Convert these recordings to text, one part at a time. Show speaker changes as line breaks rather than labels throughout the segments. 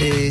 e,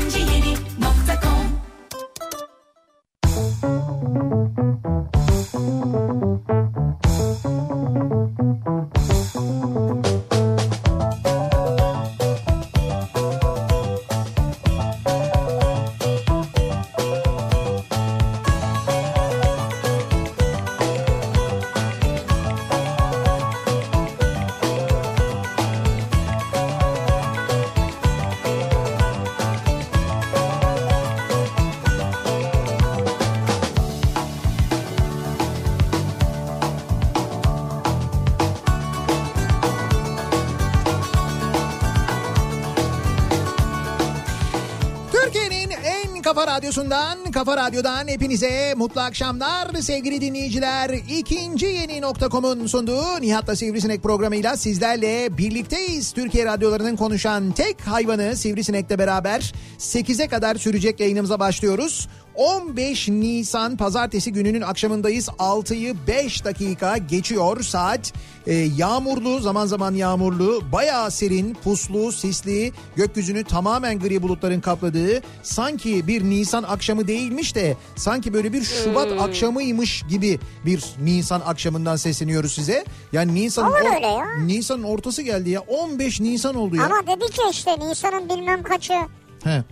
yeni nokta kom.
Türkiye'nin en kafa radyosundan, kafa radyodan hepinize mutlu akşamlar sevgili dinleyiciler. İkinci yeni nokta.com'un sunduğu Nihat'la Sivrisinek programıyla sizlerle birlikteyiz. Türkiye radyolarının konuşan tek hayvanı Sivrisinek'le beraber 8'e kadar sürecek yayınımıza başlıyoruz. 15 Nisan pazartesi gününün akşamındayız. 6'yı 5 dakika geçiyor saat. Ee, yağmurlu, zaman zaman yağmurlu, bayağı serin, puslu, sisli, gökyüzünü tamamen gri bulutların kapladığı, sanki bir Nisan akşamı değilmiş de sanki böyle bir Şubat akşamıymış gibi bir Nisan akşamından sesleniyoruz size. Yani Nisan'ın
Olur
or-
öyle ya.
Nisan'ın ortası geldi ya. 15 Nisan oldu ya.
Ama dedi ki işte Nisan'ın bilmem kaçı
He.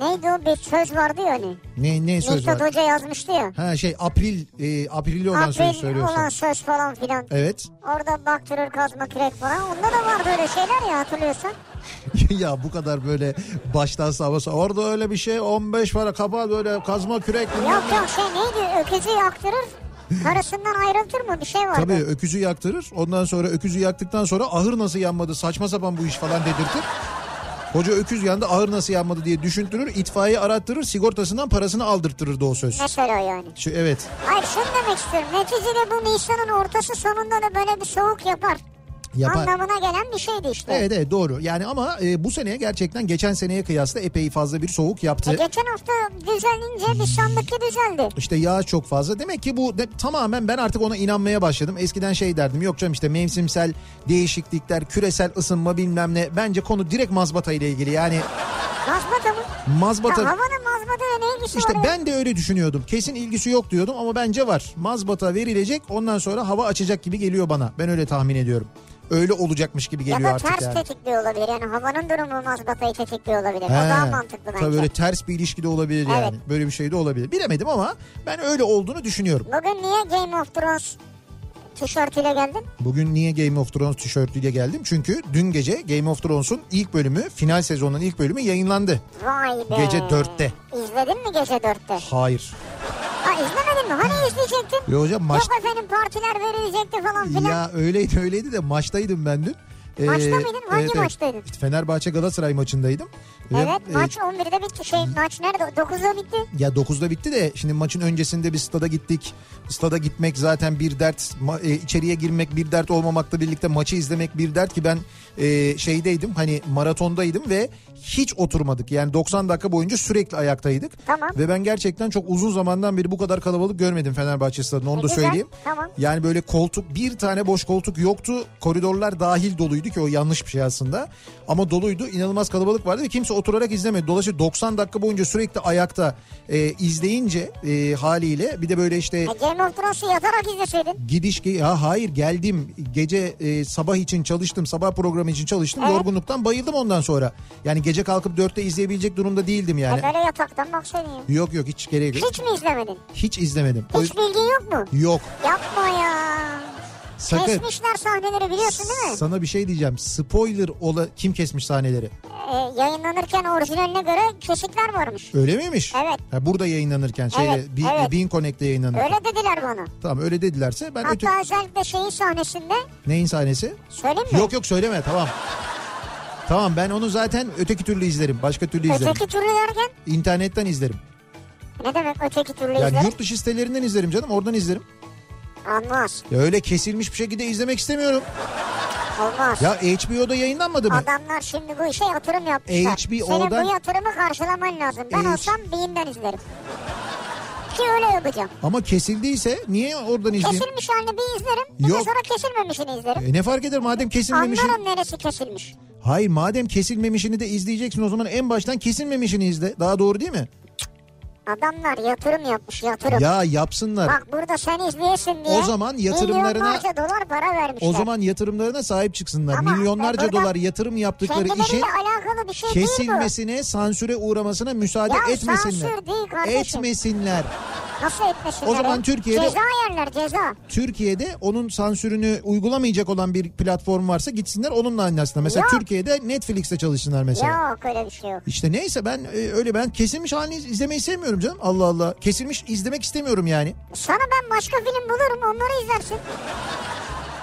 neydi o bir söz vardı ya hani.
Ne ne söz
Mithat
var?
Hoca yazmıştı ya.
Ha şey April e, April'i olan söz
April
söylüyorsun.
olan söz falan filan.
Evet.
Orada baktırır kazma kürek falan. Onda da var böyle şeyler ya hatırlıyorsan.
ya bu kadar böyle baştan savası. Orada öyle bir şey 15 para kaba böyle kazma kürek.
Yok yok şey neydi öküzü yaktırır. Karısından ayrıltır mı bir şey vardı.
Tabii öküzü yaktırır. Ondan sonra öküzü yaktıktan sonra ahır nasıl yanmadı saçma sapan bu iş falan dedirtir. Koca öküz yandı ahır nasıl yanmadı diye düşündürür. itfaiye arattırır sigortasından parasını aldırttırırdı o söz.
Mesela yani.
Şu, evet
Hayır şunu demek istiyorum. Neticede bu Nisan'ın ortası sonunda da böyle bir soğuk yapar.
yapar.
Anlamına gelen bir şeydi işte.
Evet evet doğru. Yani ama e, bu seneye gerçekten geçen seneye kıyasla epey fazla bir soğuk yaptı.
E, geçen hafta düzelince bir sandıklı düzeldi.
İşte yağ çok fazla. Demek ki bu de, tamamen ben artık ona inanmaya başladım. Eskiden şey derdim yok canım işte mevsimsel değişiklikler, küresel ısınma bilmem ne. Bence konu direkt mazbata ile ilgili yani
Mazbata mı? Ya,
mazbata...
havanın mazbata ne ilgisi
İşte
var ya?
ben de öyle düşünüyordum. Kesin ilgisi yok diyordum ama bence var. Mazbata verilecek ondan sonra hava açacak gibi geliyor bana. Ben öyle tahmin ediyorum. Öyle olacakmış gibi
Ya
geliyor
da
artık
ters
yani.
tetikliyor olabilir. Yani havanın durumu mazbatayı tetikliyor olabilir. o
He.
daha mantıklı bence.
Tabii böyle ters bir ilişki de olabilir
Evet.
yani. Böyle bir şey de olabilir. Bilemedim ama ben öyle olduğunu düşünüyorum.
Bugün niye Game of Thrones tişörtüyle geldin?
Bugün niye Game of Thrones tişörtüyle geldim? Çünkü dün gece Game of Thrones'un ilk bölümü, final sezonunun ilk bölümü yayınlandı.
Vay be.
Gece dörtte.
İzledin mi gece dörtte?
Hayır.
Ha izlemedin mi? Hani izleyecektin?
Yo hocam maç...
Yok efendim partiler verilecekti falan filan.
Ya öyleydi öyleydi de maçtaydım ben dün. Ee,
Maçta mıydın? Hangi maçtaydın?
İşte Fenerbahçe Galatasaray maçındaydım.
Evet
Ve, e,
maç 11'de bitti. Şey maç nerede? 9'da bitti.
ya 9'da bitti de şimdi maçın öncesinde bir stada gittik. Stada gitmek zaten bir dert. Ma- e, içeriye girmek bir dert olmamakla birlikte maçı izlemek bir dert ki ben e, şeydeydim hani maratondaydım ve hiç oturmadık. Yani 90 dakika boyunca sürekli ayaktaydık.
Tamam.
Ve ben gerçekten çok uzun zamandan beri bu kadar kalabalık görmedim Fenerbahçe stadını onu
E,
da
güzel,
söyleyeyim.
tamam.
Yani böyle koltuk bir tane boş koltuk yoktu. Koridorlar dahil doluydu ki o yanlış bir şey aslında. Ama doluydu inanılmaz kalabalık vardı ve kimse oturarak izlemedi. Dolayısıyla 90 dakika boyunca sürekli ayakta e, izleyince e, haliyle bir de böyle işte
E, Game of Thrones'u yatarak izleseydin. E,
gidiş ge- ha hayır geldim gece e, sabah için çalıştım sabah programı için çalıştım
Evet.
yorgunluktan bayıldım ondan sonra. Yani gece kalkıp 4'te izleyebilecek durumda değildim yani.
E, böyle yataktan baksaydın ya.
Yok yok hiç gerek yok.
Hiç mi izlemedin?
Hiç izlemedim. O-
Hiç bilgin yok mu?
Yok.
Yapma ya.
Sakın.
Kesmişler sahneleri biliyorsun değil mi?
Sana bir şey diyeceğim. Spoiler ola kim kesmiş sahneleri?
Ee, yayınlanırken orijinaline göre kesikler varmış.
Öyle miymiş?
Evet.
Ha, burada yayınlanırken şeyle
Evet,
Be-
evet.
Bean Connect'te yayınlanır.
Öyle dediler bana.
Tamam öyle dedilerse ben ötü...
Hatta özellikle şeyin sahnesinde
Neyin sahnesi?
söyleyeyim mi?
Yok yok söyleme tamam. Tamam ben onu zaten öteki türlü izlerim. Başka türlü izlerim.
Öteki türlü derken
İnternetten izlerim.
ne demek öteki türlü
Yani
izler?
yurt dışı sitelerinden izlerim canım. Oradan izlerim.
Olmaz.
Ya öyle kesilmiş bir şekilde izlemek istemiyorum.
Olmaz.
Ya HBO'da yayınlanmadı mı?
Adamlar şimdi bu işe yatırım yapmışlar.
HBO'dan
Senin bu yatırımı karşılaman lazım. Ben
H-
olsam beyinden izlerim. Ki öyle yapacağım.
Ama kesildiyse niye oradan izleyeyim?
Kesilmiş halini bir izlerim. Bir
Yok.
de sonra kesilmemişini izlerim.
E ne fark eder madem kesilmemişi...
Anlarım neresi kesilmiş.
Hayır madem kesilmemişini de izleyeceksin o zaman en baştan kesilmemişini izle. Daha doğru değil mi?
Adamlar yatırım yapmış yatırım.
Ya yapsınlar.
Bak burada sen izleyesin diye.
O zaman yatırımlarına-
Milyonlarca dolar para vermişler.
O zaman yatırımlarına sahip çıksınlar.
Ama şey
Milyonlarca
burada
dolar yatırım yaptıkları
Kendileriyle
işin
alakalı bir şey değil
kesilmesine, sansüre uğramasına müsaade
Ya
etmesinler.
sansür değil kardeşim.
Etmesinler.
bu. Nasıl etmesinler?
O zaman
ya?
Türkiye'de-
Ceza yerler ceza.
Türkiye'de onun sansürünü uygulamayacak olan bir platform varsa gitsinler onunla anlaşsınlar. Mesela
Yok.
Türkiye'de Netflix'te çalışsınlar mesela.
Yok öyle bir şey yok.
İşte neyse ben e, öyle ben kesilmiş halini izlemeyi sevmiyorum canım. Allah Allah. Kesilmiş izlemek istemiyorum yani.
Sana ben başka film bulurum onları izlersin.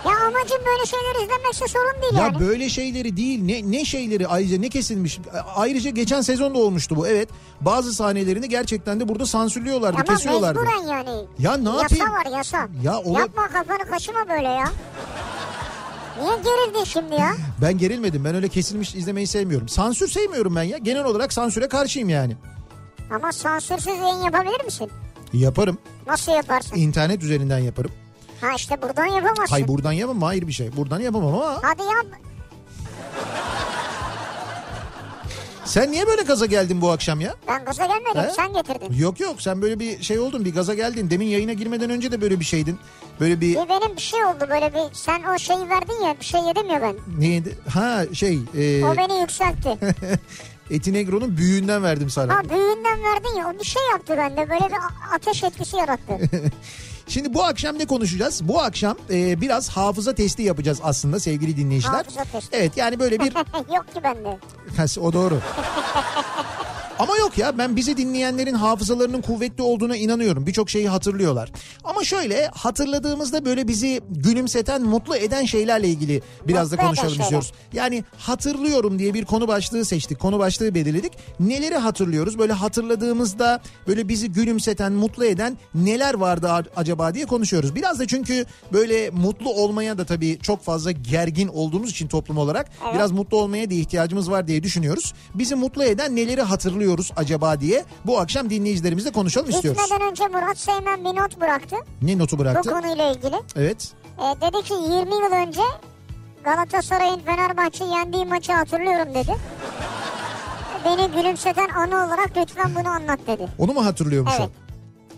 Ya amacım böyle şeyler izlemekse sorun değil
Ya
yani.
böyle şeyleri değil ne ne şeyleri ayrıca ne kesilmiş. A- Ayrıca geçen sezonda olmuştu bu. Evet. Bazı sahnelerini gerçekten de burada sansürlüyorlardı,
Ama
kesiyorlardı.
mecburen yani.
Ya ne
yasa
yapayım?
var yasa.
Ya ola-
Yapma kafanı kaşıma böyle ya. Niye gerildin şimdi ya?
Ben gerilmedim. Ben öyle kesilmiş izlemeyi sevmiyorum. Sansür sevmiyorum ben ya. Genel olarak sansüre karşıyım yani.
Ama sansürsüz yayın yapabilir misin?
Yaparım.
Nasıl yaparsın?
İnternet üzerinden yaparım.
Ha işte buradan yapamazsın.
Hay buradan yapamam hayır bir şey. Buradan yapamam ama
Hadi yap.
sen niye böyle gaza geldin bu akşam ya?
Ben gaza gelmedim
He?
sen getirdin.
Yok yok sen böyle bir şey oldun bir gaza geldin. Demin yayına girmeden önce de böyle bir şeydin. Böyle bir
Bir benim bir şey oldu böyle bir sen o şeyi verdin ya bir şey yedim ya ben.
neydi? Ha şey e,
O beni yükseltti.
Etinegro'nun büyüğünden verdim sana.
Ha büyüğünden verdin ya o bir şey yaptı bende böyle bir a- ateş etkisi yarattı.
Şimdi bu akşam ne konuşacağız? Bu akşam e, biraz hafıza testi yapacağız aslında sevgili dinleyiciler.
Hafıza testi.
Evet yani böyle bir
Yok ki bende.
Ha, o doğru. Ama yok ya ben bizi dinleyenlerin hafızalarının kuvvetli olduğuna inanıyorum. Birçok şeyi hatırlıyorlar. Ama şöyle hatırladığımızda böyle bizi gülümseten, mutlu eden şeylerle ilgili biraz da
Mutlu eden
konuşalım
şeyler.
istiyoruz. Yani hatırlıyorum diye bir konu başlığı seçtik. Konu başlığı belirledik. Neleri hatırlıyoruz? Böyle hatırladığımızda böyle bizi gülümseten, mutlu eden neler vardı a- acaba diye konuşuyoruz. Biraz da çünkü böyle mutlu olmaya da tabii çok fazla gergin olduğumuz için toplum olarak biraz mutlu olmaya da ihtiyacımız var diye düşünüyoruz. Bizi mutlu eden neleri hatırlıyoruz acaba diye bu akşam dinleyicilerimizle konuşalım istiyoruz.
Gitmeden önce Murat Seymen bir not bıraktı.
Ne notu
Bu
bıraktı?
konuyla ilgili.
Evet.
E, dedi ki 20 yıl önce Galatasaray'ın Fenerbahçe yendiği maçı hatırlıyorum dedi. Beni gülümseten anı olarak lütfen bunu anlat dedi.
Onu mu hatırlıyormuş
Evet.
o?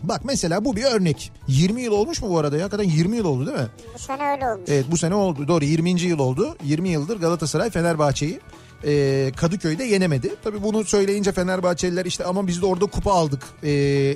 Bak mesela bu bir örnek. 20 yıl olmuş mu bu arada ya? Hakikaten 20 yıl oldu değil mi?
Bu sene öyle olmuş.
Evet bu sene oldu. Doğru 20. yıl oldu. 20 yıldır Galatasaray Fenerbahçe'yi e, Kadıköy'de yenemedi. Tabii bunu söyleyince Fenerbahçeliler işte ama biz de orada kupa aldık e,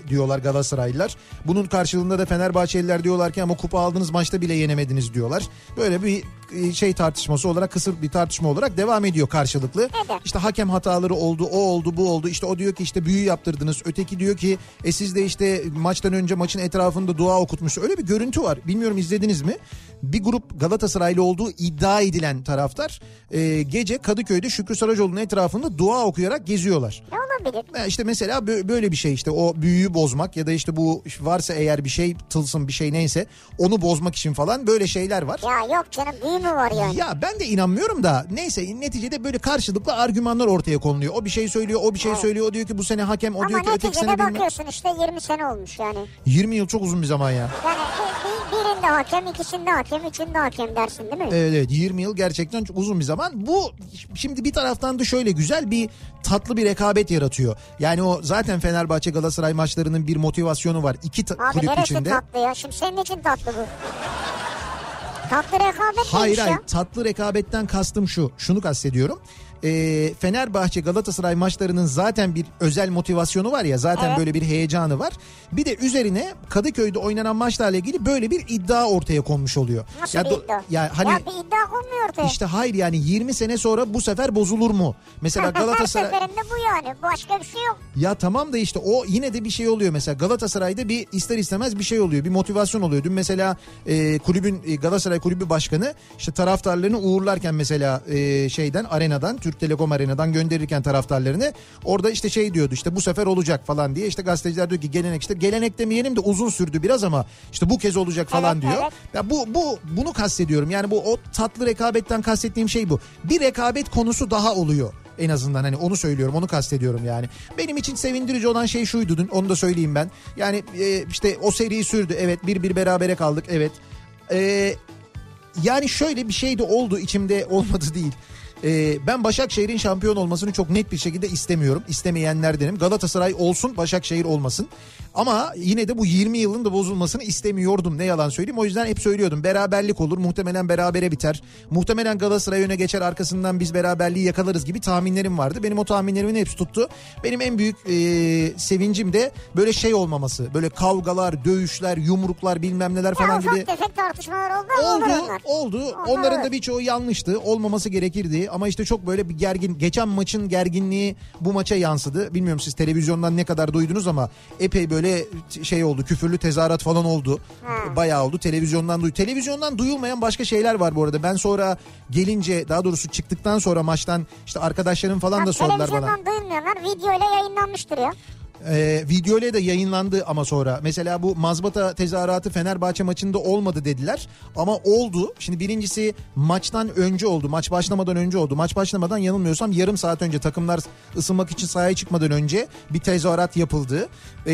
diyorlar Galatasaraylılar. Bunun karşılığında da Fenerbahçeliler diyorlar ki ama kupa aldınız maçta bile yenemediniz diyorlar. Böyle bir e, şey tartışması olarak kısır bir tartışma olarak devam ediyor karşılıklı.
Evet.
İşte hakem hataları oldu, o oldu, bu oldu. İşte o diyor ki işte büyü yaptırdınız. Öteki diyor ki e siz de işte maçtan önce maçın etrafında dua okutmuşsunuz. Öyle bir görüntü var. Bilmiyorum izlediniz mi? Bir grup Galatasaraylı olduğu iddia edilen taraftar e, gece Kadıköy'de Şükrü Saracoğlu'nun etrafında dua okuyarak geziyorlar.
Ne olabilir?
Ya işte mesela bö- böyle bir şey işte o büyüyü bozmak ya da işte bu varsa eğer bir şey tılsım bir şey neyse onu bozmak için falan böyle şeyler var.
Ya yok canım büyü mü var yani?
Ya ben de inanmıyorum da neyse neticede böyle karşılıklı argümanlar ortaya konuluyor. O bir şey söylüyor, o bir şey söylüyor, o diyor ki bu sene hakem, o
Ama
diyor ki öteki
neticede
sene bilmem.
bakıyorsun işte 20 sene olmuş yani.
20 yıl çok uzun bir zaman ya.
Yani bir- bir- birinde hakem, ikisinde hakem, üçünde hakem dersin değil mi?
Evet, evet 20 yıl gerçekten çok uzun bir zaman. Bu şimdi bir taraftan da şöyle güzel bir tatlı bir rekabet yaratıyor. Yani o zaten Fenerbahçe Galatasaray maçlarının bir motivasyonu var. İki ta-
Abi
kulüp
neresi
içinde.
tatlı ya? Şimdi senin için tatlı bu. Tatlı rekabet
Hayır hayır
neymiş ya?
tatlı rekabetten kastım şu. Şunu kastediyorum. e, Fenerbahçe Galatasaray maçlarının zaten bir özel motivasyonu var ya zaten
Evet.
böyle bir heyecanı var. Bir de üzerine Kadıköy'de oynanan maçlarla ilgili böyle bir iddia ortaya konmuş oluyor.
Nasıl
Ya
bir
do-
iddia?
Ya hani
ya bir iddia konmuyor ortaya.
işte hayır yani 20 sene sonra bu sefer bozulur mu? Mesela
Her
Galatasaray
seferinde bu yani. Başka bir şey yok.
ya tamam da işte o yine de bir şey oluyor mesela Galatasaray'da bir ister istemez bir şey oluyor bir motivasyon oluyor. Dün mesela e, kulübün e, Galatasaray kulübü başkanı işte taraftarlarını uğurlarken mesela e, şeyden arenadan Türk Telekom arenadan gönderirken taraftarlarını orada işte şey diyordu işte bu sefer olacak falan diye işte gazeteciler diyor ki gelenek işte gelenek demeyelim de uzun sürdü biraz ama işte bu kez olacak falan
Evet,
diyor.
evet.
Ya bu bu bunu kastediyorum. Yani bu o tatlı rekabetten kastettiğim şey bu. Bir rekabet konusu daha oluyor en azından hani onu söylüyorum onu kastediyorum yani. Benim için sevindirici olan şey şuydu dün onu da söyleyeyim ben. Yani e, işte o seri sürdü evet bir bir berabere kaldık evet. E, yani şöyle bir şey de oldu içimde olmadı değil. E, ben Başakşehir'in şampiyon olmasını çok net bir şekilde istemiyorum. İstemeyenlerdenim. Galatasaray olsun Başakşehir olmasın. Ama yine de bu 20 yılın da bozulmasını istemiyordum ne yalan söyleyeyim. O yüzden hep söylüyordum beraberlik olur muhtemelen berabere biter. Muhtemelen Galatasaray öne geçer arkasından biz beraberliği yakalarız gibi tahminlerim vardı. Benim o tahminlerimin hepsi tuttu. Benim en büyük e, sevincim de böyle şey olmaması. Böyle kavgalar, dövüşler, yumruklar bilmem neler
Ya
falan
ufak
gibi
tefek tartışmalar oldu ama
oldu,
olur onlar.
oldu.
Onlar
Onların
olur.
da birçoğu yanlıştı. Olmaması gerekirdi. Ama işte çok böyle bir gergin. Geçen maçın gerginliği bu maça yansıdı. Bilmiyorum siz televizyondan ne kadar duydunuz ama epey böyle t- şey oldu. Küfürlü tezahürat falan oldu. Bayağı oldu. Televizyondan duy. Televizyondan duyulmayan başka şeyler var bu arada. Ben sonra gelince daha doğrusu çıktıktan sonra maçtan işte arkadaşlarım falan da
Bak,
sordular bana.
Televizyondan duymuyorlar. Videoyla yayınlanmıştır ya.
Ee, video ile de yayınlandı ama sonra. Mesela bu mazbata tezahüratı Fenerbahçe maçında olmadı dediler. Ama oldu. Şimdi birincisi maçtan önce oldu. Maç başlamadan önce oldu. Maç başlamadan yanılmıyorsam yarım saat önce takımlar ısınmak için sahaya çıkmadan önce bir tezahürat yapıldı. Ee,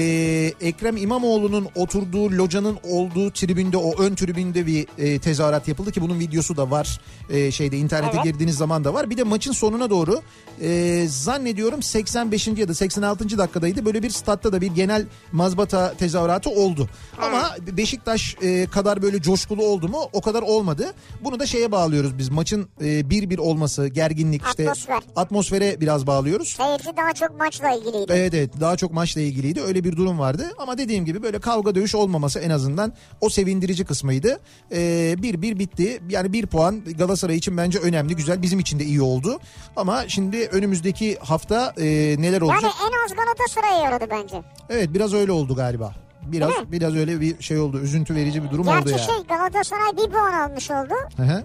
Ekrem İmamoğlu'nun oturduğu locanın olduğu tribünde o ön tribünde bir e, tezahürat yapıldı ki bunun videosu da var. Ee, şeyde internete
Evet.
girdiğiniz zaman da var. Bir de maçın sonuna doğru e, zannediyorum 85. ya da 86. dakikadaydı. Böyle bir statta da bir genel mazbata tezahüratı oldu. Ama Beşiktaş e, kadar böyle coşkulu oldu mu o kadar olmadı. Bunu da şeye bağlıyoruz biz maçın e, bir bir olması gerginlik işte
Atmosfer.
atmosfere biraz bağlıyoruz.
Seyirci daha çok maçla ilgiliydi.
Evet evet daha çok maçla ilgiliydi öyle bir durum vardı ama dediğim gibi böyle kavga dövüş olmaması en azından o sevindirici kısmıydı. Ee, bir bir bitti yani bir puan Galatasaray için bence önemli güzel bizim için de iyi oldu ama şimdi önümüzdeki hafta e, neler olacak?
yani en az Galatasaray'a yaradı bence.
Evet biraz öyle oldu galiba. Biraz
Değil mi?
biraz öyle bir şey oldu üzüntü verici bir durum oldu
Gerçi
ya.
şey Galatasaray bir puan almış oldu. Ee,
Hı hı.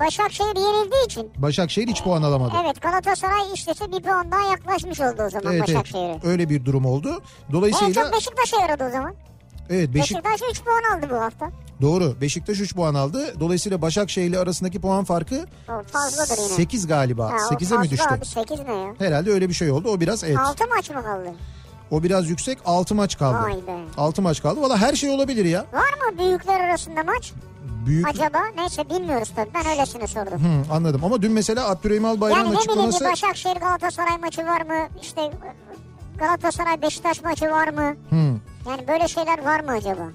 Başakşehir yenildiği için.
Başakşehir hiç puan alamadı.
Evet Galatasaray işlese bir puan daha yaklaşmış oldu o zaman
Evet, evet.
Başakşehir'e.
öyle bir durum oldu.
En
Dolayısıyla
çok Beşiktaş'a yaradı o zaman.
evet Beşik,
Beşiktaş 3 puan aldı bu hafta.
Doğru. Beşiktaş 3 puan aldı. Dolayısıyla Başakşehir ile arasındaki puan farkı
O fazladır yine.
8 galiba. 8'e mi düştü?
8 ne ya?
Herhalde öyle bir şey oldu. O biraz evet.
6 maç mı kaldı?
O biraz yüksek. 6 maç kaldı.
Vay be.
6 maç kaldı. Valla her şey olabilir ya.
Var mı büyükler arasında maç?
Büyük
Acaba neyse bilmiyoruz tabii ben öylesine sordum.
Hı, anladım. Ama dün mesela Abdurrahim Albayrak'ın
yani ne bileyim bir
açıklaması
Başakşehir Galatasaray maçı var mı? İşte Galatasaray Beşiktaş maçı var mı?
Hı.
Yani böyle şeyler var mı acaba?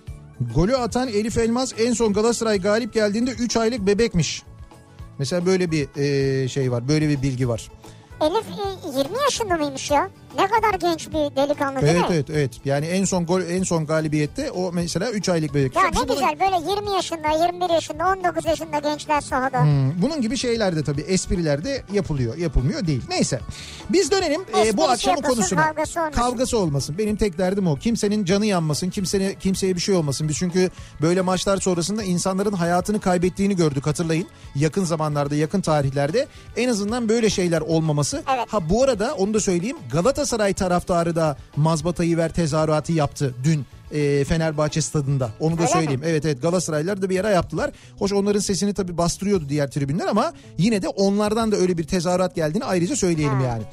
golü atan Elif Elmas en son Galatasaray galip geldiğinde 3 aylık bebekmiş. Mesela böyle bir e, şey var. Böyle bir bilgi var.
Elif e, 20 yaşında mıymış ya? Ne kadar genç bir delikanlı değil
Evet
mi?
evet evet. Yani en son gol en son galibiyette o mesela 3 aylık bebek.
Ya
Biz
ne
bunu-
güzel böyle 20 yaşında, 21 yaşında, 19 yaşında gençler sahada.
Hmm, bunun gibi şeyler de tabii espriler de yapılıyor, yapılmıyor değil. Neyse. Biz dönelim e,
Esprisi
bu akşamın
yapılsın,
konusuna.
kavgası olmasın.
Kavgası olmasın. Benim tek derdim o. Kimsenin canı yanmasın, kimseye kimseye bir şey olmasın. Biz çünkü böyle maçlar sonrasında insanların hayatını kaybettiğini gördük hatırlayın. Yakın zamanlarda, yakın tarihlerde en azından böyle şeyler olmaması.
Evet.
Ha bu arada onu da söyleyeyim. Galatasaray taraftarı da mazbatayı ver tezahüratı yaptı dün. e, Fenerbahçe stadında. Onu da
Öyle mi?
söyleyeyim. Evet evet Galatasaraylılar da bir yere yaptılar. Hoş onların sesini tabii bastırıyordu diğer tribünler ama yine de onlardan da öyle bir tezahürat geldiğini ayrıca söyleyelim yani.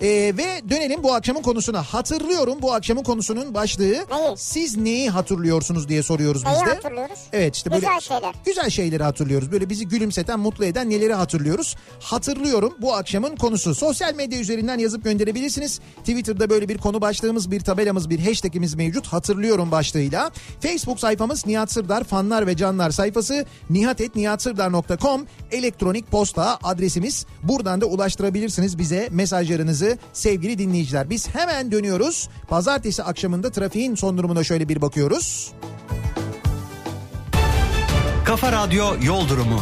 Ee, ve dönelim bu akşamın konusuna. Hatırlıyorum bu akşamın konusunun başlığı.
Neyi?
Siz neyi hatırlıyorsunuz diye soruyoruz
Neyi
biz de.
hatırlıyoruz?
Evet işte böyle
Güzel şeyler.
güzel şeyleri hatırlıyoruz. Böyle bizi gülümseten, mutlu eden neleri hatırlıyoruz? Hatırlıyorum bu akşamın konusu. Sosyal medya üzerinden yazıp gönderebilirsiniz. Twitter'da böyle bir konu başlığımız, bir tabelamız, bir hashtagimiz mevcut. Hatırlıyorum konu başlığıyla. Facebook sayfamız Nihat Sırdar fanlar ve canlar sayfası nihatetnihatsırdar.com elektronik posta adresimiz. Buradan da ulaştırabilirsiniz bize mesajlarınızı sevgili dinleyiciler. Biz hemen dönüyoruz. Pazartesi akşamında trafiğin son durumuna şöyle bir bakıyoruz.
Kafa Radyo Yol Durumu.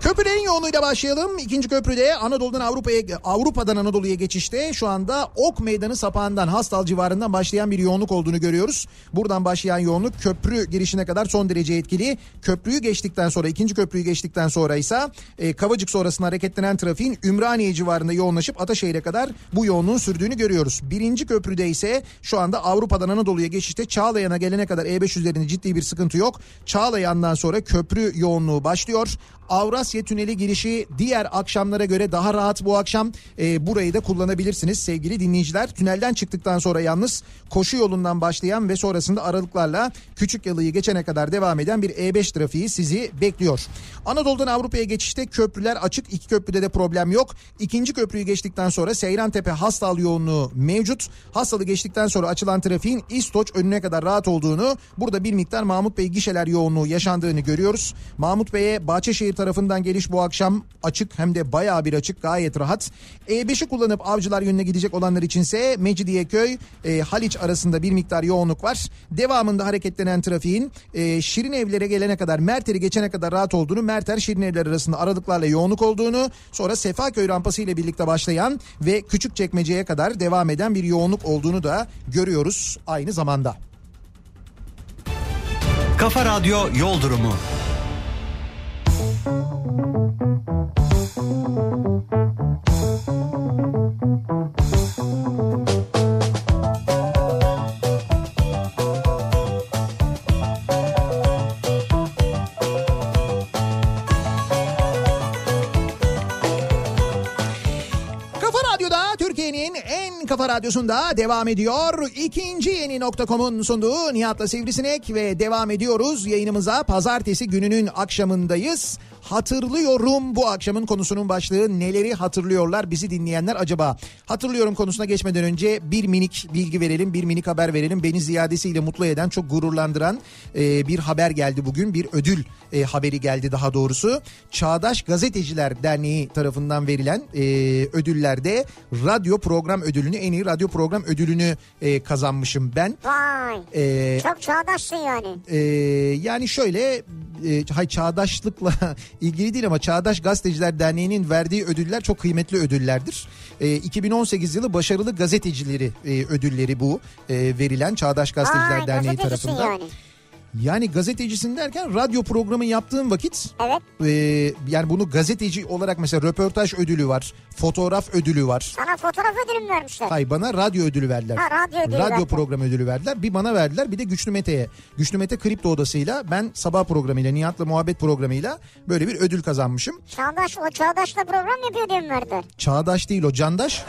Köprülerin yoğunluğuyla başlayalım. İkinci köprüde Anadolu'dan Avrupa'ya Avrupa'dan Anadolu'ya geçişte şu anda Ok Meydanı sapağından Hastal civarından başlayan bir yoğunluk olduğunu görüyoruz. Buradan başlayan yoğunluk köprü girişine kadar son derece etkili. Köprüyü geçtikten sonra ikinci köprüyü geçtikten sonra ise e, Kavacık sonrasında hareketlenen trafiğin Ümraniye civarında yoğunlaşıp Ataşehir'e kadar bu yoğunluğun sürdüğünü görüyoruz. Birinci köprüde ise şu anda Avrupa'dan Anadolu'ya geçişte Çağlayan'a gelene kadar E5 üzerinde ciddi bir sıkıntı yok. Çağlayan'dan sonra köprü yoğunluğu başlıyor. Avrasya Tüneli girişi diğer akşamlara göre daha rahat bu akşam. E, burayı da kullanabilirsiniz sevgili dinleyiciler. Tünelden çıktıktan sonra yalnız koşu yolundan başlayan ve sonrasında aralıklarla küçük yalıyı geçene kadar devam eden bir E5 trafiği sizi bekliyor. Anadolu'dan Avrupa'ya geçişte köprüler açık. İki köprüde de problem yok. İkinci köprüyü geçtikten sonra Seyran Tepe Hastal yoğunluğu mevcut. Hastalı geçtikten sonra açılan trafiğin İstoç önüne kadar rahat olduğunu burada bir miktar Mahmut Bey gişeler yoğunluğu yaşandığını görüyoruz. Mahmut Bey'e Bahçeşehir tarafından geliş bu akşam açık hem de bayağı bir açık gayet rahat. E5'i kullanıp avcılar yönüne gidecek olanlar içinse Mecidiyeköy e, Haliç arasında bir miktar yoğunluk var. Devamında hareketlenen trafiğin e, Şirin evlere gelene kadar Merter'i geçene kadar rahat olduğunu Merter Şirin evler arasında aralıklarla yoğunluk olduğunu sonra Sefaköy rampası ile birlikte başlayan ve Küçükçekmece'ye kadar devam eden bir yoğunluk olduğunu da görüyoruz aynı zamanda.
Kafa Radyo Yol Durumu.
Kafa Radyo'da Türkiye'nin en kafa radyosunda devam ediyor. İkinci yeni nokta.com'un sunduğu Nihat'la Sivrisinek ve devam ediyoruz yayınımıza. Pazartesi gününün akşamındayız. Hatırlıyorum bu akşamın konusunun başlığı neleri hatırlıyorlar bizi dinleyenler acaba? Hatırlıyorum konusuna geçmeden önce bir minik bilgi verelim, bir minik haber verelim. Beni ziyadesiyle mutlu eden, çok gururlandıran e, bir haber geldi bugün. Bir ödül e, haberi geldi daha doğrusu. Çağdaş Gazeteciler Derneği tarafından verilen e, ödüllerde radyo program ödülünü, en iyi radyo program ödülünü e, kazanmışım ben.
Vay.
E,
Çok çağdaşsın yani.
ee, yani şöyle e, hay çağdaşlıkla ilgili değil ama Çağdaş Gazeteciler Derneği'nin verdiği ödüller çok kıymetli ödüllerdir. E, 2018 yılı başarılı gazetecileri e, ödülleri bu e, verilen Çağdaş Gazeteciler
Vay,
Derneği
gazetecisin
tarafından.
yani.
Yani gazetecisin derken radyo programı yaptığın vakit
Evet.
e, yani bunu gazeteci olarak mesela röportaj ödülü var, fotoğraf ödülü var.
Sana fotoğraf ödülü mü vermişler?
Hay bana radyo ödülü verdiler.
Ha, radyo ödülü verdiler.
programı ödülü verdiler. Bir bana verdiler bir de Güçlü Mete'ye. Güçlü Mete Kripto Odası'yla ben sabah programıyla Nihat'la muhabbet programıyla böyle bir ödül kazanmışım.
Çağdaş, o Çağdaş'la program yapıyor diye mi verdiler?
Çağdaş değil o Candaş.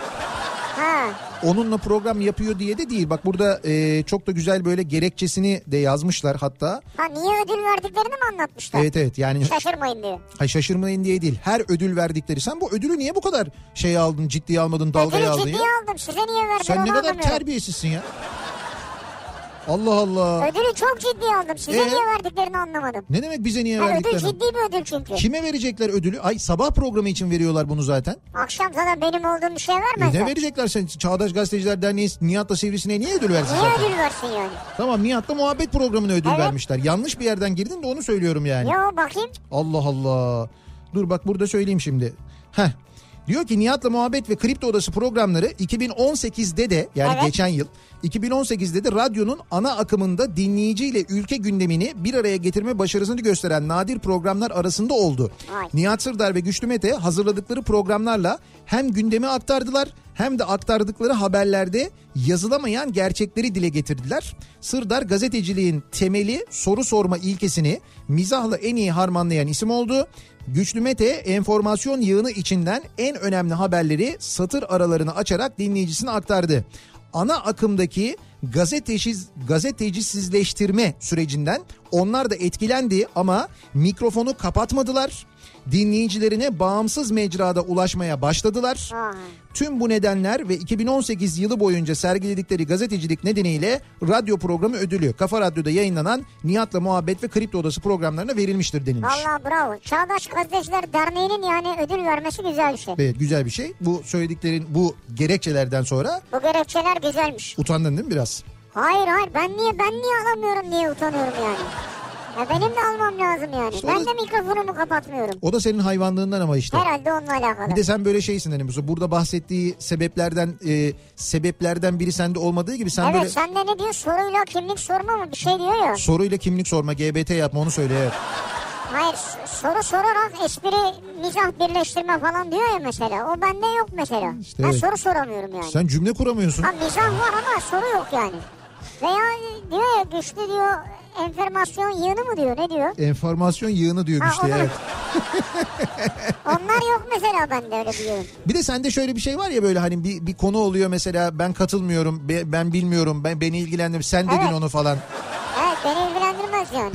Ha.
Onunla program yapıyor diye de değil. Bak burada e, çok da güzel böyle gerekçesini de yazmışlar hatta.
Ha niye ödül verdiklerini mi anlatmışlar?
Evet evet yani
Şaşırmayın diyor.
hay şaşırmayın diye değil. Her ödül verdikleri sen bu ödülü niye bu kadar şey aldın ciddiye almadın dalgaya
Ödülü
aldın
ciddiye
ya?
aldım. Size niye verdiler
Sen ne
onu
kadar
anlamıyorum.
terbiyesizsin ya. Allah Allah.
Ödülü çok ciddiye aldım. Size
Ee?
niye verdiklerini anlamadım.
Ne demek bize niye
Ha, ödül
verdiklerini?
ciddi bir ödül çünkü.
Kime verecekler ödülü? Ay sabah programı için veriyorlar bunu zaten.
Akşam sana benim olduğum bir şey
E, ne
vermezler.
verecekler sen? Çağdaş Gazeteciler Derneği Nihat'la Sivrisine'ye niye ödül versin
Niye
zaten?
ödül versin yani?
Tamam Nihat'la muhabbet programına ödül
Evet.
vermişler. Yanlış bir yerden girdin de onu söylüyorum yani.
Yo bakayım.
Allah Allah. Dur bak burada söyleyeyim şimdi. Heh. Diyor ki Nihat'la Muhabbet ve Kripto Odası programları 2018'de de yani
Evet.
geçen yıl 2018'de de radyonun ana akımında dinleyiciyle ülke gündemini bir araya getirme başarısını gösteren nadir programlar arasında oldu.
Vay.
Nihat Sırdar ve Güçlü Mete hazırladıkları programlarla hem gündemi aktardılar hem de aktardıkları haberlerde yazılamayan gerçekleri dile getirdiler. Sırdar gazeteciliğin temeli soru sorma ilkesini mizahla en iyi harmanlayan isim oldu. Güçlü Mete enformasyon yığını içinden en önemli haberleri satır aralarını açarak dinleyicisine aktardı. Ana akımdaki gazeteciz, gazetecisizleştirme sürecinden onlar da etkilendi ama mikrofonu kapatmadılar. dinleyicilerine bağımsız mecrada ulaşmaya başladılar.
Vay.
Tüm bu nedenler ve 2018 yılı boyunca sergiledikleri gazetecilik nedeniyle radyo programı ödülü Kafa Radyo'da yayınlanan Nihat'la Muhabbet ve Kripto Odası programlarına verilmiştir denilmiş.
Valla bravo. Çağdaş Gazeteciler Derneği'nin yani ödül vermesi güzel bir şey.
Evet güzel bir şey. Bu söylediklerin bu gerekçelerden sonra
Bu gerekçeler güzelmiş.
utandın değil mi biraz?
Hayır hayır ben niye ben niye alamıyorum diye utanıyorum yani. Ya benim de almam lazım yani.
İşte
ben
o da-
de mikrofonumu kapatmıyorum.
O da senin hayvanlığından ama işte.
Herhalde onunla alakalı.
Bir de sen böyle şeysin hani bu- burada bahsettiği sebeplerden e, sebeplerden biri sende olmadığı gibi sen
evet
böyle
sen de ne diyor soruyla kimlik sorma mı bir şey diyor ya.
soruyla kimlik sorma GBT yapma onu söyle evet.
Hayır s- soru sorarak espri mizah birleştirme falan diyor ya mesela. O bende yok mesela.
İşte
ben
evet.
soru soramıyorum yani.
Sen cümle kuramıyorsun.
Ha mizah var ama soru yok yani. Veya diyor ya güçlü diyor enformasyon yığını mı diyor ne diyor?
Enformasyon yığını diyor
Ha,
işte
onu-
evet.
Onlar yok mesela bende öyle bir yığın.
Bir de sende şöyle bir şey var ya böyle hani bir, bir konu oluyor mesela ben katılmıyorum be- ben bilmiyorum ben beni ilgilendim sen dedin
Evet.
onu falan.
Evet beni ilgilendirmez yani.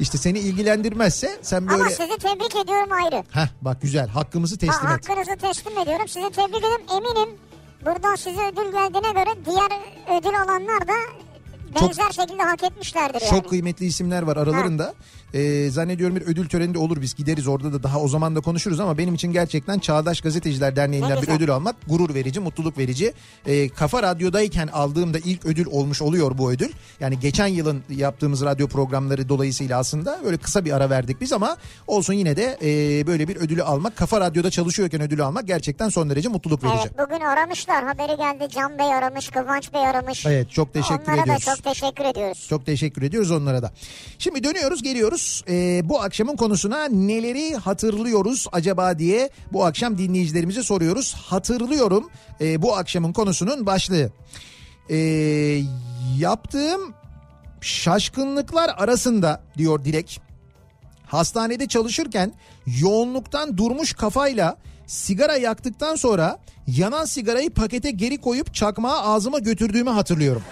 İşte seni ilgilendirmezse sen
Ama şey-
böyle
sizi tebrik ediyorum ayrı.
Heh bak güzel hakkımızı
Ha,
teslim et.
hakkınızı teslim ediyorum. Sizi tebrik ederim. Eminim buradan size ödül geldiğine göre diğer ödül alanlar da
Çok-
benzer şekilde hak etmişlerdir yani.
Çok kıymetli isimler var aralarında. Ee, zannediyorum bir ödül töreni de olur biz gideriz orada da daha o zaman da konuşuruz ama benim için gerçekten Çağdaş Gazeteciler
Ne
Derneği'nden bir
güzel.
ödül almak gurur verici, mutluluk verici. Ee, Kafa Radyo'dayken aldığımda ilk ödül olmuş oluyor bu ödül. Yani geçen yılın yaptığımız radyo programları dolayısıyla aslında böyle kısa bir ara verdik biz ama olsun yine de e, böyle bir ödülü almak, Kafa Radyo'da çalışıyorken ödülü almak gerçekten son derece mutluluk verici.
Evet bugün aramışlar. Haberi geldi. Can Bey aramış. Kıvanç Bey aramış.
Evet, çok teşekkür
Onlara
ediyoruz.
da çok teşekkür ediyoruz.
Çok teşekkür ediyoruz onlara da. Şimdi dönüyoruz geliyoruz. Ee, bu akşamın konusuna neleri hatırlıyoruz acaba diye bu akşam dinleyicilerimize soruyoruz. Hatırlıyorum ee, bu akşamın konusunun başlığı. Ee, yaptığım şaşkınlıklar arasında diyor Dilek. Hastanede çalışırken yoğunluktan durmuş kafayla sigara yaktıktan sonra yanan sigarayı pakete geri koyup çakmağı ağzıma götürdüğümü hatırlıyorum.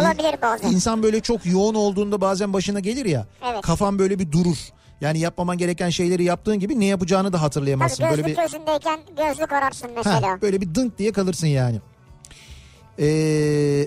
Olabilir bazen.
İnsan böyle çok yoğun olduğunda bazen başına gelir ya.
Evet.
Kafan böyle bir durur. Yani yapmaman gereken şeyleri yaptığın gibi ne yapacağını da
Tabii
hatırlayamazsın.
gözlük
böyle bir
gözündeyken gözlük ararsın
Ha,
mesela.
böyle bir dınk diye kalırsın yani. Ee,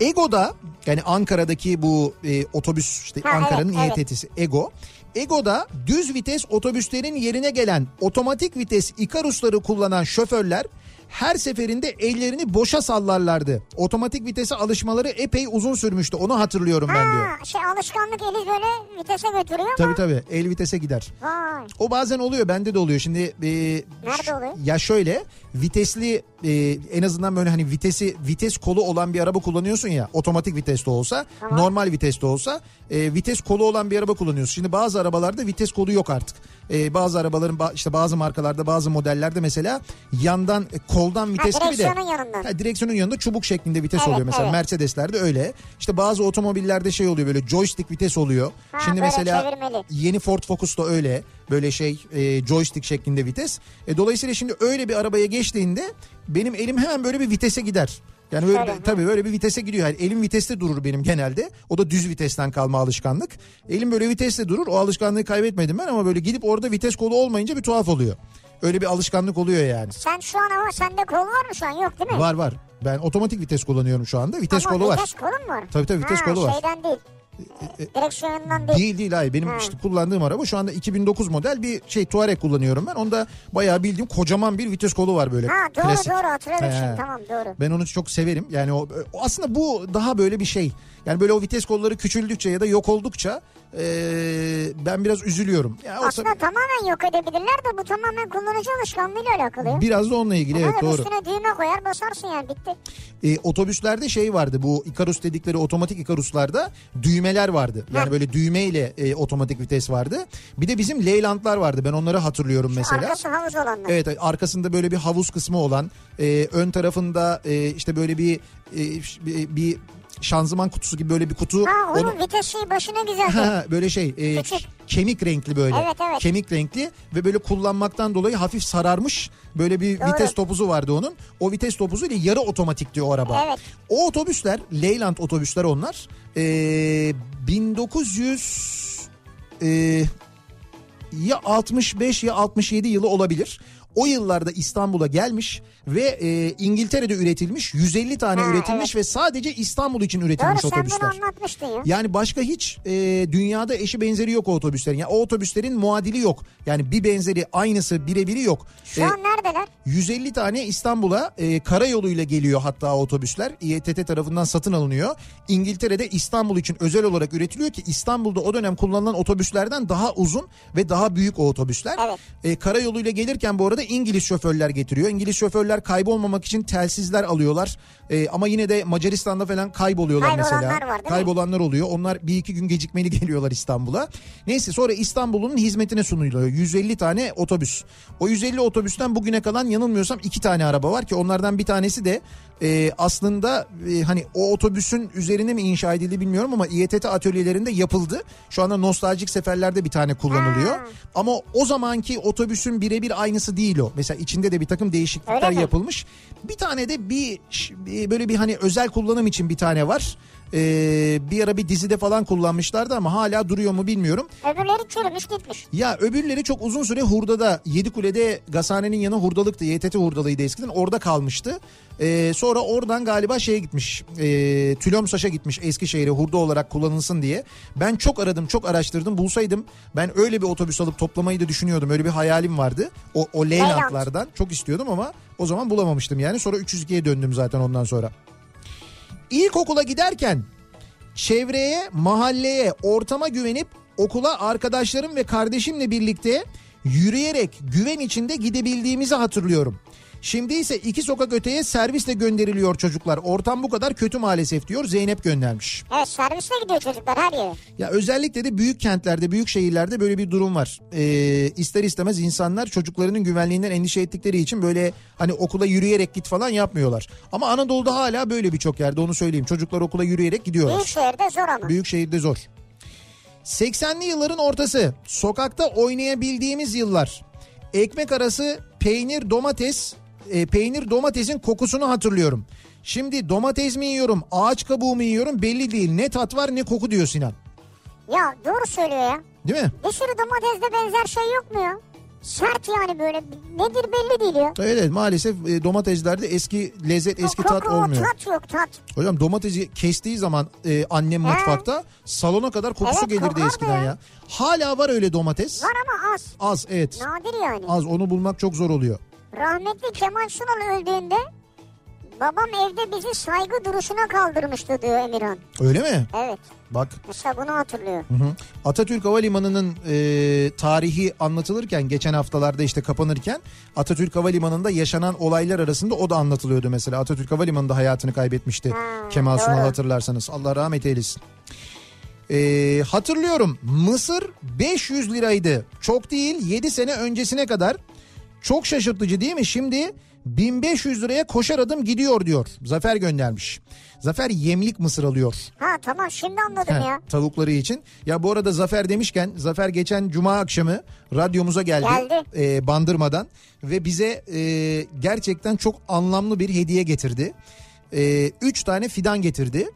Ego'da yani Ankara'daki bu e, otobüs işte
Ha,
Ankara'nın
evet, evet.
İETT'si Ego. Ego'da düz vites otobüslerin yerine gelen otomatik vites Ikarus'ları kullanan şoförler her seferinde ellerini boşa sallarlardı. Otomatik vitese alışmaları epey uzun sürmüştü. Onu hatırlıyorum ben diyor.
Ha, şey alışkanlık eli böyle vitese götürüyor
Tabii
ama.
tabii el vitese gider.
Vay.
O bazen oluyor bende de oluyor. Şimdi e, ş-
oluyor?
Ya şöyle vitesli e, en azından böyle hani vitesi vites kolu olan bir araba kullanıyorsun ya otomatik viteste olsa normal viteste olsa e, vites kolu olan bir araba kullanıyorsun. Şimdi bazı arabalarda vites kolu yok artık. E, bazı arabaların ba- işte bazı markalarda bazı modellerde mesela yandan e, koldan vites gibi de
direksiyonun yanından.
Ha, direksiyonun yanında çubuk şeklinde vites
Evet,
oluyor mesela
evet.
Mercedeslerde öyle. İşte bazı otomobillerde şey oluyor böyle joystick vites oluyor.
Ha,
Şimdi
böyle
mesela
çevirmeli.
yeni Ford Focus da öyle böyle şey e, joystick şeklinde vites. E, dolayısıyla şimdi öyle bir arabaya geçtiğinde benim elim hemen böyle bir vitese gider. Yani böyle,
Şöyle, ha.
tabii böyle bir vitese gidiyor. Yani elim viteste durur benim genelde. O da düz vitesten kalma alışkanlık. Elim böyle viteste durur. O alışkanlığı kaybetmedim ben ama böyle gidip orada vites kolu olmayınca bir tuhaf oluyor. Öyle bir alışkanlık oluyor yani.
Sen şu an ama sende kol var mı şu an yok değil mi?
Var var. Ben otomatik vites kullanıyorum şu anda. Vites
Ama
kolu var.
Vites kolu mu var?
Tabii tabii, vites
Ha,
kolu var. E,
Şeyden değil. Direksiyonundan değil.
Değil değil hayır benim
Ha.
işte kullandığım araba şu anda 2009 model bir şey Touareg kullanıyorum ben. Onda bayağı bildiğim kocaman bir vites kolu var böyle.
Ha doğru
Klasik.
doğru hatırladım
He.
şimdi tamam doğru.
Ben onu çok severim. Yani o, o aslında bu daha böyle bir şey. Yani böyle o vites kolları küçüldükçe ya da yok oldukça eee, ben biraz üzülüyorum. Ya o
Aslında tamamen yok edebilirler de bu tamamen kullanıcı alışkanlığıyla alakalı.
tabii-
ya.
biraz da onunla ilgili evet
Ama
doğru.
Üstüne düğme koyar basarsın yani bitti.
E, otobüslerde şey vardı bu Ikarus dedikleri otomatik Ikarus'larda düğmeler vardı. Yani
Ha.
böyle düğmeyle e, otomatik vites vardı. Bir de bizim Leyland'lar vardı ben onları hatırlıyorum mesela.
Arkası havuz olanlar.
Şey Evet arkasında böyle bir havuz kısmı olan e, ön tarafında e, işte böyle bir e, ş- bir- bir şanzıman kutusu gibi böyle bir kutu.
Ha onun
Onu-
vitesi başına güzel.
Ha, böyle şey e,
Küçük.
kemik renkli böyle
Evet, evet.
kemik renkli ve böyle kullanmaktan dolayı hafif sararmış böyle bir
Doğru.
vites topuzu vardı onun o vites topuzu ile yarı otomatik diyor o araba
Evet.
o otobüsler Leyland otobüsler onlar e, 1900 e, ya 65 ya 67 yılı olabilir. O yıllarda İstanbul'a gelmiş ve e, İngiltere'de üretilmiş 150 tane
Ha,
üretilmiş ve sadece İstanbul için üretilmiş
Doğru sen bunu
otobüsler.
anlatmıştın ya.
Yani başka hiç e, dünyada eşi benzeri yok o otobüslerin. Yani o otobüslerin muadili yok. Yani bir benzeri aynısı birebiri yok.
Şu
E,
an neredeler?
150 tane İstanbul'a e, karayoluyla geliyor hatta otobüsler. İETT tarafından satın alınıyor. İngiltere'de İstanbul için özel olarak üretiliyor ki İstanbul'da o dönem kullanılan otobüslerden daha uzun ve daha büyük o otobüsler.
Evet.
E, karayoluyla gelirken bu arada İngiliz şoförler getiriyor. İngiliz şoförler kaybolmamak için telsizler alıyorlar. E, ama yine de Macaristan'da falan kayboluyorlar mesela.
Kaybolanlar var, değil mi?
Kaybolanlar oluyor. Onlar bir iki gün gecikmeli geliyorlar İstanbul'a. Neyse sonra İstanbul'un hizmetine sunuluyor. 150 tane otobüs. O 150 otobüsten bugüne kalan yanılmıyorsam iki tane araba var ki onlardan bir tanesi de e, aslında e, hani o otobüsün üzerine mi inşa edildi bilmiyorum ama İETT atölyelerinde yapıldı. Şu anda nostaljik seferlerde bir tane kullanılıyor.
Ha.
Ama o zamanki otobüsün birebir aynısı değil o. Mesela içinde de bir takım değişiklikler
Öyle mi?
yapılmış. Bir tane de bir ş- bir- böyle bir hani özel kullanım için bir tane var. Ee, bir ara bir dizide falan kullanmışlardı ama hala duruyor mu bilmiyorum.
Öbürleri çürümüş gitmiş.
Ya öbürleri çok uzun süre hurdada Yedikule'de gazhanenin yanı hurdalıktı. YTT hurdalıydı eskiden orada kalmıştı. Ee, sonra oradan galiba şeye gitmiş. E, Tülomsaş'a gitmiş Eskişehir'e hurda olarak kullanılsın diye. Ben çok aradım çok araştırdım bulsaydım ben öyle bir otobüs alıp toplamayı da düşünüyordum. Öyle bir hayalim vardı. O, o Leylaklardan çok istiyordum ama o zaman bulamamıştım yani. Sonra 302'ye döndüm zaten ondan sonra. İlkokula giderken çevreye, mahalleye, ortama güvenip okula arkadaşlarım ve kardeşimle birlikte yürüyerek güven içinde gidebildiğimizi hatırlıyorum. Şimdi ise iki sokak öteye servisle gönderiliyor çocuklar. Ortam bu kadar kötü maalesef diyor Zeynep göndermiş.
Evet servisle gidiyor çocuklar her yere.
Ya özellikle de büyük kentlerde, büyük şehirlerde böyle bir durum var. Ee, ister istemez insanlar çocuklarının güvenliğinden endişe ettikleri için böyle hani okula yürüyerek git falan yapmıyorlar. Ama Anadolu'da hala böyle birçok yerde onu söyleyeyim. Çocuklar okula yürüyerek gidiyorlar.
Büyük şehirde zor ama.
Büyük şehirde zor. 80'li yılların ortası. Sokakta oynayabildiğimiz yıllar. Ekmek arası peynir domates, e, peynir domatesin kokusunu hatırlıyorum. Şimdi domates mi yiyorum, ağaç kabuğu mu yiyorum belli değil. Ne tat var ne koku diyor Sinan.
Ya doğru söylüyor ya.
Değil mi?
Bir sürü domatesde benzer şey yok mu ya? Sert yani böyle nedir belli değil ya.
Evet, evet maalesef e, domateslerde eski lezzet, eski
Koku,
tat olmuyor.
tat yok tat.
Hocam domatesi kestiği zaman e, annem mutfakta salona kadar kokusu
Evet,
gelirdi
kokardı
eskiden
ya.
ya. Hala var öyle domates.
Var ama az.
Az evet.
Nadir yani.
Az onu bulmak çok zor oluyor.
Rahmetli Kemal Sunal öldüğünde babam evde bizi saygı duruşuna kaldırmıştı diyor Emirhan.
Öyle mi?
Evet.
Bak
Mesela bunu hatırlıyor.
hı hı. Atatürk Havalimanı'nın e, tarihi anlatılırken geçen haftalarda işte kapanırken Atatürk Havalimanı'nda yaşanan olaylar arasında o da anlatılıyordu mesela. Atatürk Havalimanı'nda hayatını kaybetmişti
Ha,
Kemal Sunal
doğru.
hatırlarsanız. Allah rahmet eylesin. E, hatırlıyorum Mısır 500 liraydı. Çok değil 7 sene öncesine kadar. Çok şaşırtıcı değil mi? Şimdi 1500 liraya koşar adım gidiyor diyor. Zafer göndermiş. Zafer yemlik mısır alıyor.
Ha tamam şimdi anladım
He,
ya.
Tavukları için. Ya bu arada Zafer demişken Zafer geçen cuma akşamı radyomuza geldi.
Geldi.
e, bandırmadan ve bize e, gerçekten çok anlamlı bir hediye getirdi. E, üç tane fidan getirdi.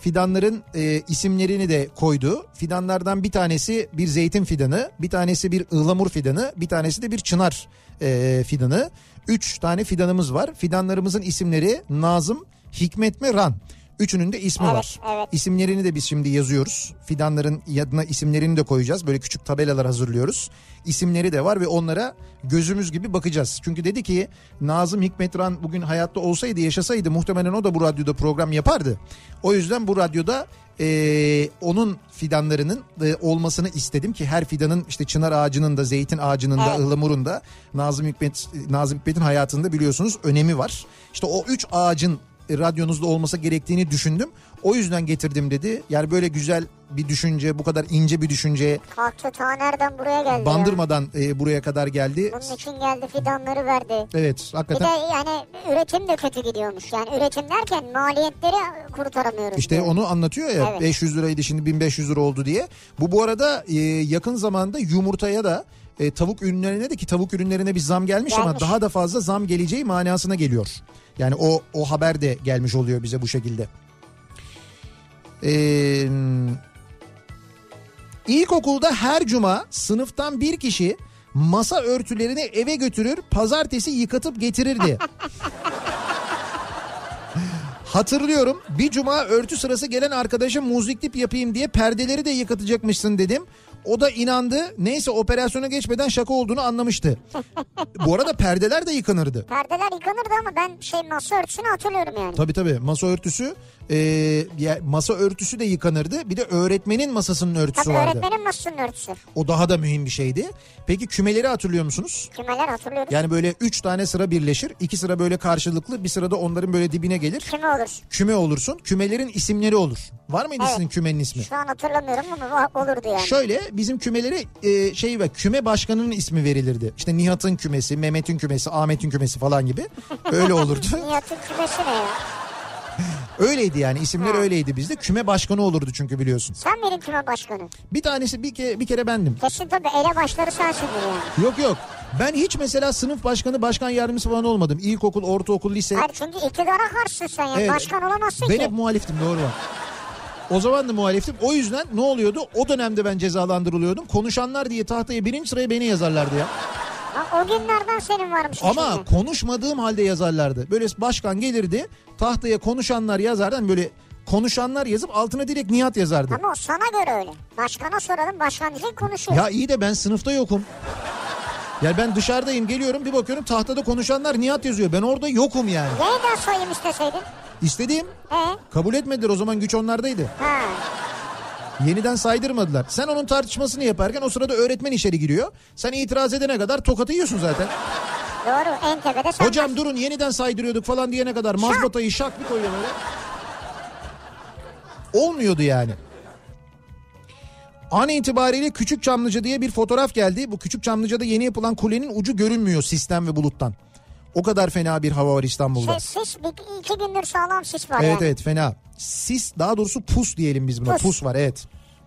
Fidanların e, isimlerini de koydu. Fidanlardan bir tanesi bir zeytin fidanı, bir tanesi bir ıhlamur fidanı, bir tanesi de bir çınar e, fidanı. Üç tane fidanımız var. Fidanlarımızın isimleri Nazım, Hikmet ve Ran. Üçünün de ismi
Evet,
var.
evet.
İsimlerini de biz şimdi yazıyoruz. Fidanların yanına isimlerini de koyacağız. Böyle küçük tabelalar hazırlıyoruz. İsimleri de var ve onlara gözümüz gibi bakacağız. Çünkü dedi ki Nazım Hikmet Ran bugün hayatta olsaydı yaşasaydı muhtemelen o da bu radyoda program yapardı. O yüzden bu radyoda eee, onun fidanlarının e, olmasını istedim ki her fidanın işte çınar ağacının da zeytin ağacının da
Evet.
ıhlamurun da Nazım Hikmet Nazım Hikmet'in hayatında biliyorsunuz önemi var. İşte o üç ağacın e, radyonuzda olması gerektiğini düşündüm. O yüzden getirdim dedi. Yani böyle güzel bir düşünce, bu kadar ince bir düşünce
Kalktı ta nereden buraya geldi ya.
bandırmadan e, buraya kadar geldi.
Bunun için geldi fidanları verdi.
Evet,
Bir de
hakikaten.
yani üretim de kötü gidiyormuş. Yani üretim derken maliyetleri kurtaramıyoruz.
İşte
diyor.
onu anlatıyor ya
Evet.
500 liraydı şimdi 1500 lira oldu diye. Bu bu arada e, yakın zamanda yumurtaya da e, tavuk ürünlerine de ki tavuk ürünlerine bir zam gelmiş, ama
Gelmiş.
daha da fazla zam geleceği manasına geliyor. Yani o o haber de gelmiş oluyor bize bu şekilde. Ee, İlkokulda her cuma sınıftan bir kişi masa örtülerini eve götürür, pazartesi yıkatıp getirirdi. Hatırlıyorum bir cuma örtü sırası gelen arkadaşım muzliklip yapayım diye perdeleri de yıkatacakmışsın dedim. O da inandı. Neyse operasyona geçmeden şaka olduğunu anlamıştı. Bu arada perdeler de yıkanırdı.
Perdeler yıkanırdı ama ben şey masa örtüsünü hatırlıyorum yani.
Tabii tabii masa örtüsü e, ya- masa örtüsü de yıkanırdı. Bir de öğretmenin masasının örtüsü
Tabii
vardı.
öğretmenin masasının örtüsü.
O daha da mühim bir şeydi. Peki kümeleri hatırlıyor musunuz?
Kümeler hatırlıyoruz.
Yani böyle üç tane sıra birleşir. iki sıra böyle karşılıklı. Bir sırada onların böyle dibine gelir.
Küme olur.
Küme olursun. Kümelerin isimleri olur. Var mıydı sizin kümenin ismi?
Şu an hatırlamıyorum ama o- olurdu yani.
Şöyle bizim kümelere e, şey ve küme başkanının ismi verilirdi. İşte Nihat'ın kümesi, Mehmet'in kümesi, Ahmet'in kümesi falan gibi. Öyle olurdu.
Nihat'ın kümesi ne ya?
öyleydi yani isimler öyleydi bizde. Küme başkanı olurdu çünkü biliyorsun.
Sen benim küme başkanı.
Bir tanesi bir, ke- bir kere bendim.
Kesin tabii ele başları sensindir yani.
Yok yok. Ben hiç mesela sınıf başkanı, başkan yardımcısı falan olmadım. İlkokul, ortaokul, lise.
Hayır çünkü iktidara karşısın sen yani.
E- Evet.
Başkan olamazsın
Ben
ki.
hep muhaliftim doğru var. O zaman da muhaliftim. O yüzden ne oluyordu? O dönemde ben cezalandırılıyordum. Konuşanlar diye tahtaya birinci sıraya beni yazarlardı ya.
Ha, o günlerden senin varmış.
Ama
içinde.
konuşmadığım halde yazarlardı. Böyle başkan gelirdi tahtaya konuşanlar yazardı. Hani böyle konuşanlar yazıp altına direkt Nihat yazardı.
Ama o sana göre öyle. Başkana soralım başkan diyecek konuşuyor.
Ya iyi de ben sınıfta yokum. Yani ben dışarıdayım geliyorum bir bakıyorum tahtada konuşanlar Nihat yazıyor. Ben orada yokum yani.
Yeniden soyayım isteseydin.
İstediğim
E
kabul etmediler o zaman güç onlardaydı.
ha.
Yeniden saydırmadılar. Sen onun tartışmasını yaparken o sırada öğretmen içeri giriyor. Sen itiraz edene kadar tokat yiyorsun zaten.
Doğru en tepede sen.
Hocam durun yeniden saydırıyorduk falan diyene kadar mazbatayı şak bir koyuyor böyle. Olmuyordu yani. An itibariyle Küçük Çamlıca diye bir fotoğraf geldi. Bu Küçük Çamlıca'da yeni yapılan kulenin ucu görünmüyor sistem ve buluttan. O kadar fena bir hava var İstanbul'da.
Şey, sis bir- iki gündür sağlam sis var
Evet
yani.
evet fena. Sis daha doğrusu pus diyelim biz buna.
Pus.
Pus var evet.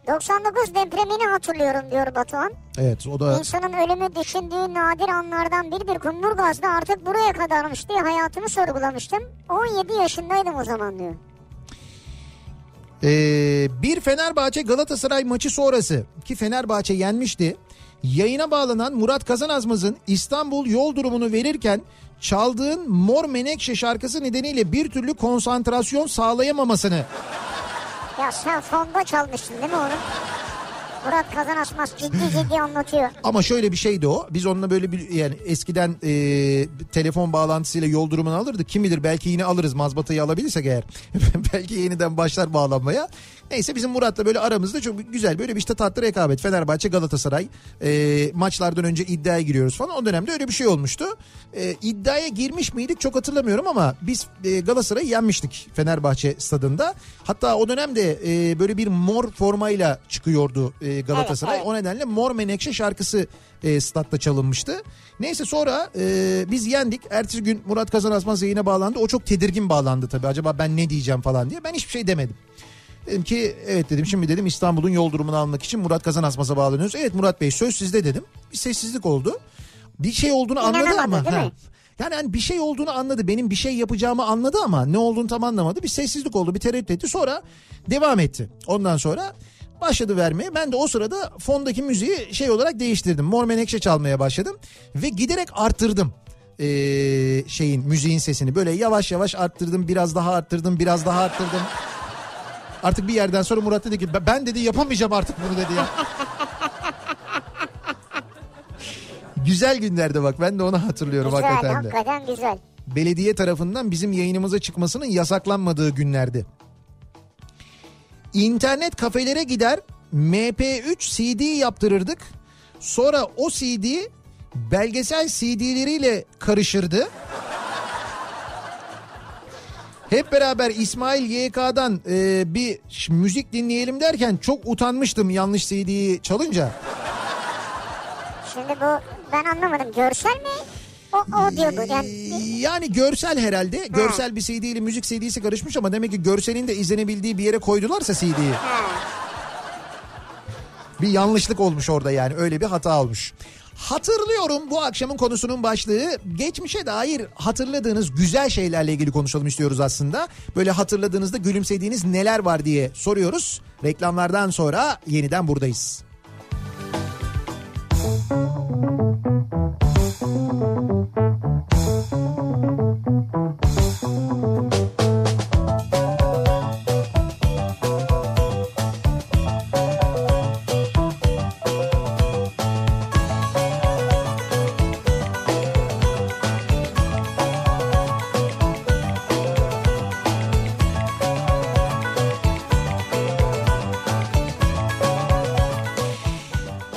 99 depremini hatırlıyorum diyor Batuhan.
Evet o da
İnsanın ölümü düşündüğü nadir anlardan biridir. Kumburgaz'da artık buraya kadarmış diye hayatımı sorgulamıştım. 17 yaşındaydım o zaman diyor.
Ee, bir Fenerbahçe Galatasaray maçı sonrası ki Fenerbahçe yenmişti. Yayına bağlanan Murat Kazanazmaz'ın İstanbul yol durumunu verirken çaldığın Mor Menekşe şarkısı nedeniyle bir türlü konsantrasyon sağlayamamasını.
Ya sen fonda çalmıştın değil mi onu? Murat Kazan Asmaz ciddi ciddi anlatıyor.
Ama şöyle bir şeydi o. Biz onunla böyle bir yani eskiden e, telefon bağlantısıyla yol durumunu alırdık. Kim bilir belki yine alırız mazbatayı alabilirsek eğer. belki yeniden başlar bağlanmaya. Neyse bizim Murat'la böyle aramızda çok güzel böyle bir işte tatlı rekabet. Fenerbahçe Galatasaray e, maçlardan önce iddiaya giriyoruz falan. O dönemde öyle bir şey olmuştu. E, iddiaya girmiş miydik çok hatırlamıyorum ama biz e, Galatasaray'ı yenmiştik Fenerbahçe stadında. Hatta o dönemde e, böyle bir mor formayla çıkıyordu e, Galatasaray.
evet.
O nedenle Mor Menekşe şarkısı e, statta çalınmıştı. Neyse sonra e, biz yendik. Ertesi gün Murat Kazan Asmaz yayına bağlandı. O çok tedirgin bağlandı tabii. Acaba ben ne diyeceğim falan diye. Ben hiçbir şey demedim. Dedim ki evet dedim şimdi dedim İstanbul'un yol durumunu almak için Murat Kazan Asmaz'a bağlanıyoruz. Evet Murat Bey söz sizde dedim. Bir sessizlik oldu. Bir şey olduğunu anladı
İnanamadı,
ama.
değil
Ha.
mi?
Yani hani bir şey olduğunu anladı. Benim bir şey yapacağımı anladı ama ne olduğunu tam anlamadı. Bir sessizlik oldu, bir tereddüt etti. Sonra devam etti. Ondan sonra başladı vermeye. Ben de o sırada fondaki müziği şey olarak değiştirdim. Mor Menekşe çalmaya başladım ve giderek arttırdım. Ee, şeyin müziğin sesini böyle yavaş yavaş arttırdım biraz daha arttırdım biraz daha arttırdım artık bir yerden sonra Murat dedi ki "Ben- ben dedi yapamayacağım artık bunu dedi ya güzel günlerde bak ben de onu hatırlıyorum
Güzel
hakikaten de
hakikaten güzel.
belediye tarafından bizim yayınımıza çıkmasının yasaklanmadığı günlerdi. İnternet kafelere gider MP3 CD yaptırırdık. Sonra o CD belgesel CD'leriyle karışırdı. Hep beraber İsmail YK'dan e, bir ş- müzik dinleyelim derken çok utanmıştım yanlış CD'yi çalınca.
Şimdi bu ben anlamadım görsel mi? O, o diyordu yani.
Ee, Yani görsel herhalde. Görsel bir CD ile müzik CD'si karışmış ama demek ki görselin de izlenebildiği bir yere koydularsa CD'yi.
Ha.
Bir yanlışlık olmuş orada yani öyle bir hata olmuş. Hatırlıyorum bu akşamın konusunun başlığı geçmişe dair hatırladığınız güzel şeylerle ilgili konuşalım istiyoruz aslında. Böyle hatırladığınızda gülümsediğiniz neler var diye soruyoruz. Reklamlardan sonra yeniden buradayız.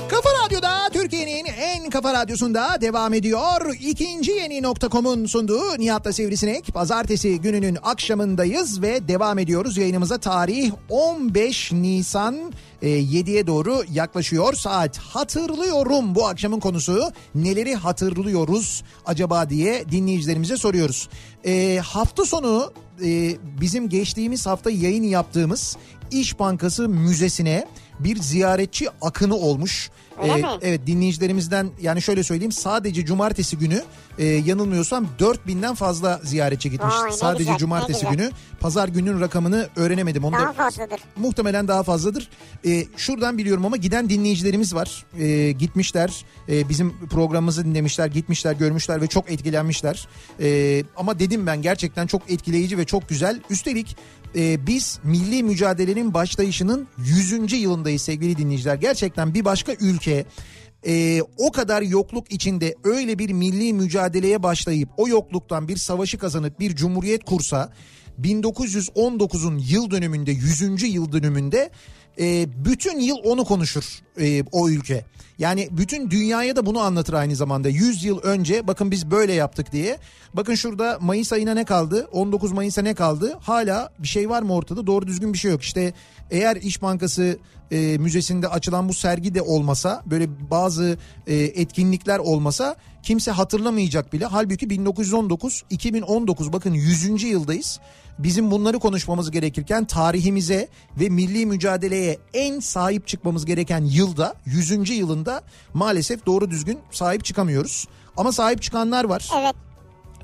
Kafa Radyo'da Türkiye'nin en kafa radyosunda devam ediyor. İkinci yeni nokta.com'un sunduğu Nihat'la Sivrisinek. Pazartesi gününün akşamındayız ve devam ediyoruz. Yayınımıza tarih 15 Nisan e, 7'ye doğru yaklaşıyor saat. Hatırlıyorum bu akşamın konusu. Neleri hatırlıyoruz acaba diye dinleyicilerimize soruyoruz. E, hafta sonu e, bizim geçtiğimiz hafta yayın yaptığımız İş Bankası Müzesi'ne bir ziyaretçi akını olmuş. Ee,
Öyle mi?
Evet dinleyicilerimizden yani şöyle söyleyeyim sadece cumartesi günü e, yanılmıyorsam 4000'den fazla ziyaretçi gitmiş.
Vay, ne
sadece
güzel, ne
cumartesi
güzel.
günü. Pazar gününün rakamını öğrenemedim. Onu
Daha
da
fazladır.
muhtemelen daha fazladır. Ee, şuradan biliyorum ama giden dinleyicilerimiz var. Ee, gitmişler, e, bizim programımızı dinlemişler, gitmişler, görmüşler ve çok etkilenmişler. Ee, ama dedim ben gerçekten çok etkileyici ve çok güzel. Üstelik e, biz milli mücadelenin başlayışının 100. yılındayız sevgili dinleyiciler. Gerçekten bir başka ülke e, o kadar yokluk içinde öyle bir milli mücadeleye başlayıp o yokluktan bir savaşı kazanıp bir cumhuriyet kursa 1919'un yıl dönümünde 100. yıl dönümünde e, bütün yıl onu konuşur e, o ülke. Yani bütün dünyaya da bunu anlatır aynı zamanda. 100 yıl önce bakın biz böyle yaptık diye. Bakın şurada Mayıs ayına ne kaldı? 19 Mayıs'a ne kaldı? Hala bir şey var mı ortada? Doğru düzgün bir şey yok. İşte eğer İş Bankası e, Müzesi'nde açılan bu sergi de olmasa böyle bazı e, etkinlikler olmasa kimse hatırlamayacak bile. Halbuki 1919, 2019 bakın 100. yıldayız. Bizim bunları konuşmamız gerekirken tarihimize ve milli mücadeleye en sahip çıkmamız gereken yılda 100. yılında maalesef doğru düzgün sahip çıkamıyoruz. Ama sahip çıkanlar var.
Evet.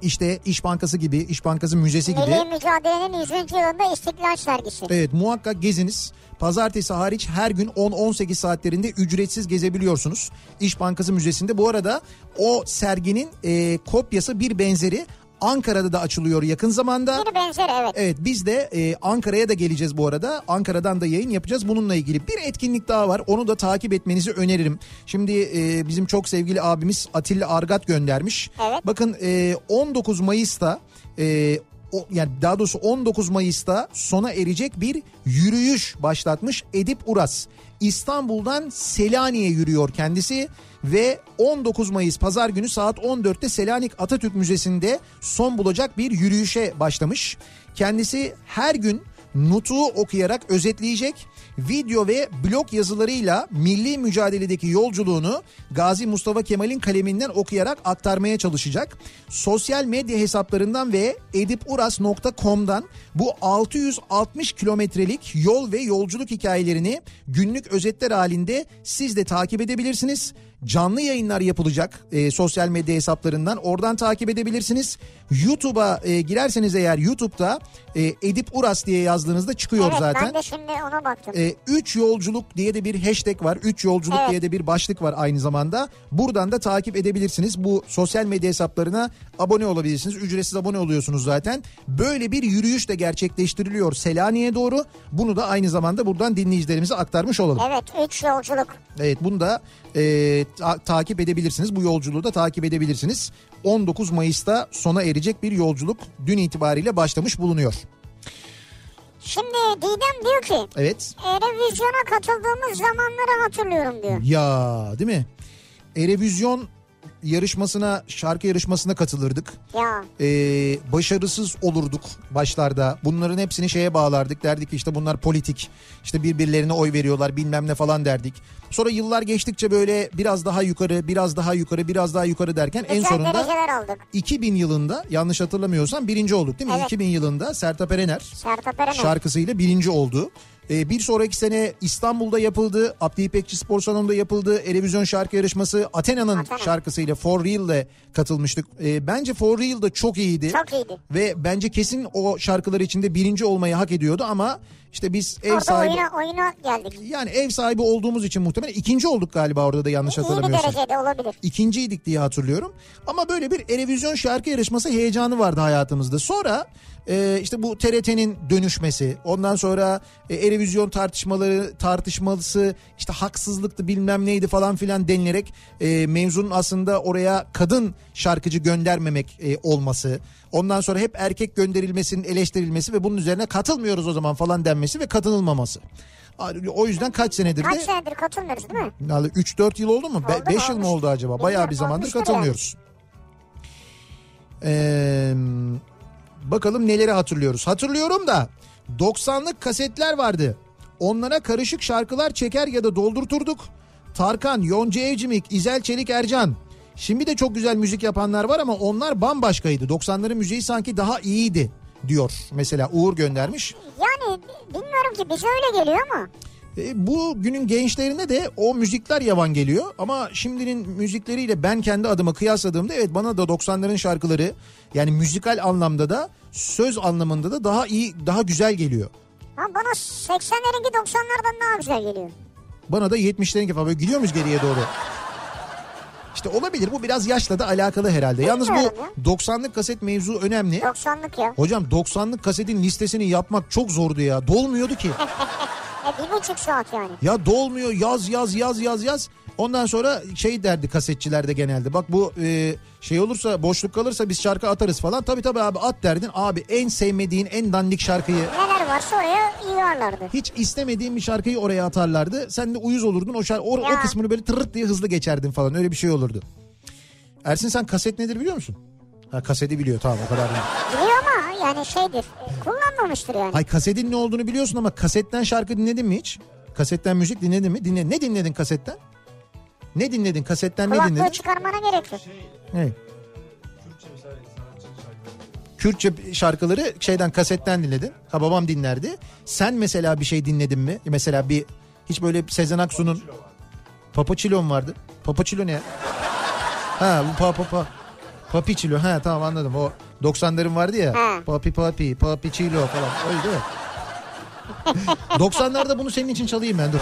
İşte İş Bankası gibi, İş Bankası Müzesi gibi.
Milli mücadelenin 100. yılında İstiklal Sergisi.
Evet muhakkak geziniz. Pazartesi hariç her gün 10-18 saatlerinde ücretsiz gezebiliyorsunuz. İş Bankası Müzesi'nde. Bu arada o serginin e, kopyası bir benzeri Ankara'da da açılıyor yakın zamanda.
Bir benzer evet.
Evet biz de e, Ankara'ya da geleceğiz bu arada. Ankara'dan da yayın yapacağız. Bununla ilgili bir etkinlik daha var. Onu da takip etmenizi öneririm. Şimdi e, bizim çok sevgili abimiz Atilla Argat göndermiş.
Evet.
Bakın e, 19 Mayıs'ta e, o, yani daha doğrusu 19 Mayıs'ta sona erecek bir yürüyüş başlatmış Edip Uras. İstanbul'dan Selanik'e yürüyor kendisi ve 19 Mayıs pazar günü saat 14'te Selanik Atatürk Müzesi'nde son bulacak bir yürüyüşe başlamış. Kendisi her gün Nutu'u okuyarak özetleyecek. Video ve blog yazılarıyla milli mücadeledeki yolculuğunu Gazi Mustafa Kemal'in kaleminden okuyarak aktarmaya çalışacak. Sosyal medya hesaplarından ve edipuras.com'dan bu 660 kilometrelik yol ve yolculuk hikayelerini günlük özetler halinde siz de takip edebilirsiniz. Canlı yayınlar yapılacak e, sosyal medya hesaplarından oradan takip edebilirsiniz. YouTube'a e, girerseniz eğer YouTube'da e, Edip Uras diye yazdığınızda çıkıyor
Evet
zaten.
ben de şimdi ona baktım.
3 E, yolculuk diye de bir hashtag var. 3 yolculuk
Evet.
diye de bir başlık var aynı zamanda. Buradan da takip edebilirsiniz. Bu sosyal medya hesaplarına abone olabilirsiniz. Ücretsiz abone oluyorsunuz zaten. Böyle bir yürüyüş de gerçekleştiriliyor Selanik'e doğru. Bunu da aynı zamanda buradan dinleyicilerimize aktarmış olalım.
Evet 3 yolculuk.
Evet bunu da e, ta- takip edebilirsiniz. Bu yolculuğu da takip edebilirsiniz. 19 Mayıs'ta sona erecek bir yolculuk dün itibariyle başlamış bulunuyor.
Şimdi Didem diyor ki
Evet.
Erevizyona katıldığımız zamanları hatırlıyorum diyor.
Ya değil mi? Erevizyon yarışmasına, şarkı yarışmasına katılırdık.
Ya
Ee, başarısız olurduk başlarda. Bunların hepsini şeye bağlardık. Derdik ki işte bunlar politik. İşte birbirlerine oy veriyorlar bilmem ne falan derdik. Sonra yıllar geçtikçe böyle biraz daha yukarı, biraz daha yukarı, biraz daha yukarı derken en
güzel
sonunda
dereceler aldık.
2000 yılında yanlış hatırlamıyorsam birinci olduk değil mi?
Evet.
2000 yılında Sertab Erener
Sertab Erener.
şarkısıyla birinci oldu. Ee, bir sonraki sene İstanbul'da yapıldı. Abdi İpekçi Spor Salonu'nda yapıldı. Erevizyon şarkı yarışması Athena'nın
Athena.
şarkısıyla For Real'le katılmıştık. Ee, bence For Real da çok iyiydi.
Çok iyiydi.
Ve bence kesin o şarkılar içinde birinci olmayı hak ediyordu ama İşte biz ev
Orada
sahibi...
oyuna, oyuna geldik.
Yani ev sahibi olduğumuz için muhtemelen ikinci olduk galiba orada da yanlış
İyi bir
hatırlamıyorsam.
derecede olabilir.
İkinciydik diye hatırlıyorum. Ama böyle bir Erevizyon şarkı yarışması heyecanı vardı hayatımızda. Sonra e, işte bu TRT'nin dönüşmesi, ondan sonra e, Erevizyon tartışmaları tartışması, işte haksızlıktı bilmem neydi falan filan denilerek e, mevzunun aslında oraya kadın şarkıcı göndermemek e, olması. Ondan sonra hep erkek gönderilmesinin eleştirilmesi ve bunun üzerine katılmıyoruz o zaman falan denmesi ve katılılmaması. O yüzden kaç senedir
Kaç
de
senedir katılmıyoruz değil mi?
yani 3-4 yıl oldu mu?
Oldu,
5 yıl mı
olmuş.
oldu acaba? Bayağı bir zamandır
Olmuştur
katılmıyoruz. Ee, bakalım neleri hatırlıyoruz. Hatırlıyorum da 90'lık kasetler vardı. Onlara karışık şarkılar çeker ya da doldurturduk. Tarkan, Yonca Evcimik, İzel Çelik Ercan. Şimdi de çok güzel müzik yapanlar var ama onlar bambaşkaydı. 90'ların müziği sanki daha iyiydi diyor. Mesela Uğur göndermiş.
Yani bilmiyorum ki bize öyle geliyor ama.
E, bu günün gençlerine de o müzikler yavan geliyor ama şimdinin müzikleriyle ben kendi adıma kıyasladığımda evet bana da 90'ların şarkıları yani müzikal anlamda da söz anlamında da daha iyi daha güzel geliyor.
Ama bana 80'lerinki 90'lardan daha güzel geliyor.
Bana da 70'lerinki falan böyle gidiyor muyuz geriye doğru? İşte olabilir bu biraz yaşla da alakalı herhalde. Yalnız
Bilmiyorum
bu 90'lık kaset mevzu önemli.
90'lık ya.
Hocam 90'lık kasetin listesini yapmak çok zordu ya. Dolmuyordu ki.
E, bir buçuk saat yani.
Ya dolmuyor yaz yaz yaz yaz yaz. Ondan sonra şey derdi kasetçiler de genelde. Bak bu e, şey olursa boşluk kalırsa biz şarkı atarız falan. Tabii tabii abi at derdin. Abi en sevmediğin en dandik şarkıyı
Neler varsa oraya yığarlardı.
hiç istemediğin bir şarkıyı oraya atarlardı. Sen de uyuz olurdun. O, şar- o, o
Ya.
kısmını böyle tırırt diye hızlı geçerdin falan. Öyle bir şey olurdu. Ersin sen kaset nedir biliyor musun? Ha kaseti biliyor tamam o kadar. değil.
Biliyor ama yani şeydir. e, Kullanmamıştır yani.
Hay kasetin ne olduğunu biliyorsun ama kasetten şarkı dinledin mi hiç? Kasetten müzik dinledin mi? Dinle. Ne dinledin kasetten? Ne dinledin? Kasetten ne dinledin?
Kulaklığı çıkarmana gerek yok.
Ne? Kürtçe şarkıları şeyden kasetten dinledin. Ha babam dinlerdi. Sen mesela bir şey dinledin mi? Mesela bir hiç böyle Sezen Aksu'nun Papaçilo mu vardı? Papaçilo ne? ya? ha bu pa pa pa Papiçilo. Ha tamam anladım. O 90'ların vardı ya.
Ha.
Papi papi papiçilo falan. Öyle değil mi? 90'larda bunu senin için çalayım ben dur.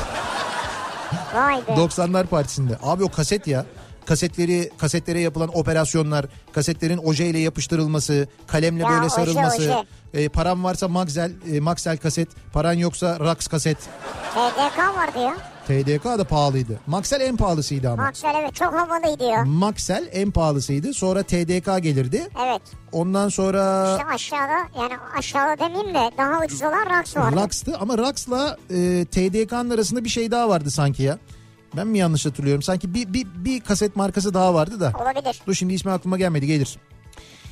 Vay be.
90'lar partisinde. Abi o kaset ya. Kasetleri kasetlere yapılan operasyonlar, kasetlerin ojeyle yapıştırılması, kalemle
Ya
böyle
oje,
sarılması.
oje.
E, param varsa Maxell, e, Maxell kaset, paran yoksa Rax kaset.
TDK Ee, vardı ya.
TDK da pahalıydı. Maxell en pahalısıydı ama.
Maksel evet çok havalıydı ya.
Maxell en pahalısıydı. Sonra TDK gelirdi.
Evet.
Ondan sonra
İşte aşağıda yani aşağıda demeyeyim de daha ucuz olan Rax vardı.
Rax'tı ama Rax'la e, TDK'nın arasında bir şey daha vardı sanki ya. Ben mi yanlış hatırlıyorum? Sanki bir, bir, bir kaset markası daha vardı da.
Olabilir.
Dur şimdi ismi aklıma gelmedi gelir.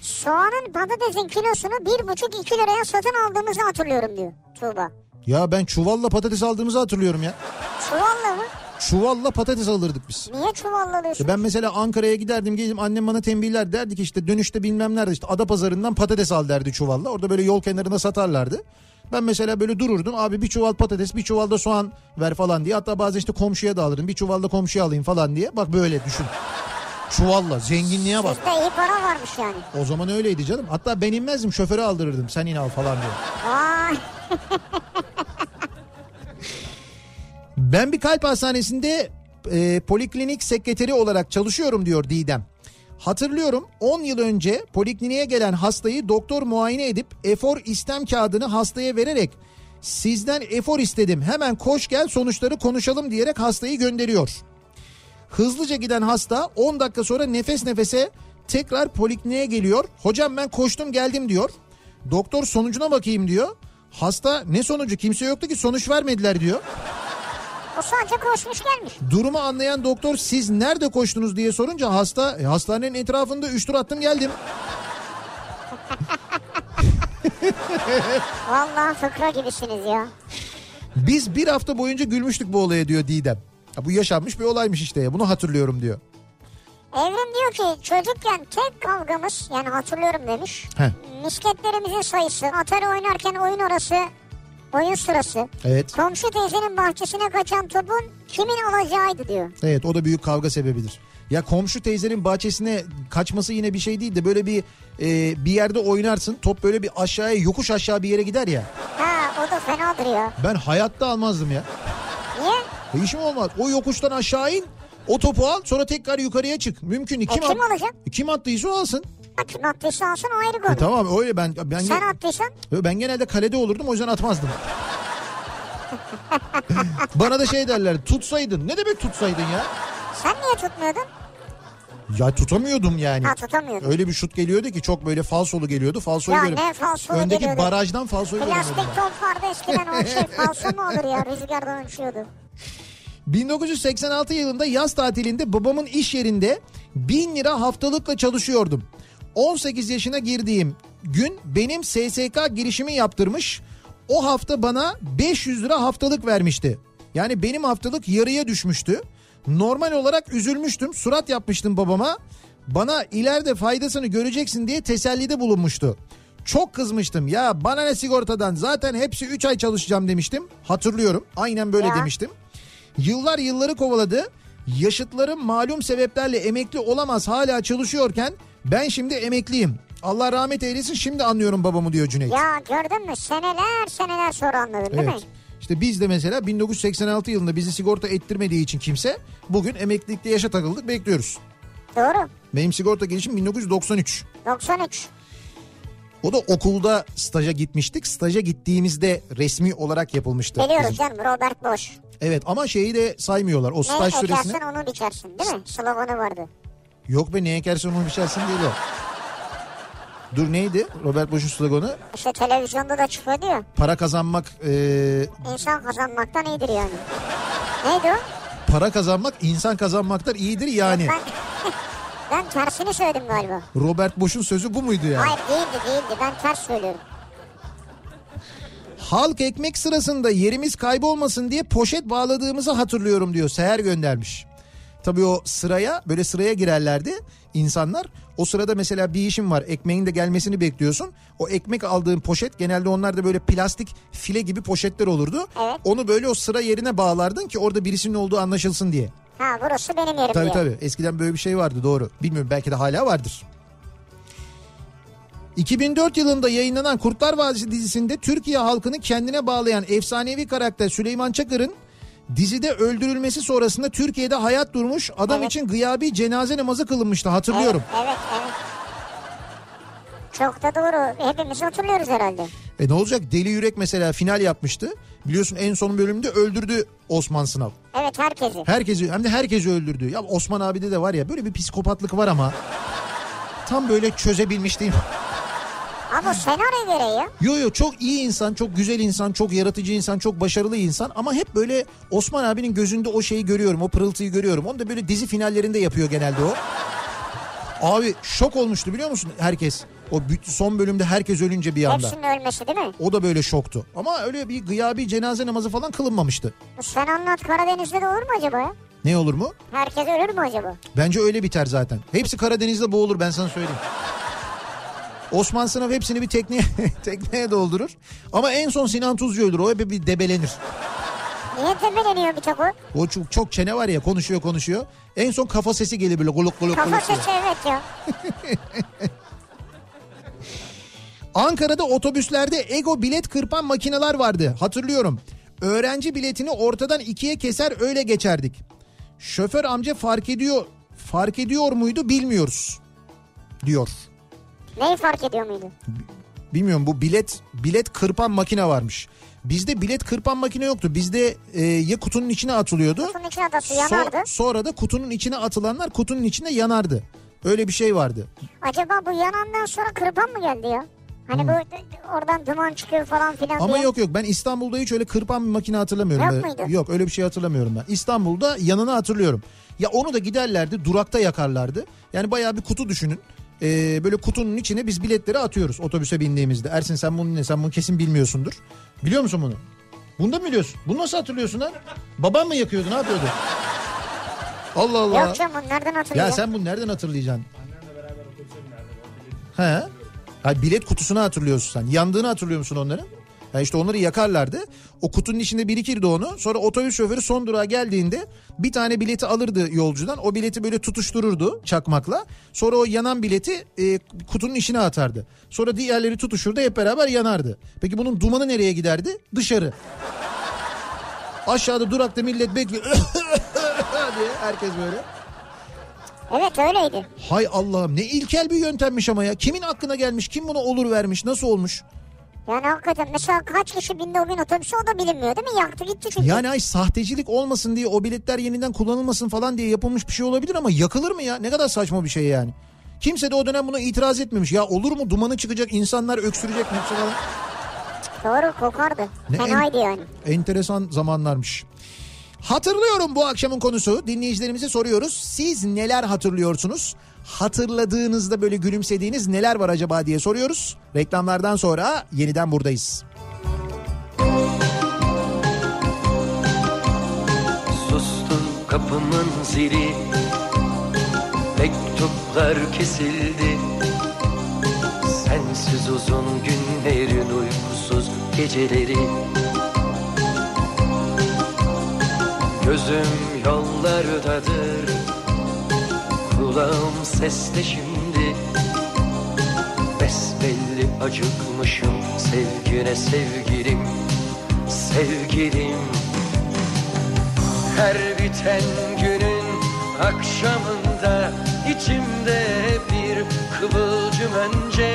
Soğanın patatesin kilosunu 1,5-2 liraya satın aldığımızı hatırlıyorum diyor Tuğba.
Ya ben çuvalla patates aldığımızı hatırlıyorum ya.
Çuvalla mı?
Çuvalla patates alırdık biz.
Niye çuvalla alıyorsun?
Ya E, ben mesela Ankara'ya giderdim geldim annem bana tembihler derdi ki işte dönüşte bilmem nerede işte Adapazarı'ndan patates al derdi çuvalla. Orada böyle yol kenarında satarlardı. Ben mesela böyle dururdum abi bir çuval patates bir çuvalda soğan ver falan diye. Hatta bazen işte komşuya da alırım bir çuvalda komşuya alayım falan diye. Bak böyle düşün. Çuvalla zenginliğe bak.
Bizde iyi para varmış yani.
O zaman öyleydi canım. Hatta ben inmezdim şoförü aldırırdım sen in al falan diye.
Vay.
Ben bir kalp hastanesinde e, poliklinik sekreteri olarak çalışıyorum diyor Didem. Hatırlıyorum 10 yıl önce polikliniğe gelen hastayı doktor muayene edip efor istem kağıdını hastaya vererek sizden efor istedim hemen koş gel sonuçları konuşalım diyerek hastayı gönderiyor. Hızlıca giden hasta 10 dakika sonra nefes nefese tekrar polikliniğe geliyor. Hocam ben koştum geldim diyor. Doktor sonucuna bakayım diyor. Hasta ne sonucu kimse yoktu ki sonuç vermediler diyor.
O sadece koşmuş gelmiş.
Durumu anlayan doktor siz nerede koştunuz diye sorunca hasta "E, hastanenin etrafında 3 tur attım geldim.
Vallahi fıkra gibisiniz ya.
Biz bir hafta boyunca gülmüştük bu olaya diyor Didem. Ya bu yaşanmış bir olaymış işte ya bunu hatırlıyorum diyor.
Evrim diyor ki çocukken tek kavgamız yani hatırlıyorum demiş.
He.
Misketlerimizin sayısı, Atari oynarken oyun orası, oyun sırası.
Evet.
Komşu teyzenin bahçesine kaçan topun kimin alacağıydı diyor.
Evet o da büyük kavga sebebidir. Ya komşu teyzenin bahçesine kaçması yine bir şey değil de böyle bir e, bir yerde oynarsın top böyle bir aşağıya yokuş aşağı bir yere gider ya.
Ha o da fenadır ya.
Ben hayatta almazdım ya.
Niye?
E iş mi olmaz? O yokuştan aşağı in. O topu al sonra tekrar yukarıya çık. Mümkün değil.
E, kim
at-
alacak?
E, Kim attıysa o alsın.
Ha, Kim attıysa alsın o ayrı
E,
konu.
tamam öyle ben ben
Sen attıysan
ben genelde kalede olurdum o yüzden atmazdım. Bana da şey derler tutsaydın. Ne demek tutsaydın ya?
sen niye tutmuyordun?
Ya tutamıyordum yani.
Ha tutamıyordun.
Öyle bir şut geliyordu ki çok böyle falsolu geliyordu. Falsoyu
Ya
görüyorum.
ne falsolu
Öndeki
geliyordu.
barajdan falsoyu göremedim. ben.
Plastik top vardı eskiden o şey falso mu olur ya rüzgardan uçuyordu.
1986 yılında yaz tatilinde babamın iş yerinde 1000 lira haftalıkla çalışıyordum. 18 yaşına girdiğim gün benim SSK girişimi yaptırmış. O hafta bana 500 lira haftalık vermişti. Yani benim haftalık yarıya düşmüştü. Normal olarak üzülmüştüm. Surat yapmıştım babama. Bana ileride faydasını göreceksin diye tesellide bulunmuştu. Çok kızmıştım. Ya bana ne sigortadan zaten hepsi 3 ay çalışacağım demiştim. Hatırlıyorum. Aynen böyle
Ya.
demiştim. Yıllar yılları kovaladı. Yaşıtlarım malum sebeplerle emekli olamaz hala çalışıyorken ben şimdi emekliyim. Allah rahmet eylesin şimdi anlıyorum babamı diyor Cüneyt.
Ya gördün mü seneler seneler sonra anladın değil mi?
Evet. İşte biz de mesela 1986 yılında bizi sigorta ettirmediği için kimse bugün emeklilikte yaşa takıldık bekliyoruz.
Doğru.
Benim sigorta girişim 1993.
93.
O da okulda staja gitmiştik. Staja gittiğimizde resmi olarak yapılmıştı.
Biliyoruz
bizim.
canım Robert Bosch.
Evet ama şeyi de saymıyorlar. O
Ne
staj
ekersin
süresini.
onu biçersin değil mi? Sloganı vardı.
Yok be ne ekersen onu biçersin değil o. Dur neydi Robert Bosch'un sloganı?
İşte televizyonda da çıkıyordu ya.
Para kazanmak e,
İnsan kazanmaktan iyidir yani. Neydi o?
para kazanmak insan kazanmaktan iyidir yani.
Ben, ben tersini söyledim galiba.
Robert Bosch'un sözü bu muydu yani?
Hayır değildi değildi ben ters söylüyorum.
Halk ekmek sırasında yerimiz kaybolmasın diye poşet bağladığımızı hatırlıyorum diyor. Seher göndermiş. Tabii o sıraya böyle sıraya girerlerdi insanlar. O sırada mesela bir işim var ekmeğin de gelmesini bekliyorsun. O ekmek aldığın poşet genelde onlar da böyle plastik file gibi poşetler olurdu.
Evet.
Onu böyle o sıra yerine bağlardın ki orada birisinin olduğu anlaşılsın diye.
Ha burası benim yerim
Tabii
diye.
tabii. Eskiden böyle bir şey vardı doğru. Bilmiyorum belki de hala vardır. 2004 yılında yayınlanan Kurtlar Vadisi dizisinde Türkiye halkını kendine bağlayan efsanevi karakter Süleyman Çakır'ın dizide öldürülmesi sonrasında Türkiye'de hayat durmuş adam
Evet.
için gıyabi cenaze namazı kılınmıştı
Evet,
hatırlıyorum.
Evet evet. Çok da doğru. Hepimiz hatırlıyoruz herhalde.
E ne olacak Deli Yürek mesela final yapmıştı. Biliyorsun en son bölümde öldürdü Osman Sınav.
Evet herkesi.
Herkesi hem de herkesi öldürdü. Ya Osman abide de var ya böyle bir psikopatlık var ama tam böyle çözebilmiş değil mi?
Ama senaryo göre ya.
Yo yo çok iyi insan, çok güzel insan, çok yaratıcı insan, çok başarılı insan ama hep böyle Osman abinin gözünde o şeyi görüyorum, o pırıltıyı görüyorum. Onu da böyle dizi finallerinde yapıyor genelde o. Abi şok olmuştu biliyor musun herkes? O bü- son bölümde herkes ölünce bir anda.
Hepsinin ölmesi değil mi?
O da böyle şoktu. Ama öyle bir gıyabi cenaze namazı falan kılınmamıştı.
Sen anlat Karadeniz'de de olur mu acaba ya?
Ne olur mu?
Herkes ölür mü acaba?
Bence öyle biter zaten. Hepsi Karadeniz'de boğulur ben sana söyleyeyim. Osman Sınav hepsini bir tekneye, tekneye doldurur. Ama en son Sinan Tuzcu ölür. O hep bir debelenir.
Niye tepeleniyor bir tek o?
O çok, çok çene var ya konuşuyor konuşuyor. En son kafa sesi geliyor böyle guluk guluk
Kafa
guluk diye.
sesi evet ya.
Ankara'da otobüslerde ego bilet kırpan makineler vardı hatırlıyorum. Öğrenci biletini ortadan ikiye keser öyle geçerdik. Şoför amca fark ediyor fark ediyor muydu bilmiyoruz diyor.
Neyi fark ediyor muydu?
Bilmiyorum bu bilet bilet kırpan makine varmış. Bizde bilet kırpan makine yoktu. Bizde e, ya kutunun içine atılıyordu.
Bunun için adası
so-
yanardı.
sonra da kutunun içine atılanlar kutunun içinde yanardı. Öyle bir şey vardı.
Acaba bu yanandan sonra kırpan mı geldi ya? Hani bu oradan duman çıkıyor falan filan
Hmm. Ama
diye.
yok yok ben İstanbul'da hiç öyle kırpan bir makine hatırlamıyorum.
Yok
Ee,
muydu?
Yok öyle bir şey hatırlamıyorum ben. İstanbul'da yanını hatırlıyorum. Ya onu da giderlerdi durakta yakarlardı. Yani bayağı bir kutu düşünün. Ee, böyle kutunun içine biz biletleri atıyoruz otobüse bindiğimizde. Ersin sen bunu ne sen bunu kesin bilmiyorsundur. Biliyor musun bunu? Bunu da mı biliyorsun? Bunu nasıl hatırlıyorsun lan? Baban mı yakıyordu ne yapıyordu? Allah Allah.
Yok canım bunlardan hatırlıyorum.
Ya sen bunu nereden hatırlayacaksın? Annemle beraber otobüse binerdim. He. Ha, bilet kutusunu hatırlıyorsun sen. Yandığını hatırlıyor musun onların? Yani işte onları yakarlardı. O kutunun içinde birikirdi onu. Sonra otobüs şoförü son durağa geldiğinde bir tane bileti alırdı yolcudan. O bileti böyle tutuştururdu çakmakla. Sonra o yanan bileti e, kutunun içine atardı. Sonra diğerleri tutuşurdu hep beraber yanardı. Peki bunun dumanı nereye giderdi? Dışarı. Aşağıda durakta millet bekliyor diye herkes böyle.
Evet öyleydi.
Hay Allah'ım ne ilkel bir yöntemmiş ama ya. Kimin aklına gelmiş? Kim buna olur vermiş? Nasıl olmuş?
Yani hakikaten mesela kaç kişi bindi o gün otobüse o da bilinmiyor değil mi? Yaktı gitti çünkü.
Yani ay sahtecilik olmasın diye o biletler yeniden kullanılmasın falan diye yapılmış bir şey olabilir ama yakılır mı ya? Ne kadar saçma bir şey yani. Kimse de o dönem buna itiraz etmemiş. Ya olur mu dumanı çıkacak insanlar öksürecek mi falan.
Doğru kokardı.
Ne en-
Fenaydı yani.
Enteresan zamanlarmış. Hatırlıyorum bu akşamın konusu. Dinleyicilerimize soruyoruz. Siz neler hatırlıyorsunuz? Hatırladığınızda böyle gülümsediğiniz neler var acaba diye soruyoruz. Reklamlardan sonra yeniden buradayız.
Sustum kapımın zili Mektuplar kesildi Sensiz uzun günlerin uykusuz geceleri Gözüm yollardadır Kulağım seste şimdi Besbelli acıkmışım sevgine sevgilim Sevgilim her biten günün akşamında içimde bir kıvılcım önce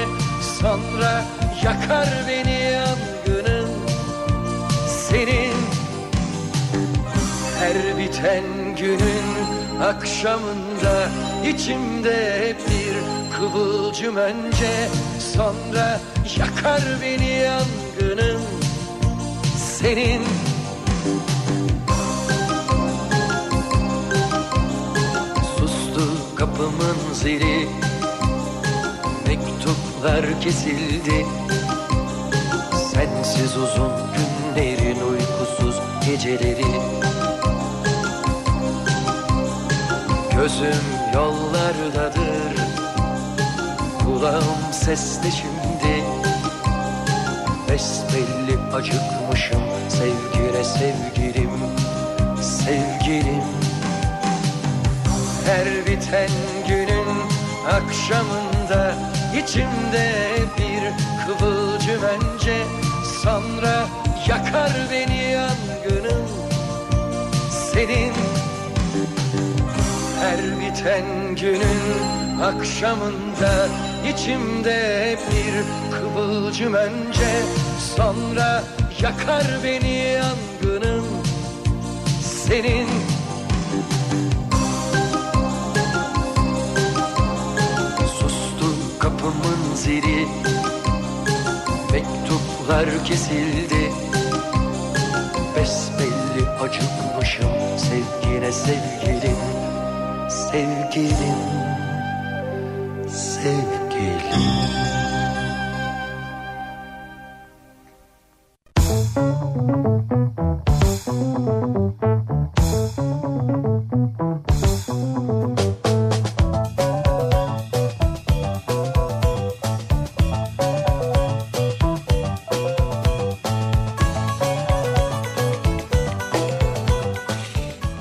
sonra yakar beni yangının senin her biten günün akşamında içimde bir kıvılcım önce sonra yakar beni yangının senin Sustu kapımın zili Mektuplar kesildi Sensiz uzun günlerin uykusuz geceleri Gözüm yollardadır Kulağım sesli şimdi Besbelli acıkmışım Sevgine sevgilim Sevgilim her biten günün akşamında içimde bir kıvılcım önce sonra yakar beni yangının senin her biten günün akşamında içimde bir kıvılcım önce sonra yakar beni yangının senin Sustu kapımın zili Mektuplar kesildi Besbelli acıkmışım Sevgine sevgilim Sevgilim Sevgilim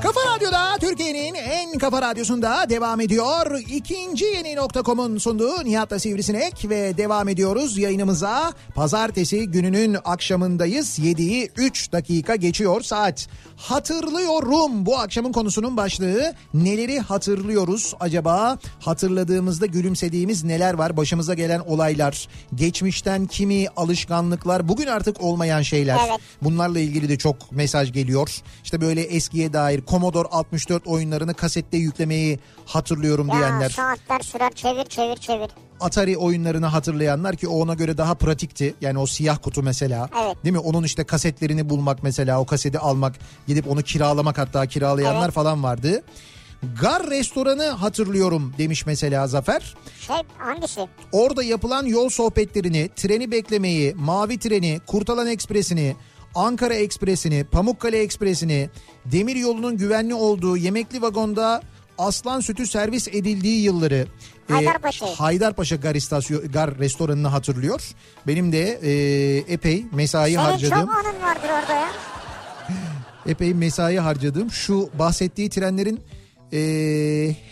Kafa Radyo'da Türkiye'nin en kafa radyosunda devam ediyor. İkinci yeni nokta.com'un sunduğu Nihat'la Sivrisinek ve devam ediyoruz yayınımıza. Pazartesi gününün akşamındayız. 7'yi 3 dakika geçiyor saat. Hatırlıyorum bu akşamın konusunun başlığı. Neleri hatırlıyoruz acaba? Hatırladığımızda gülümsediğimiz neler var? Başımıza gelen olaylar, geçmişten kimi alışkanlıklar, bugün artık olmayan şeyler.
Evet.
Bunlarla ilgili de çok mesaj geliyor. İşte böyle eskiye dair Commodore 64 oyunlarını kasette yüklemeyi hatırlıyorum
Ya
diyenler.
saatler sürer çevir çevir çevir.
Atari oyunlarını hatırlayanlar ki o ona göre daha pratikti. Yani o siyah kutu mesela.
Evet.
Değil mi? Onun işte kasetlerini bulmak mesela o kaseti almak gidip onu kiralamak hatta kiralayanlar
Evet.
falan vardı. Gar restoranı hatırlıyorum demiş mesela Zafer.
Şey hangisi?
Orada yapılan yol sohbetlerini, treni beklemeyi, mavi treni, Kurtalan Ekspresi'ni, Ankara Ekspresi'ni, Pamukkale Ekspresi'ni, demir yolunun güvenli olduğu yemekli vagonda aslan sütü servis edildiği yılları e,
Haydarpaşa.
Haydarpaşa gar, istasyon, gar restoranını hatırlıyor. Benim de e, epey mesai
Senin
harcadığım
çok anın vardır orada ya.
epey mesai harcadığım şu bahsettiği trenlerin e,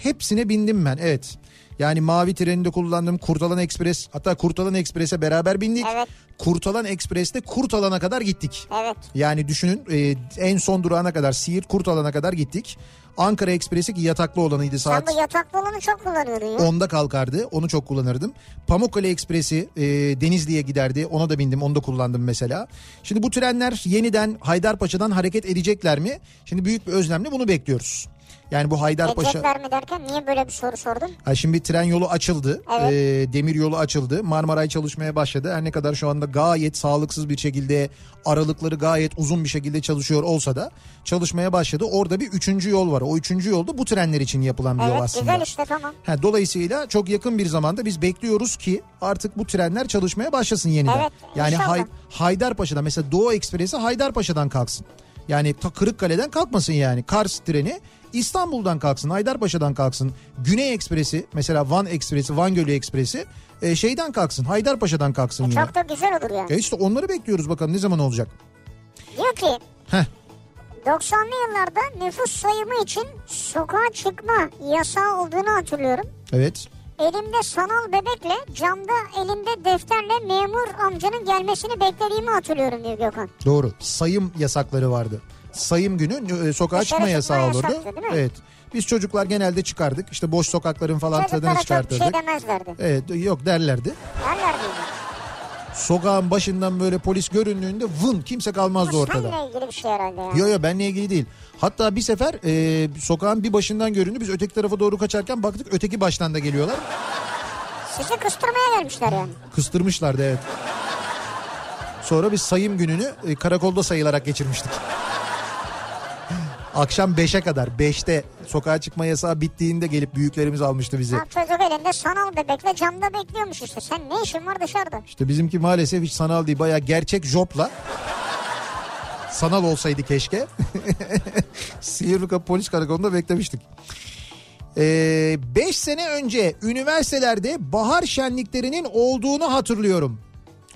hepsine bindim ben evet. Yani mavi treni de kullandım. Kurtalan Ekspres hatta Kurtalan Ekspres'e beraber bindik.
Evet.
Kurtalan Ekspres'te Kurtalan'a kadar gittik.
Evet.
Yani düşünün e, en son durağına kadar Siirt Kurtalan'a kadar gittik. Ankara Ekspres'i ki yataklı olanıydı
Sen
saat
bu yatak balonu çok kullanıyordun ya.
Onda kalkardı. Onu çok kullanırdım. Pamukkale Ekspresi e, Denizli'ye giderdi. Ona da bindim. Onu da kullandım mesela. Şimdi bu trenler yeniden Haydarpaşa'dan hareket edecekler mi? Şimdi büyük bir özlemle bunu bekliyoruz. Yani bu Haydarpaşa...
Edecekler mi derken niye böyle bir soru sordun?
Ha şimdi tren yolu açıldı.
Evet.
Ee, demir yolu açıldı. Marmaray çalışmaya başladı. Her ne kadar şu anda gayet sağlıksız bir şekilde aralıkları gayet uzun bir şekilde çalışıyor olsa da çalışmaya başladı. Orada bir üçüncü yol var. O üçüncü yolda bu trenler için yapılan bir yol
Evet
aslında.
güzel işte tamam.
Ha, dolayısıyla çok yakın bir zamanda biz bekliyoruz ki artık bu trenler çalışmaya başlasın yeniden.
Evet,
yani
inşallah.
Hay- Haydarpaşa'dan mesela Doğu Ekspresi Haydarpaşa'dan kalksın. Yani ta Kırıkkale'den kalkmasın yani. Kars treni İstanbul'dan kalksın, Haydarpaşa'dan kalksın. Güney Ekspresi mesela Van Ekspresi, Van Gölü Ekspresi e, şeyden kalksın, Haydarpaşa'dan kalksın yani.
E, Çok da güzel olur yani.
Ya işte onları bekliyoruz bakalım ne zaman olacak. E-
Diyor ki
Heh.
90'lı yıllarda nüfus sayımı için sokağa çıkma yasağı olduğunu hatırlıyorum.
Evet.
Elimde sanal bebekle camda elinde defterle memur amcanın gelmesini beklediğimi hatırlıyorum diyor Gökhan.
Doğru. Sayım yasakları vardı. Sayım günü e, sokağa
Dışarı
çıkma yasağı
çıkma
olurdu.
yasaktı, değil mi?
Evet. Biz çocuklar genelde çıkardık. İşte boş sokakların falan tadını
Çocuklara çok bir şey
çıkartırdık.
demezlerdi.
Evet yok derlerdi.
Derler miydi?
Sokağın başından böyle polis göründüğünde vın kimse kalmazdı
Bu
ortada.
seninle ilgili bir şey herhalde ya.
Yo yo benle ilgili değil. Hatta bir sefer e, sokağın bir başından göründü. Biz öteki tarafa doğru kaçarken baktık öteki baştan da geliyorlar.
Sizi kıstırmaya gelmişler yani.
Kıstırmışlardı evet. Sonra biz sayım gününü e, karakolda sayılarak geçirmiştik. Akşam 5'e kadar 5'te sokağa çıkma yasağı bittiğinde gelip büyüklerimiz almıştı bizi.
Ha, çocuk elinde sanal bebekle camda bekliyormuş işte. Sen ne işin var dışarıda?
İşte bizimki maalesef hiç sanal değil bayağı gerçek jopla. Sanal olsaydı keşke. Siyerluka polis karakolunda beklemiştik. 5 sene önce üniversitelerde bahar şenliklerinin olduğunu hatırlıyorum.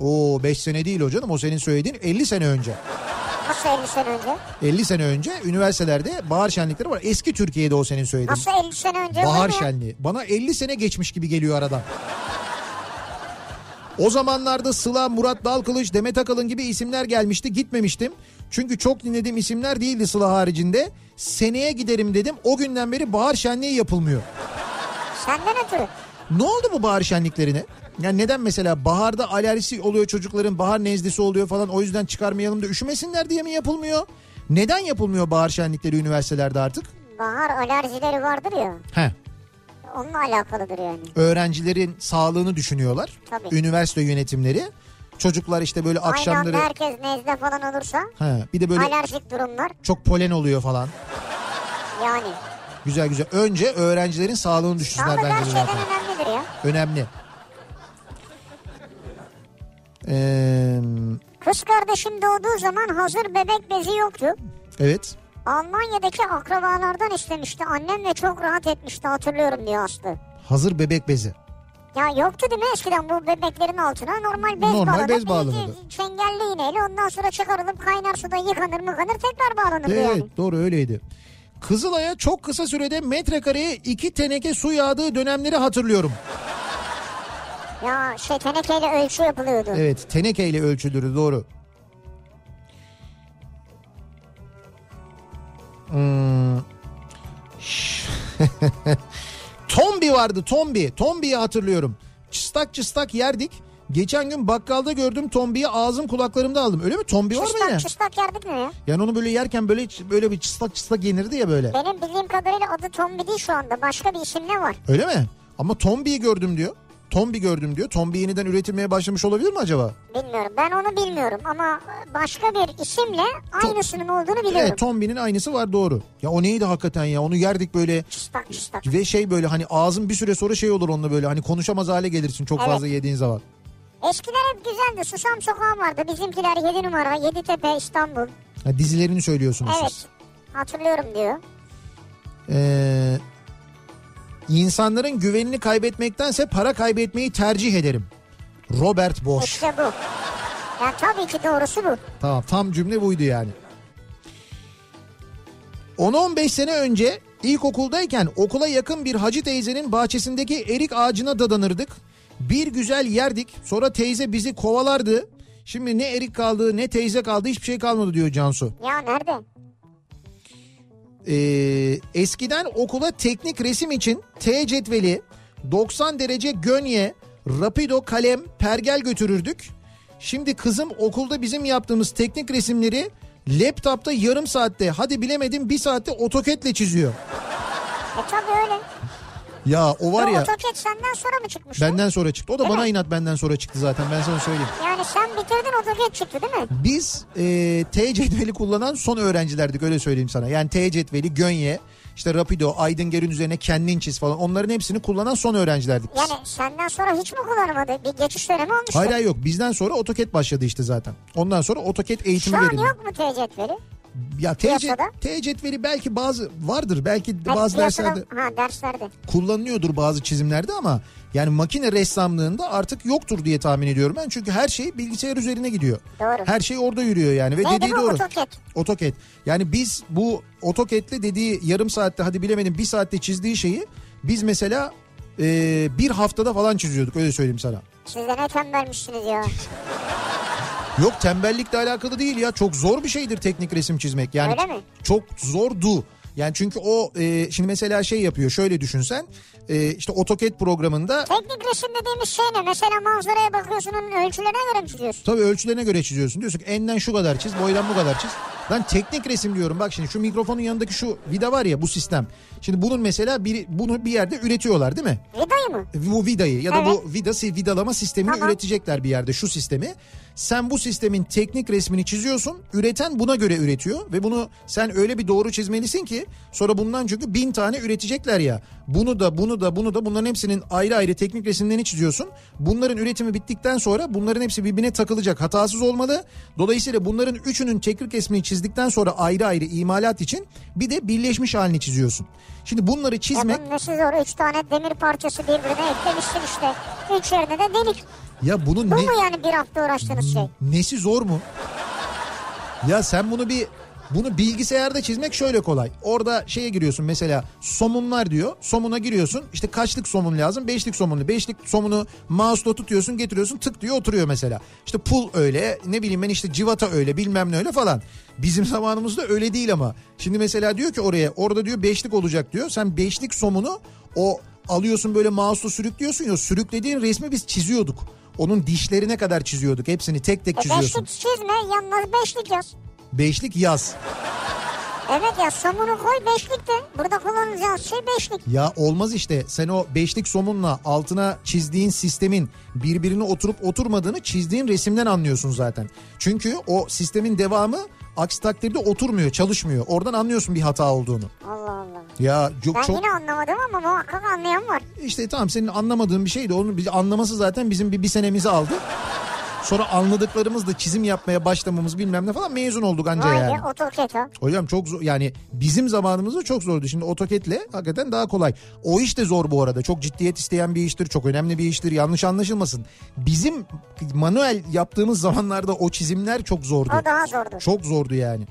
Oo 5 sene değil hocam o senin söylediğin 50 sene önce.
Nasıl 50 sene önce?
50 sene önce üniversitelerde bahar şenlikleri var. Eski Türkiye'de o senin söylediğin.
Nasıl 50 sene önce?
Bahar
Öyle mi ya?
şenliği. Bana 50 sene geçmiş gibi geliyor aradan. O zamanlarda Sıla, Murat Dalkılıç, Demet Akalın gibi isimler gelmişti. Gitmemiştim. Çünkü çok dinlediğim isimler değildi Sıla haricinde. Seneye giderim dedim. O günden beri bahar şenliği yapılmıyor.
Senden ötürü.
Ne oldu bu bahar şenliklerine? Yani neden mesela baharda alerjisi oluyor çocukların bahar nezlesi oluyor falan o yüzden çıkarmayalım da üşümesinler diye mi yapılmıyor? Neden yapılmıyor bahar şenlikleri üniversitelerde artık?
Bahar alerjileri vardır ya.
Heh.
Onunla alakalıdır yani.
öğrencilerin sağlığını düşünüyorlar.
Tabii.
Üniversite yönetimleri. Çocuklar işte böyle akşamları
Aynı anda herkes nezle falan olursa
ha, bir de böyle
alerjik durumlar
çok polen oluyor falan.
yani.
Güzel güzel. Önce öğrencilerin sağlığını düşünsünler
Sağlık her
bence
şeyden
zaten.
önemlidir ya.
Önemli. Ee,
Kız kardeşim doğduğu zaman hazır bebek bezi yoktu.
evet.
Almanya'daki akrabalardan istemişti. Annem de çok rahat etmişti hatırlıyorum diyor Aslı.
Hazır bebek bezi.
Ya yoktu değil mi eskiden bu bebeklerin altına normal bez
Normal
bağlanır.
bez bağlanırdı.
iyice Çengelli iğneyle ondan sonra çıkarılıp kaynar suda yıkanır mıkanır tekrar bağlanırdı
Evet
yani.
doğru öyleydi. Kızılay'a çok kısa sürede metrekareye iki teneke su yağdığı dönemleri hatırlıyorum.
Ya şey tenekeyle ölçü yapılıyordu.
Evet tenekeyle ölçülür doğru. Hmm. Ş- tombi vardı tombi. Tombiyi hatırlıyorum. Çıstak çıstak yerdik. Geçen gün bakkalda gördüm tombiyi ağzım kulaklarımda aldım. Öyle mi? Tombi var mı
Çıstak
yine?
çıstak yerdik ne ya?
Yani onu böyle yerken böyle böyle bir çıstak çıstak yenirdi ya böyle.
Benim bildiğim kadarıyla adı Tombi değil şu anda. Başka bir isimle var.
Öyle mi? Ama tombiyi gördüm diyor. Tombi gördüm diyor. Tombi yeniden üretilmeye başlamış olabilir mi acaba?
Bilmiyorum. Ben onu bilmiyorum ama başka bir isimle aynısının olduğunu biliyorum.
Evet Tombi'nin aynısı var doğru. Ya o neydi hakikaten ya onu yerdik böyle
Çıstak çıstak.
Ve şey böyle hani ağzın bir süre sonra şey olur onunla böyle hani konuşamaz hale gelirsin çok
Evet.
fazla yediğin zaman.
Eskiler hep güzeldi. Susam sokağı vardı. Bizimkiler 7 numara, Yeditepe, İstanbul.
Ha, dizilerini söylüyorsunuz
Evet.
siz.
Hatırlıyorum diyor.
Ee, İnsanların güvenini kaybetmektense para kaybetmeyi tercih ederim. Robert Bosch.
İşte bu. Ya tabii ki doğrusu bu.
Tamam tam cümle buydu yani. 10-15 sene önce ilkokuldayken okula yakın bir hacı teyzenin bahçesindeki erik ağacına dadanırdık. Bir güzel yerdik sonra teyze bizi kovalardı. Şimdi ne erik kaldı ne teyze kaldı hiçbir şey kalmadı diyor Cansu.
Ya nerede?
Ee, eskiden okula teknik resim için T cetveli, 90 derece gönye, rapido kalem, pergel götürürdük. Şimdi kızım okulda bizim yaptığımız teknik resimleri laptopta yarım saatte hadi bilemedim bir saatte otoketle çiziyor.
E tabii öyle.
Ya o var
Bu
ya
AutoCAD senden sonra mı çıkmış? lan?
benden sonra çıktı. O da bana inat benden sonra çıktı zaten ben sana söyleyeyim.
Yani sen bitirdin AutoCAD çıktı değil mi?
Biz e, T cetveli kullanan son öğrencilerdik öyle söyleyeyim sana. Yani T cetveli, Gönye, işte Rapido, Aydın Ger'in üzerine kendin çiz falan onların hepsini kullanan son öğrencilerdik biz.
Yani senden sonra hiç mi kullanmadı? Bir geçiş dönemi olmuştu.
Hayır hayır yok bizden sonra AutoCAD başladı işte zaten. Ondan sonra AutoCAD
Şu
eğitimi
an
verildi.
yok mu T cetveli?
Ya T
piyasada.
T cetveli belki bazı vardır belki
Hayır,
bazı
piyasada-
derslerde
Ha derslerde.
kullanılıyordur bazı çizimlerde ama yani makine ressamlığında artık yoktur diye tahmin ediyorum ben. Çünkü her şey bilgisayar üzerine gidiyor.
Doğru.
Her şey orada yürüyor yani ve
Neydi
dediği
bu?
doğru.
AutoCAD.
AutoCAD. Yani biz bu AutoCAD'le dediği yarım saatte hadi bilemedim bir saatte çizdiği şeyi biz mesela e, bir haftada falan çiziyorduk öyle söyleyeyim sana.
Siz de ne tembelmişsiniz ya.
Yok tembellikle alakalı değil ya. Çok zor bir şeydir teknik resim çizmek. Yani
Öyle mi?
çok zordu. Yani çünkü o e, şimdi mesela şey yapıyor. Şöyle düşünsen. E, işte AutoCAD programında
Teknik resim dediğimiz şey ne? Mesela manzaraya bakıyorsun onun ölçülerine göre mi çiziyorsun?
tabii ölçülerine göre çiziyorsun. Diyorsun ki enden şu kadar çiz, boydan bu kadar çiz. Ben teknik resim diyorum. Bak şimdi şu mikrofonun yanındaki şu vida var ya bu sistem. Şimdi bunun mesela bir, bunu bir yerde üretiyorlar değil mi?
Vidayı mı?
E, bu vidayı ya da
Evet.
bu vida vidalama sistemini
Tamam.
üretecekler bir yerde şu sistemi. Sen bu sistemin teknik resmini çiziyorsun. Üreten buna göre üretiyor ve bunu sen öyle bir doğru çizmelisin ki sonra bundan çünkü bin tane üretecekler ya. Bunu da bunu da bunu da bunların hepsinin ayrı ayrı teknik resimlerini çiziyorsun. Bunların üretimi bittikten sonra bunların hepsi birbirine takılacak hatasız olmalı. Dolayısıyla bunların üçünün teknik resmini çizdikten sonra ayrı ayrı imalat için bir de birleşmiş halini çiziyorsun. Şimdi bunları
Ya
çizmek
bunun nesi zor? Üç tane demir parçası birbirine eklemişsin işte. Üç yerine de delik.
ya bunun
Bu
ne...
mu yani bir hafta uğraştığınız şey?
Nesi zor mu? Ya sen bunu bir bunu bilgisayarda çizmek şöyle kolay. Orada şeye giriyorsun mesela somunlar diyor. Somuna giriyorsun. İşte kaçlık somun lazım? Beşlik somunlu. Beşlik somunu mouse'la tutuyorsun getiriyorsun tık diyor oturuyor mesela. İşte pul öyle ne bileyim ben işte civata öyle bilmem ne öyle falan. Bizim zamanımızda öyle değil ama. Şimdi mesela diyor ki oraya orada diyor beşlik olacak diyor. Sen beşlik somunu o alıyorsun böyle mouse'la sürüklüyorsun ya sürüklediğin resmi biz çiziyorduk. Onun dişlerine kadar çiziyorduk. Hepsini tek tek
E
çiziyorsun.
beşlik çizme yalnız beşlik yaz.
Beşlik yaz.
Evet ya somunu koy beşlik de. Burada kullanacağınız şey beşlik.
Ya olmaz işte. Sen o beşlik somunla altına çizdiğin sistemin birbirine oturup oturmadığını çizdiğin resimden anlıyorsun zaten. Çünkü o sistemin devamı aksi takdirde oturmuyor, çalışmıyor. Oradan anlıyorsun bir hata olduğunu.
Allah Allah.
Ya yok
Ben
çok
yine anlamadım ama muhakkak anlayan var.
işte tamam senin anlamadığın bir şeydi. Onu biz- anlaması zaten bizim bir, bir senemizi aldı. Sonra anladıklarımızla çizim yapmaya başlamamız bilmem ne falan mezun olduk anca
Vay
yani.
be AutoCAD ha.
Hocam çok zor yani bizim zamanımızda çok zordu. Şimdi AutoCAD'le hakikaten daha kolay. O iş de zor bu arada. Çok ciddiyet isteyen bir iştir. Çok önemli bir iştir. Yanlış anlaşılmasın. Bizim manuel yaptığımız zamanlarda o çizimler çok zordu.
O daha zordu.
Çok zordu yani.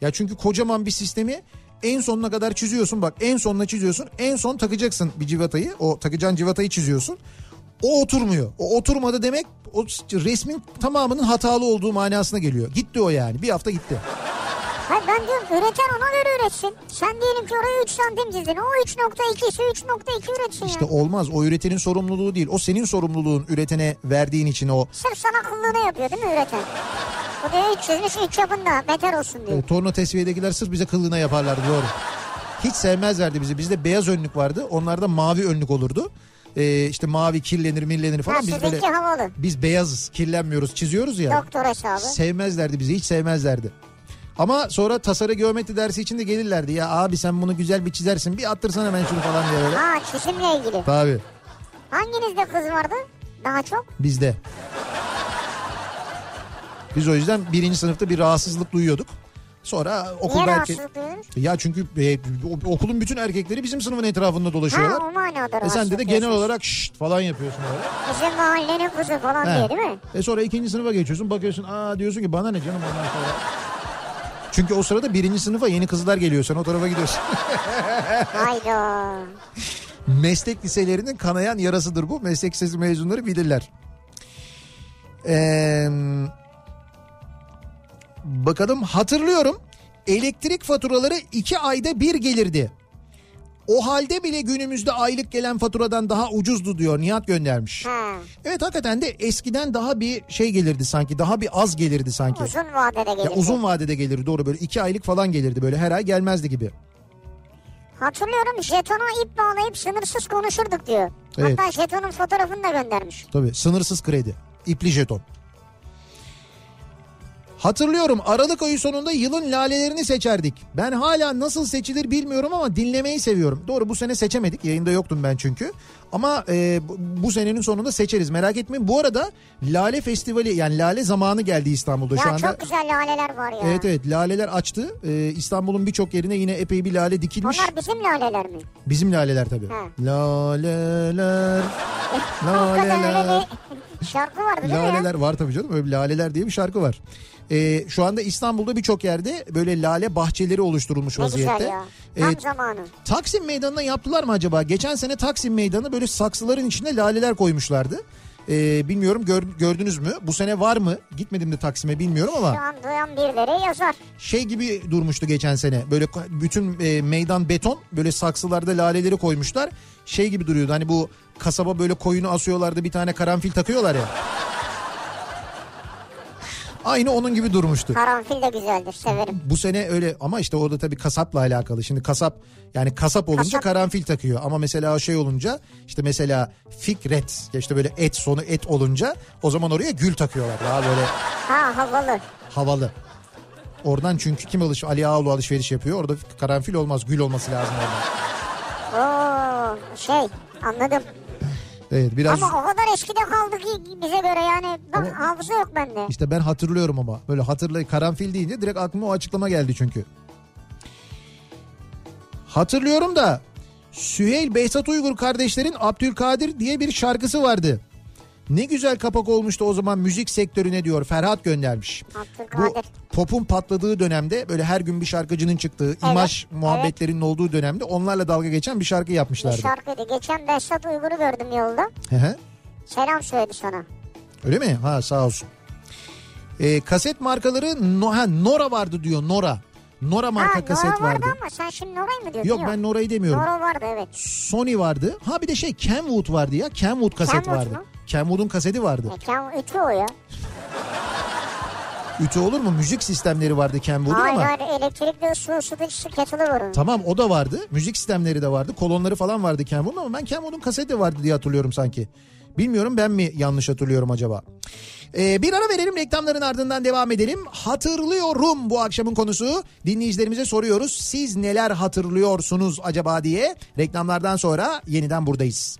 Ya çünkü kocaman bir sistemi en sonuna kadar çiziyorsun bak en sonuna çiziyorsun en son takacaksın bir civatayı o takacağın civatayı çiziyorsun o oturmuyor o oturmadı demek o resmin tamamının hatalı olduğu manasına geliyor gitti o yani bir hafta gitti.
Hayır ben diyorum üreten ona göre üretsin. Sen diyelim ki oraya 3 santim çizdin. O 3.2 ise 3.2 üretsin
İşte
ya.
olmaz. O üretenin sorumluluğu değil. O senin sorumluluğun üretene verdiğin için o.
Sırf sana kıllığını yapıyor değil mi üreten? Bu diyor 3 çizmiş 3 şey, yapın da beter olsun
o
diyor.
E, torna tesviyedekiler sırf bize kıllığına yaparlardı doğru. Hiç sevmezlerdi bizi. Bizde beyaz önlük vardı. Onlarda mavi önlük olurdu. Ee, işte mavi kirlenir millenir
Ha,
falan. Biz böyle
sizinki havalı.
biz beyazız kirlenmiyoruz çiziyoruz ya.
Doktor hesabı.
Sevmezlerdi bizi hiç sevmezlerdi. Ama sonra tasarı geometri dersi için de gelirlerdi. Ya abi sen bunu güzel bir çizersin bir attırsana ben şunu falan diye böyle.
Ha çizimle ilgili.
Tabii
Hanginizde kız vardı? Daha çok.
Bizde. Biz o yüzden birinci sınıfta bir rahatsızlık duyuyorduk. Sonra okul
Niye
belki...
rahatsızlık duyuyoruz?
Ya çünkü e, o- okulun bütün erkekleri bizim sınıfın etrafında dolaşıyorlar.
Ha, o manada
E sen de, de
rahatsızlık
genel
diyorsun.
olarak şşt falan yapıyorsun böyle.
Bizim mahallenin kızı falan
He.
diye değil mi?
E sonra ikinci sınıfa geçiyorsun bakıyorsun aa diyorsun ki bana ne canım ondan sonra. Çünkü o sırada birinci sınıfa yeni kızlar geliyor sen o tarafa gidiyorsun.
Hayda.
Meslek liselerinin kanayan yarasıdır bu. Meslek lisesi mezunları bilirler. Ee, bakalım hatırlıyorum. Elektrik faturaları iki ayda bir gelirdi. O halde bile günümüzde aylık gelen faturadan daha ucuzdu diyor Nihat göndermiş.
Ha.
Evet hakikaten de eskiden daha bir şey gelirdi sanki daha bir az gelirdi sanki.
Uzun vadede gelir.
Ya uzun vadede gelirdi doğru böyle iki aylık falan gelirdi böyle her ay gelmezdi gibi.
Hatırlıyorum jetona ip bağlayıp sınırsız konuşurduk diyor.
Evet.
Hatta jetonun fotoğrafını da göndermiş.
Tabii sınırsız kredi. İpli jeton. Hatırlıyorum Aralık ayı sonunda yılın lalelerini seçerdik. Ben hala nasıl seçilir bilmiyorum ama dinlemeyi seviyorum. Doğru bu sene seçemedik yayında yoktum ben çünkü. Ama e, bu- bu senenin sonunda seçeriz merak etmeyin. Bu arada Lale Festivali yani Lale zamanı geldi İstanbul'da E, şu
ya
anda.
çok güzel laleler var ya.
Evet evet laleler açtı. E, İstanbul'un birçok yerine yine epey bir lale dikilmiş.
Onlar bizim laleler mi?
Bizim laleler tabii.
He.
Laleler,
Hakikaten
laleler.
öyle bir şarkı vardı değil mi ya?
Laleler var tabii canım. Öyle bir Laleler diye bir şarkı var. Ee, şu anda İstanbul'da birçok yerde böyle lale bahçeleri oluşturulmuş
Ne
vaziyette.
güzel ya.
Ee,
Tam zamanı.
Taksim Meydanı'na yaptılar mı acaba? Geçen sene Taksim Meydanı böyle saksıların içine laleler koymuşlardı. Ee, bilmiyorum gör- gördünüz mü? Bu sene var mı? Gitmedim de Taksim'e bilmiyorum ama
Şu an duyan birileri yazar.
şey gibi durmuştu geçen sene. Böyle ko- bütün e, meydan beton böyle saksılarda laleleri koymuşlar. Şey gibi duruyordu hani bu kasaba böyle koyunu asıyorlardı bir tane karanfil takıyorlar ya. Aynı onun gibi durmuştu.
Karanfil de güzeldir severim.
Bu sene öyle ama işte orada tabii kasapla alakalı. Şimdi kasap yani kasap olunca
Kasap.
karanfil takıyor ama mesela şey olunca işte mesela Fikret ya işte böyle et sonu et olunca o zaman oraya gül takıyorlar. Daha böyle
Ha havalı.
havalı. Oradan çünkü kim alış Ali Ağaoğlu alışveriş yapıyor. Orada karanfil olmaz, gül olması lazım orada.
Oo şey anladım.
Evet biraz
Ama o kadar eskide kaldı ki bize göre yani. Bak
Ama-
hafıza yok bende.
işte ben hatırlıyorum ama böyle hatırlay karanfil deyince direkt aklıma o açıklama geldi çünkü. Hatırlıyorum da Süheyl Behzat Uygur kardeşlerin Abdülkadir diye bir şarkısı vardı. Ne güzel kapak olmuştu o zaman müzik sektörüne diyor Ferhat göndermiş. Bu
Abdülkadir.
popun patladığı dönemde böyle her gün bir şarkıcının çıktığı imaj muhabbetlerinin olduğu dönemde onlarla dalga geçen bir şarkı
Bir
yapmışlardı.
şarkıydı. Geçen Behzat Uygur'u gördüm yolda.
Hı hı.
Selam söyledi sana.
Öyle mi? Ha sağ olsun. Ee, kaset markaları no, ha, Nora vardı diyor Nora. Nora marka
ha, Nora
kaset
vardı.
vardı.
ama sen şimdi Nora'yı mı diyorsun?
Yok ben Nora'yı demiyorum.
Nora vardı evet.
Sony vardı. Ha bir de şey Kenwood vardı ya. Kenwood kaset
Kenwood
vardı.
mu?
Kenwood'un kaseti vardı.
Mekan ütü o ya.
Ütü olur mu? Müzik sistemleri vardı Kenwood'un
Hayır
ama.
hayır elektrikli ısı ısıtıcısı kettle'ı var onun.
Tamam o da vardı. Müzik sistemleri de vardı. Kolonları falan vardı Kenwood'un ama ben Kenwood'un kaseti vardı diye hatırlıyorum sanki. Bilmiyorum ben mi yanlış hatırlıyorum acaba. Ee, bir ara verelim reklamların ardından devam edelim. Hatırlıyorum bu akşamın konusu. Dinleyicilerimize soruyoruz. Siz neler hatırlıyorsunuz acaba diye. Reklamlardan sonra yeniden buradayız.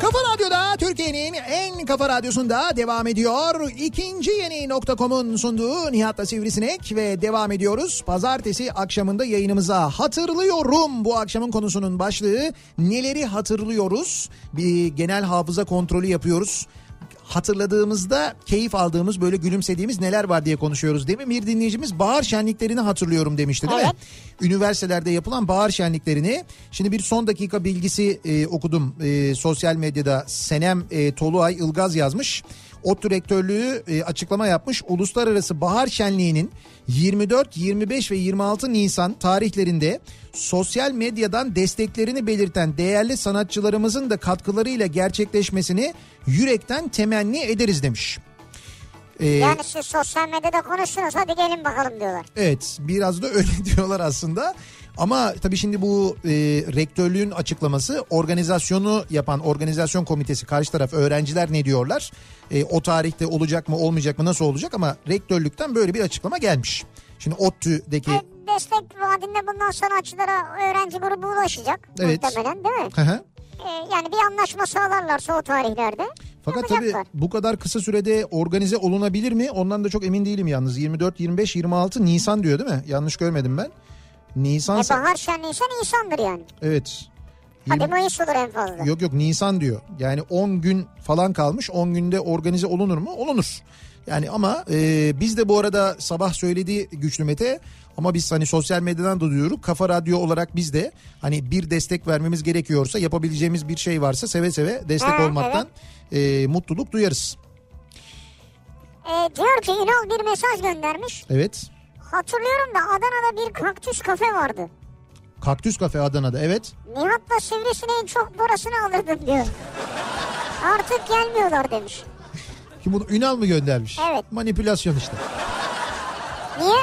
Kafa Radyo'da Türkiye'nin en kafa radyosunda devam ediyor. İkinci yeni nokta.com'un sunduğu Nihat'la Sivrisinek ve devam ediyoruz. Pazartesi akşamında yayınımıza hatırlıyorum bu akşamın konusunun başlığı. Neleri hatırlıyoruz? Bir genel hafıza kontrolü yapıyoruz. Hatırladığımızda keyif aldığımız böyle gülümsediğimiz neler var diye konuşuyoruz değil mi? Bir dinleyicimiz bahar şenliklerini hatırlıyorum demişti değil mi?
Evet.
üniversitelerde yapılan bahar şenliklerini. Şimdi bir son dakika bilgisi e, okudum e, sosyal medyada. Senem e, Toluay Ilgaz yazmış. ODTÜ Rektörlüğü e, açıklama yapmış. Uluslararası Bahar Şenliği'nin 24, 25 ve 26 Nisan tarihlerinde sosyal medyadan desteklerini belirten değerli sanatçılarımızın da katkılarıyla gerçekleşmesini yürekten temenni ederiz demiş. Ee,
Yani siz sosyal medyada konuştunuz hadi gelin bakalım diyorlar.
Evet biraz da öyle diyorlar aslında. Ama tabii şimdi bu e, rektörlüğün açıklaması organizasyonu yapan organizasyon komitesi karşı taraf öğrenciler ne diyorlar? E, o tarihte olacak mı olmayacak mı nasıl olacak ama rektörlükten böyle bir açıklama gelmiş. Şimdi ODTÜ'deki...
E, destek vaadinde bundan sanatçılara öğrenci grubu ulaşacak
Evet.
muhtemelen değil mi?
Hı hı.
E, yani bir anlaşma sağlarlarsa o tarihlerde
Fakat tabii
yapacaklar.
bu kadar kısa sürede organize olunabilir mi? Ondan da çok emin değilim yalnız. 24, 25, 26 Nisan diyor değil mi? Yanlış görmedim ben. Nisan...
E, bahar şenliyse Nisan'dır yani.
Evet.
Hadi Mayıs olur en fazla.
Yok yok Nisan diyor. Yani 10 gün falan kalmış. 10 günde organize olunur mu? Olunur. Yani ama e, biz de bu arada sabah söyledi Güçlü Mete ama biz hani sosyal medyadan da duyuyoruz. Kafa Radyo olarak biz de hani bir destek vermemiz gerekiyorsa yapabileceğimiz bir şey varsa seve seve destek
Ha,
olmaktan e, mutluluk duyarız.
E, diyor ki İnal bir mesaj göndermiş.
Evet.
Hatırlıyorum da Adana'da bir kaktüs kafe vardı.
Kaktüs Kafe Adana'da evet.
Nihat'la sivrisineğin çok borasını alırdım diyor. Artık gelmiyorlar demiş.
Ki bunu Ünal mı göndermiş?
Evet.
Manipülasyon işte.
Niye?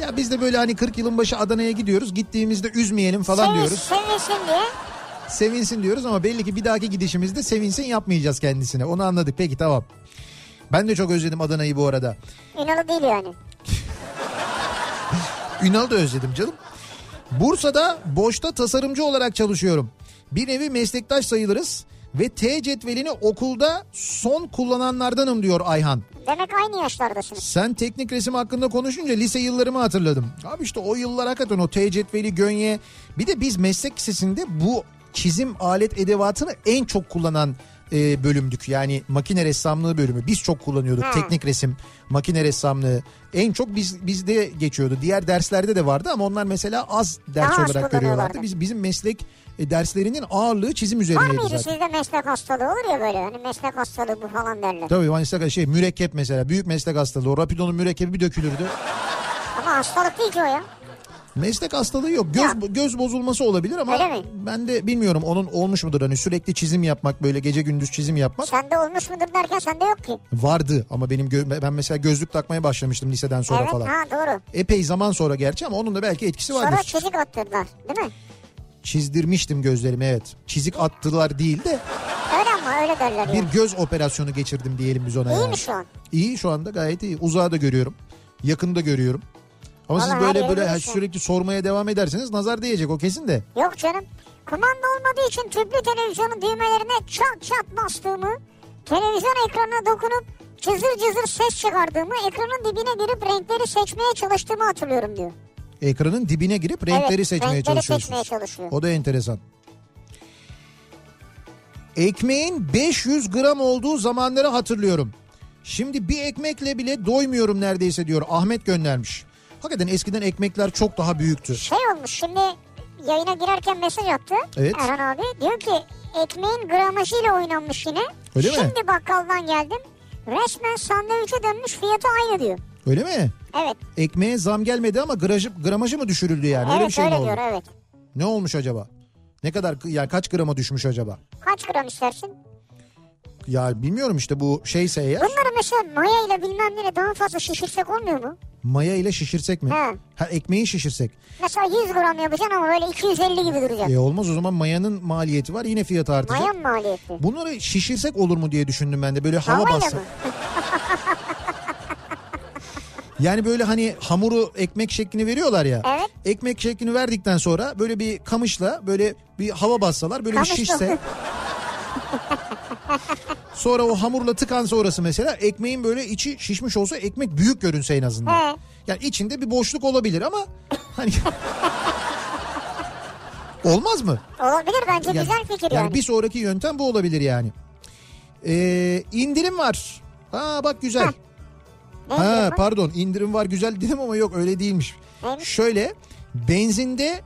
Ya biz de böyle hani 40 yılın başı Adana'ya gidiyoruz. Gittiğimizde üzmeyelim falan
Sevin,
diyoruz.
sevinsin diye.
sevinsin diyoruz ama belli ki bir dahaki gidişimizde sevinsin yapmayacağız kendisine. Onu anladık. Peki tamam. Ben de çok özledim Adana'yı bu arada.
İnalı değil yani.
Ünal da özledim canım. Bursa'da boşta tasarımcı olarak çalışıyorum. Bir nevi meslektaş sayılırız ve T cetvelini okulda son kullananlardanım diyor Ayhan.
Demek aynı yaşlardasınız.
Sen teknik resim hakkında konuşunca lise yıllarımı hatırladım. Abi işte o yıllar hakikaten o T cetveli gönye. Bir de biz meslek lisesinde bu çizim alet edevatını en çok kullanan e, bölümdük. Yani makine ressamlığı bölümü. Biz çok kullanıyorduk
Ha.
teknik resim, makine ressamlığı. En çok biz bizde geçiyordu. Diğer derslerde de vardı ama onlar mesela az ders
Daha az
olarak görüyorlardı.
kullanıyorlardı.
Biz bizim meslek e, derslerinin ağırlığı çizim
Var
üzerineydi
mıydı şey?
zaten.
sizde meslek hastalığı olur ya böyle hani meslek hastalığı bu falan derler.
Tabii meslek şey mürekkep mesela büyük meslek hastalığı. O rapidonun mürekkebi bir dökülürdü.
Ama hastalık değil ki o ya.
Meslek hastalığı yok. Göz
Ya.
göz bozulması olabilir ama
Öyle mi?
ben de bilmiyorum onun olmuş mudur hani sürekli çizim yapmak böyle gece gündüz çizim yapmak
Sende olmuş mudur derken sende yok ki.
vardı ama benim gö- ben mesela gözlük takmaya başlamıştım liseden sonra
evet
falan.
ha doğru.
Epey zaman sonra gerçi ama onun da belki etkisi
Sonra
vardır.
çizik attırdılar değil mi?
Çizdirmiştim gözlerimi evet. Çizik attılar değil de
Öyle ama öyle derler
bir
ya.
göz operasyonu geçirdim diyelim biz ona.
İyi
yani.
mi şu an?
İyi şu anda gayet iyi. Uzağı da görüyorum. Yakında görüyorum. Ama
Vallahi
siz böyle
her şey
böyle
yerde
her-
düşün.
sürekli sormaya devam ederseniz nazar değecek o kesin de.
Yok canım. Kumanda olmadığı için tüplü televizyonun düğmelerine çat çat bastığımı, televizyon ekranına dokunup cızır cızır ses çıkardığımı, ekranın dibine girip renkleri seçmeye çalıştığımı hatırlıyorum diyor.
Ekranın dibine girip renkleri
Evet,
seçmeye
renkleri
çalışıyorsunuz.
seçmeye çalışıyor.
O da enteresan. Ekmeğin 500 gram olduğu zamanları hatırlıyorum. Şimdi bir ekmekle bile doymuyorum neredeyse diyor Ahmet göndermiş. Hakikaten eskiden ekmekler çok daha büyüktü.
Şey olmuş şimdi yayına girerken mesaj attı
Evet.
Erhan abi. Diyor ki ekmeğin gramajıyla oynanmış yine.
Öyle mi?
şimdi bakkaldan geldim. Resmen sandviçe dönmüş fiyatı aynı diyor.
Öyle mi?
Evet.
Ekmeğe zam gelmedi ama grajı, gramajı mı düşürüldü yani? öyle
evet
bir şey mi
öyle
oldu?
diyor evet.
Ne olmuş acaba? Ne kadar yani kaç grama düşmüş acaba?
Kaç gram istersin?
Ya bilmiyorum işte bu şeyse eğer
Bunları mesela maya ile bilmem neyle daha fazla şişirsek olmuyor mu?
maya ile şişirsek mi?
He.
Ha ekmeği şişirsek.
Mesela 100 gram yapacaksın ama böyle 250 gibi duracak.
E olmaz o zaman mayanın maliyeti var yine fiyat artacak.
Maya mı maliyeti?
Bunları şişirsek olur mu diye düşündüm ben de böyle hava
Havayla
bassak.
mı?
Yani böyle hani hamuru ekmek şeklini veriyorlar ya.
Evet.
Ekmek şeklini verdikten sonra böyle bir kamışla böyle bir hava bassalar böyle
Kamışla.
bir şişse. sonra o hamurla tıkansa orası mesela ekmeğin böyle içi şişmiş olsa ekmek büyük görünse en azından.
He.
Yani içinde bir boşluk olabilir ama hani olmaz mı?
Olabilir bence güzel fikir yani.
bir sonraki yöntem bu olabilir yani. Ee, indirim var. Ha bak güzel.
Heh, Ne
Ha
diyor bu?
pardon indirim var güzel dedim ama yok öyle değilmiş.
Neymiş?
Şöyle benzinde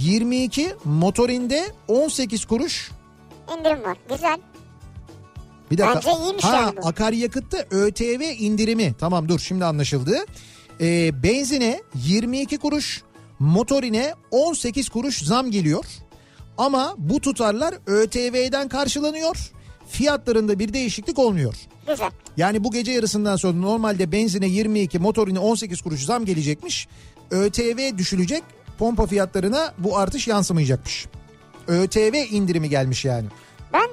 22 motorinde 18 kuruş.
İndirim var. Güzel.
Bir dakika.
Bence iyiymiş
ha,
yani bu.
akaryakıtta ÖTV indirimi. Tamam dur şimdi anlaşıldı. Ee, benzine 22 kuruş, motorine 18 kuruş zam geliyor. Ama bu tutarlar ÖTV'den karşılanıyor. Fiyatlarında bir değişiklik olmuyor.
Güzel.
Yani bu gece yarısından sonra normalde benzine 22, motorine 18 kuruş zam gelecekmiş. ÖTV düşülecek. Pompa fiyatlarına bu artış yansımayacakmış. ÖTV indirimi gelmiş yani.
Ben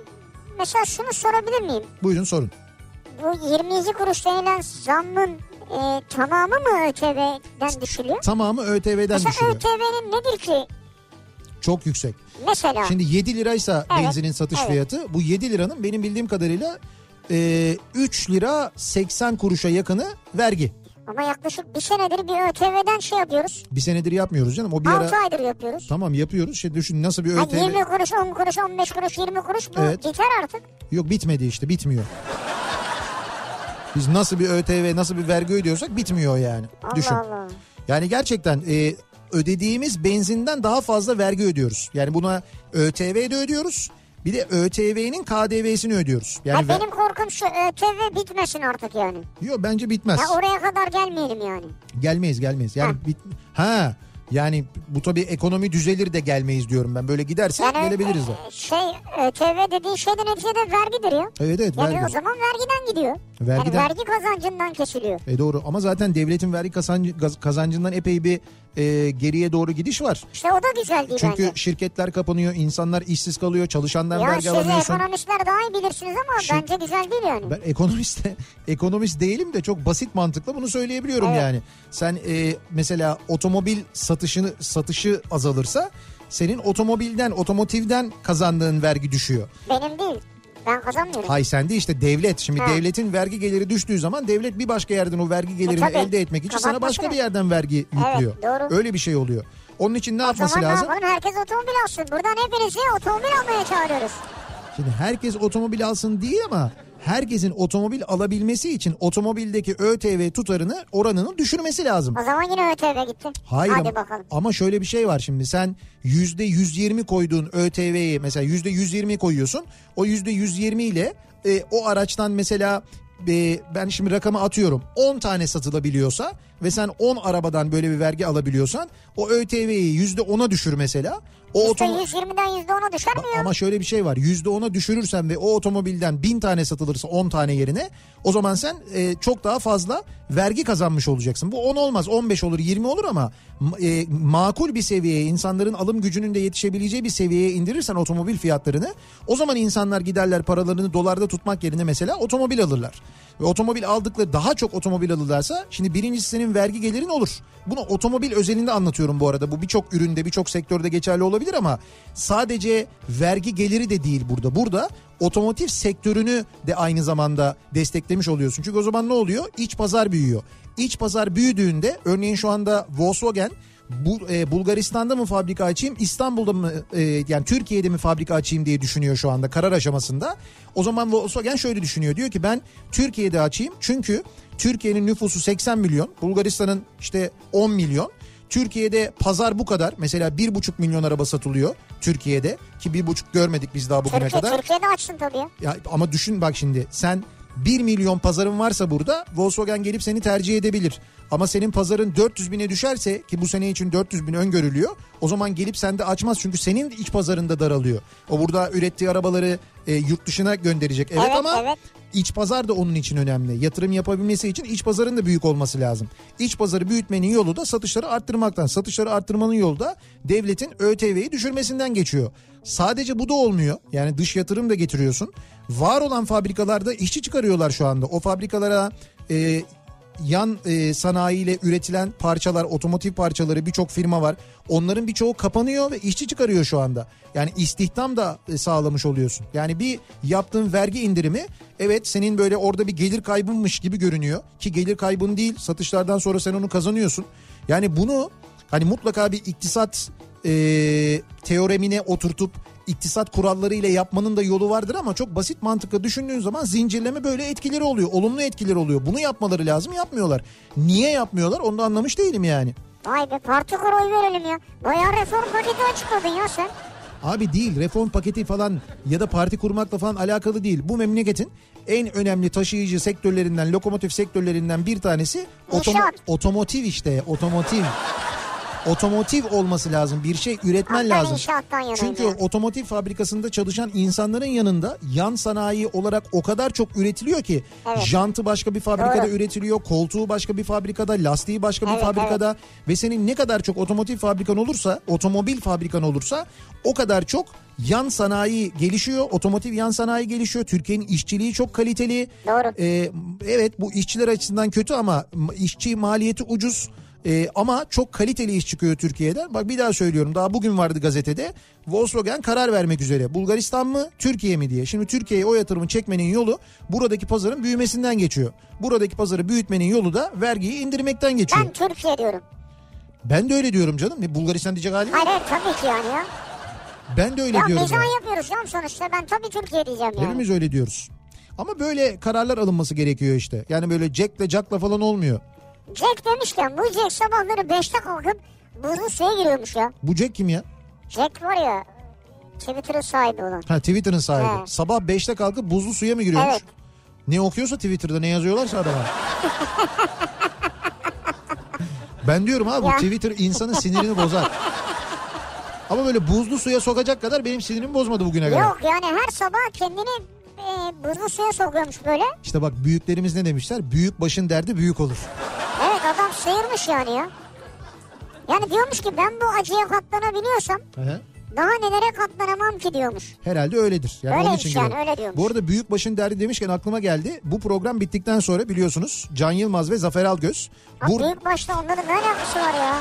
mesela şunu sorabilir miyim?
Buyurun sorun.
Bu 22 kuruş denilen zammın e, tamamı mı ÖTV'den düşülüyor?
Tamamı ÖTV'den
Mesela
düşüyor.
ÖTV'nin nedir ki?
Çok yüksek.
Mesela
Şimdi 7 liraysa
Evet,
benzinin satış
evet.
fiyatı bu 7 liranın benim bildiğim kadarıyla e, 3 lira 80 kuruşa yakını vergi.
ama yaklaşık bir senedir bir ÖTV'den şey yapıyoruz.
Bir senedir yapmıyoruz canım. O bir ara
6 aydır yapıyoruz.
tamam yapıyoruz. Şimdi düşün nasıl bir
Ha,
ÖTV.
20 kuruş, 10 kuruş, 15 kuruş, 20 kuruş bu
Evet.
biter artık.
Yok bitmedi işte bitmiyor. Biz nasıl bir ÖTV nasıl bir vergi ödüyorsak bitmiyor yani.
Allah
Düşün.
Allah.
Yani gerçekten e, ödediğimiz benzinden daha fazla vergi ödüyoruz. Yani buna ÖTV de ödüyoruz. Bir de ÖTV'nin KDV'sini ödüyoruz. Yani
ha,
ver-
benim korkum şu ÖTV bitmesin artık yani.
Yok bence bitmez.
Ya oraya kadar gelmeyelim yani.
Gelmeyiz gelmeyiz. Yani bit- ha yani bu tabii ekonomi düzelir de gelmeyiz diyorum ben. Böyle giderse
Yani
gelebiliriz de.
e, Şey ÖTV dediğin şey de neticede vergidir ya.
Evet evet
Yani o
vergi.
zaman vergiden gidiyor.
Vergiden-
Yani vergi kazancından kesiliyor.
E doğru ama zaten devletin vergi kazancı- gaz- kazancından epey bir e, geriye doğru gidiş var.
İşte o da güzel değil
Çünkü
bence.
şirketler kapanıyor, insanlar işsiz kalıyor, çalışandan
Ya
vergi
siz
alamıyorsun.
ekonomistler daha iyi bilirsiniz ama
Şu-
bence güzel değil yani.
Şey- Ben ekonomist ekonomist değilim de çok basit mantıkla bunu söyleyebiliyorum
Evet.
yani. Sen e, mesela otomobil satışını satışı azalırsa senin otomobilden, otomotivden kazandığın vergi düşüyor.
Benim değil. Ben kazanmıyorum.
Hay sende işte devlet. Şimdi
Ha.
devletin vergi geliri düştüğü zaman devlet bir başka yerden o vergi gelirini
E, tabii.
elde etmek için sana
Kapatması
başka
lazım.
bir yerden vergi yüklüyor.
doğru.
Öyle bir şey oluyor. Onun için ne
o
yapması
zaman
lazım?
ne yapalım? Herkes otomobil alsın. Buradan hepinizi otomobil almaya çağırıyoruz.
Şimdi herkes otomobil alsın değil ama herkesin otomobil alabilmesi için otomobildeki ÖTV tutarını oranını düşürmesi lazım.
O zaman yine ÖTV gitti.
Hayır ama,
Hadi bakalım.
ama şöyle bir şey var şimdi sen yüzde 120 koyduğun ÖTV'yi mesela yüzde 120 koyuyorsun o yüzde 120 ile e, o araçtan mesela e, ben şimdi rakamı atıyorum 10 tane satılabiliyorsa ve sen 10 arabadan böyle bir vergi alabiliyorsan o ÖTV'yi yüzde 10'a düşür mesela. O
İşte
otomo-
120'den %10'a düşer mi
Ba-
ya?
Ama şöyle bir şey var. Yüzde ona düşürürsen ve o otomobilden bin tane satılırsa 10 tane yerine o zaman sen e, çok daha fazla vergi kazanmış olacaksın. Bu 10 olmaz 15 olur 20 olur ama m- e, makul bir seviyeye insanların alım gücünün de yetişebileceği bir seviyeye indirirsen otomobil fiyatlarını o zaman insanlar giderler paralarını dolarda tutmak yerine mesela otomobil alırlar. Ve otomobil aldıkları daha çok otomobil alırlarsa şimdi birincisi senin vergi gelirin olur. Bunu otomobil özelinde anlatıyorum bu arada. Bu birçok üründe birçok sektörde geçerli olabilir ama sadece vergi geliri de değil burada. Burada otomotiv sektörünü de aynı zamanda desteklemiş oluyorsun. Çünkü o zaman ne oluyor? İç pazar büyüyor. İç pazar büyüdüğünde örneğin şu anda Volkswagen bu, e, Bulgaristan'da mı fabrika açayım İstanbul'da mı e, yani Türkiye'de mi fabrika açayım diye düşünüyor şu anda karar aşamasında. O zaman Volkswagen şöyle düşünüyor diyor ki ben Türkiye'de açayım çünkü Türkiye'nin nüfusu 80 milyon Bulgaristan'ın işte 10 milyon. Türkiye'de pazar bu kadar mesela 1,5 milyon araba satılıyor Türkiye'de ki 1,5 görmedik biz daha bugüne
Türkiye,
kadar.
Türkiye'de açsın tabii ya.
Ya ama düşün bak şimdi sen 1 milyon pazarın varsa burada Volkswagen gelip seni tercih edebilir. Ama senin pazarın 400 bine düşerse ki bu sene için 400 bin öngörülüyor. O zaman gelip sende açmaz çünkü senin iç pazarında daralıyor. O burada ürettiği arabaları e, yurt dışına gönderecek. Evet,
Evet,
ama
evet.
iç pazar da onun için önemli. Yatırım yapabilmesi için iç pazarın da büyük olması lazım. İç pazarı büyütmenin yolu da satışları arttırmaktan. Satışları arttırmanın yolu da devletin ÖTV'yi düşürmesinden geçiyor. Sadece bu da olmuyor. Yani dış yatırım da getiriyorsun. Var olan fabrikalarda işçi çıkarıyorlar şu anda. O fabrikalara e, yan e, sanayiyle üretilen parçalar, otomotiv parçaları birçok firma var. Onların birçoğu kapanıyor ve işçi çıkarıyor şu anda. Yani istihdam da e, sağlamış oluyorsun. Yani bir yaptığın vergi indirimi evet senin böyle orada bir gelir kaybınmış gibi görünüyor ki gelir kaybın değil. Satışlardan sonra sen onu kazanıyorsun. Yani bunu hani mutlaka bir iktisat e, teoremine oturtup iktisat kuralları ile yapmanın da yolu vardır ama çok basit mantıkla düşündüğün zaman zincirleme böyle etkileri oluyor. Olumlu etkileri oluyor. Bunu yapmaları lazım yapmıyorlar. Niye yapmıyorlar onu da anlamış değilim yani.
Vay be parti kur oy verelim ya. Bayağı reform paketi açıkladın ya sen.
Abi değil reform paketi falan ya da parti kurmakla falan alakalı değil. Bu memleketin en önemli taşıyıcı sektörlerinden, lokomotif sektörlerinden bir tanesi otomo-
İnşaat.
otomotiv işte otomotiv. otomotiv olması lazım. Bir şey üretmen
Hatta
lazım.
inşaattan yanayım
Çünkü
ya.
otomotiv fabrikasında çalışan insanların yanında yan sanayi olarak o kadar çok üretiliyor ki jantı başka bir fabrikada
Doğru.
üretiliyor, koltuğu başka bir fabrikada, lastiği başka bir
Evet,
fabrikada ve senin ne kadar çok otomotiv fabrikan olursa, otomobil fabrikan olursa o kadar çok yan sanayi gelişiyor, otomotiv yan sanayi gelişiyor. Türkiye'nin işçiliği çok kaliteli.
Doğru.
Ee, evet bu işçiler açısından kötü ama m- işçi maliyeti ucuz. Ee, ama çok kaliteli iş çıkıyor Türkiye'den. Bak bir daha söylüyorum daha bugün vardı gazetede. Volkswagen karar vermek üzere. Bulgaristan mı Türkiye mi diye. Şimdi Türkiye'ye o yatırımı çekmenin yolu buradaki pazarın büyümesinden geçiyor. Buradaki pazarı büyütmenin yolu da vergiyi indirmekten geçiyor.
Ben
Ben,
Türkiye diyorum.
de öyle diyorum canım. Ne, Bulgaristan diyecek halim yok.
Hayır hayır, tabii ki yani ya.
Ben de öyle
Ya
diyorum.
mizah
yani.
yapıyoruz canım sonuçta. Ben tabii Türkiye diyeceğim yani.
Hepimiz öyle diyoruz. Ama böyle kararlar alınması gerekiyor işte. Yani böyle Jack'le Jack'la falan olmuyor.
Jack demişken bu Jack sabahları 5'te kalkıp buzlu suya giriyormuş ya.
Bu Jack kim ya?
Jack var ya Twitter'ın sahibi olan.
Ha Twitter'ın sahibi.
He.
Sabah 5'te kalkıp buzlu suya mı giriyormuş?
Evet.
Ne okuyorsa Twitter'da ne yazıyorlarsa adama. ben diyorum abi bu
Ya.
Twitter insanın sinirini bozar. Ama böyle buzlu suya sokacak kadar benim sinirimi bozmadı bugüne kadar.
Yok yani her sabah kendini e, buzlu suya sokuyormuş böyle.
İşte bak büyüklerimiz ne demişler? Büyük başın derdi büyük olur.
Evet adam sıyırmış yani ya. Yani diyormuş ki ben bu acıya katlanabiliyorsam
Hı hı.
daha nelere katlanamam ki diyormuş.
Herhalde öyledir. Yani
Öyleymiş
onun için
yani,
giriyorum.
öyle diyormuş.
Bu arada Büyükbaş'ın derdi demişken aklıma geldi. Bu program bittikten sonra biliyorsunuz Can Yılmaz ve Zafer Algöz.
Ha,
Bur-
Büyük başta onların ne alakası var ya?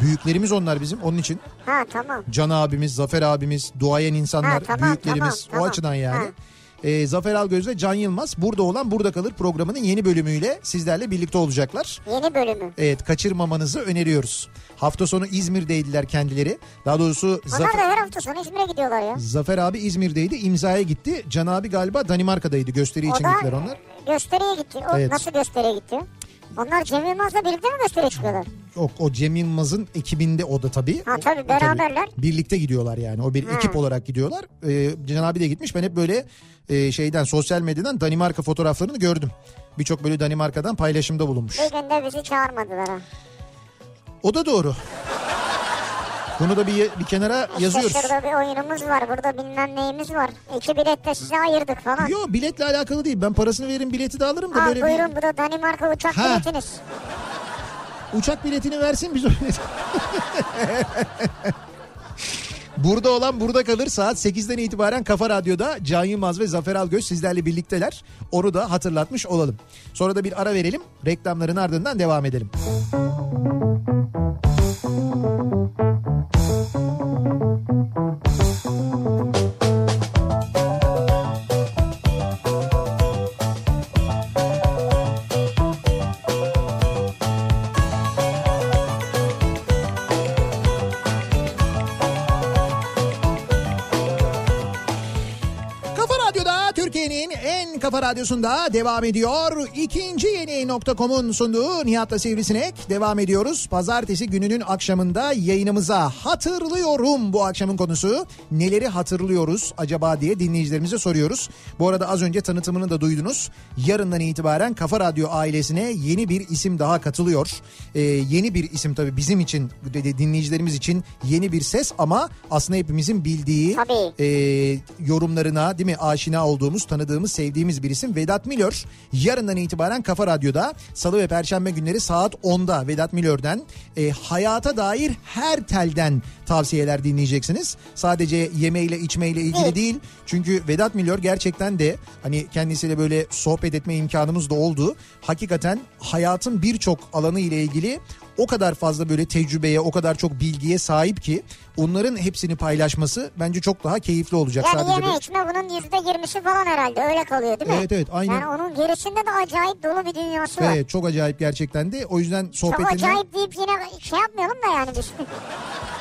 Büyüklerimiz onlar bizim onun için.
Ha tamam.
Can abimiz, Zafer abimiz, duayen insanlar,
Ha, tamam,
büyüklerimiz
tamam,
o
tamam.
açıdan yani.
Ha.
Ee, Zafer Algöz ve Can Yılmaz burada olan Burada Kalır programının yeni bölümüyle sizlerle birlikte olacaklar.
Yeni bölümü.
Evet kaçırmamanızı öneriyoruz. Hafta sonu İzmir'deydiler kendileri. Daha doğrusu
Onlar da
Zafer,
her hafta sonu İzmir'e gidiyorlar ya.
Zafer abi İzmir'deydi imzaya gitti. Can abi galiba Danimarka'daydı gösteri için gittiler onlar.
gösteriye gitti. O
Evet.
nasıl gösteriye gitti? Onlar Cem Yılmaz'la birlikte mi gösteriye çıkıyorlar?
O, o Cem Yılmaz'ın ekibinde o da tabii.
Ha, tabii,
O- o
beraberler. Hmm.
birlikte gidiyorlar yani. O bir ekip olarak gidiyorlar. Ee, Can abi de gitmiş. Ben hep böyle e, şeyden sosyal medyadan Danimarka fotoğraflarını gördüm. Birçok böyle Danimarka'dan paylaşımda bulunmuş.
Bir günde bizi çağırmadılar ha.
O da doğru. Bunu da bir, ye- bir kenara
İşte
yazıyoruz.
şurada bir oyunumuz var. Burada bilmem neyimiz var. İki bilet de size ayırdık falan.
Yo biletle alakalı değil. Ben parasını veririm bileti de alırım da
Al
böyle
buyurun bu da Danimarka uçak
Ha.
biletiniz.
bir uçak biletini versin biz öyle- Burada olan burada kalır saat 8'den itibaren Kafa Radyo'da Can Yılmaz ve Zafer Algöz sizlerle birlikteler. Onu da hatırlatmış olalım. Sonra da bir ara verelim. Reklamların ardından devam edelim. Kafa Radyo'da Türkiye'nin en kafa radyosunda devam ediyor. İkinci yeni nokta.com'un sunduğu Nihat'la Sivrisinek devam ediyoruz. Pazartesi gününün akşamında yayınımıza hatırlıyorum bu akşamın konusu. Neleri hatırlıyoruz acaba diye dinleyicilerimize soruyoruz. Bu arada az önce tanıtımını da duydunuz. Yarından itibaren Kafa Radyo ailesine yeni bir isim daha katılıyor. Ee, yeni bir isim tabii bizim için dinleyicilerimiz için yeni bir ses ama aslında hepimizin bildiği
Tabii.
e, yorumlarına değil mi aşina olduğumuz, tanıdığımız, sevdiğimiz bir isim Vedat Milor. Yarından itibaren Kafa Radyo'da salı ve perşembe günleri saat 10'da Vedat Milor'dan e, hayata dair her telden tavsiyeler dinleyeceksiniz. Sadece yemeyle içmeyle ilgili
Evet.
değil. Çünkü Vedat Milor gerçekten de hani kendisiyle böyle sohbet etme imkanımız da oldu. Hakikaten hayatın birçok alanı ile ilgili o kadar fazla böyle tecrübeye, o kadar çok bilgiye sahip ki onların hepsini paylaşması bence çok daha keyifli olacak
Yani
sadece.
yeme
bir-
içme bunun yüzde yirmisi falan herhalde öyle kalıyor değil mi?
Evet, evet, aynen.
Yani onun gerisinde de acayip dolu bir dünyası var.
Evet, çok acayip gerçekten de. O yüzden
Çok
sohbetinden
acayip deyip yine şey yapmayalım da yani biz.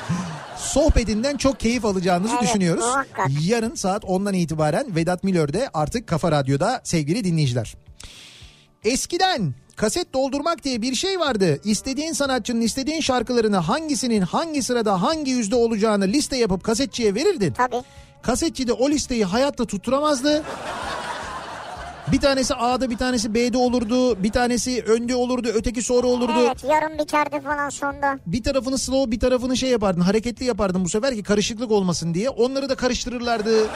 sohbetinden çok keyif alacağınızı
Evet,
düşünüyoruz.
muhakkak.
Yarın saat 10'dan itibaren Vedat Milor'de artık Kafa Radyo'da sevgili dinleyiciler. Eskiden kaset doldurmak diye bir şey vardı. İstediğin sanatçının istediğin şarkılarını hangisinin hangi sırada hangi yüzde olacağını liste yapıp kasetçiye verirdin.
Tabii.
Kasetçi de o listeyi hayatta tutturamazdı. Bir tanesi A'da bir tanesi B'de olurdu. Bir tanesi önde olurdu öteki sonra olurdu.
Evet yarım biterdi falan sonda.
Bir tarafını slow bir tarafını şey yapardın hareketli yapardın bu sefer ki karışıklık olmasın diye. Onları da karıştırırlardı.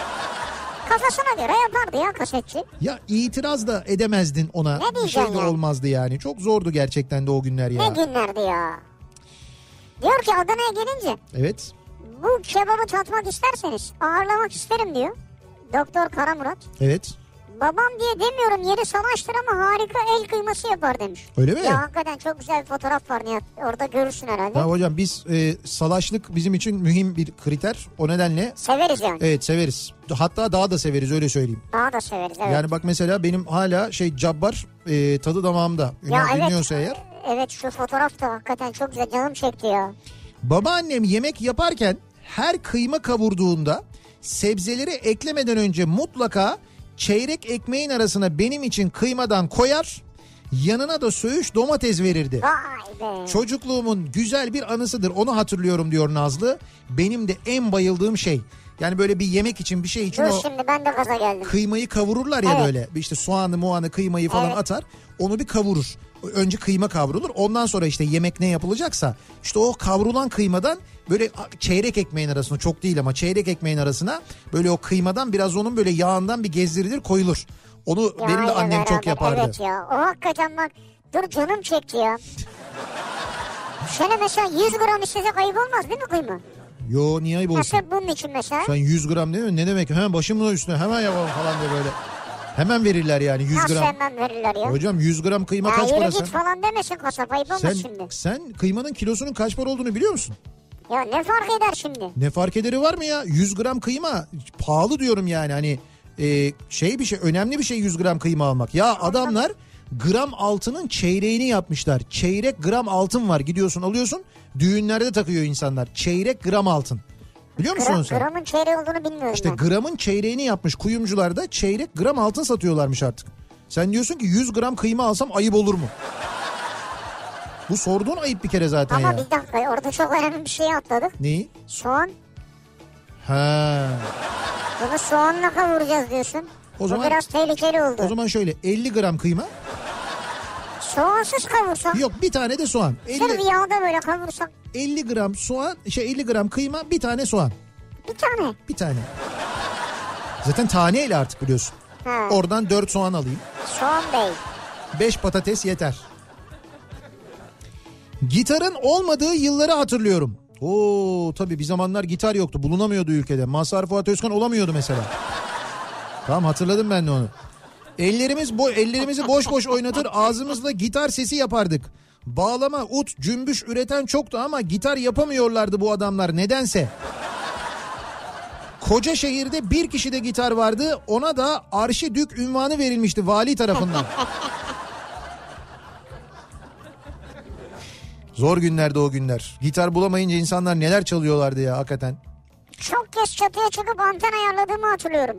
Kafasına göre yapardı ya kasetçi.
Ya itiraz da edemezdin ona.
Ne
Bir şey
diyeceksin
de
ya?
olmazdı yani. Çok zordu gerçekten de o günler ya.
Ne günlerdi ya. Diyor ki Adana'ya gelince
Evet.
bu kebabı tatmak isterseniz ağırlamak isterim diyor. Doktor Karamurat.
Evet.
Babam diye demiyorum yeri savaştır ama harika el kıyması yapar demiş.
Öyle mi?
Ya hakikaten çok güzel bir fotoğraf var Nihat. Orada görürsün herhalde.
Ya hocam biz e, salaşlık bizim için mühim bir kriter. O nedenle
Severiz yani.
evet severiz. Hatta daha da severiz öyle söyleyeyim.
Daha da severiz evet.
Yani bak mesela benim hala şey cabbar e, tadı damağımda.
ya
Ünal dinliyorsa eğer.
Evet şu fotoğraf da hakikaten çok güzel canım çekti ya.
Babaannem yemek yaparken her kıyma kavurduğunda sebzeleri eklemeden önce mutlaka çeyrek ekmeğin arasına benim için kıymadan koyar. Yanına da söğüş domates verirdi.
Vay be.
Çocukluğumun güzel bir anısıdır onu hatırlıyorum diyor Nazlı. Benim de en bayıldığım şey. Yani böyle bir yemek için bir şey için
Dur
o
şimdi ben de gaza geldim.
kıymayı kavururlar ya
Evet.
böyle. İşte soğanı muanı kıymayı falan
Evet.
atar. Onu bir kavurur. Önce kıyma kavrulur. Ondan sonra işte yemek ne yapılacaksa işte o kavrulan kıymadan böyle çeyrek ekmeğin arasına çok değil ama çeyrek ekmeğin arasına böyle o kıymadan biraz onun böyle yağından bir gezdirilir koyulur. Onu
Ya
benim de
ile
annem çok
beraber,
yapardı.
Evet ya o hakikaten bak dur canım çekti ya. Şöyle mesela 100 gram istesek ayıp olmaz değil mi kıyma?
Yo niye ayıp olsun?
Mesela bunun için mesela.
Sen 100 gram değil mi? Ne demek? Hemen başımın üstüne hemen yapalım falan diye böyle. Hemen verirler yani 100
Nasıl
gram.
hemen verirler ya?
Hocam 100 gram kıyma
Ya
kaç para
yürü
sen?
git falan demesin kasap ayıp olmaz
Sen,
şimdi.
sen kıymanın kilosunun kaç para olduğunu biliyor musun?
Ya ne fark eder şimdi?
Ne fark ederi var mı ya? 100 gram kıyma pahalı diyorum yani hani e, şey bir şey önemli bir şey 100 gram kıyma almak. Ya adamlar gram altının çeyreğini yapmışlar. Çeyrek gram altın var gidiyorsun alıyorsun düğünlerde takıyor insanlar. Çeyrek gram altın. Biliyor musun
Gram,
sen?
gramın çeyreği olduğunu bilmiyorum
İşte
ben.
gramın çeyreğini yapmış kuyumcularda çeyrek gram altın satıyorlarmış artık. Sen diyorsun ki 100 gram kıyma alsam ayıp olur mu? Bu sorduğun ayıp bir kere zaten
Ama
ya.
bir dakika orada çok önemli bir şey atladık.
Neyi?
Soğan.
Ha.
Bunu soğanla kavuracağız diyorsun.
O
Bu
zaman-
biraz tehlikeli oldu.
O zaman şöyle 50 gram kıyma.
Soğansız kavursak.
Yok bir tane de soğan. 50,
Sırf yağda böyle kavursak.
50 gram soğan, şey 50 gram kıyma, bir tane soğan.
Bir tane.
Bir tane. Zaten taneyle artık biliyorsun.
Ha,
Oradan 4 soğan alayım.
soğan bey.
5 patates yeter. Gitarın olmadığı yılları hatırlıyorum. Oo tabii bir zamanlar gitar yoktu. Bulunamıyordu ülkede. Mazhar Fuat Özkan olamıyordu mesela. Tamam hatırladım ben de onu. Ellerimiz bo ellerimizi boş boş oynatır ağzımızla gitar sesi yapardık. Bağlama, ut, cümbüş üreten çoktu ama gitar yapamıyorlardı bu adamlar nedense. Koca şehirde bir kişi de gitar vardı. Ona da arşidük ünvanı verilmişti vali tarafından. Zor günlerdi o günler. Gitar bulamayınca insanlar neler çalıyorlardı ya hakikaten.
Çok kez çatıya çıkıp anten ayarladığımı hatırlıyorum.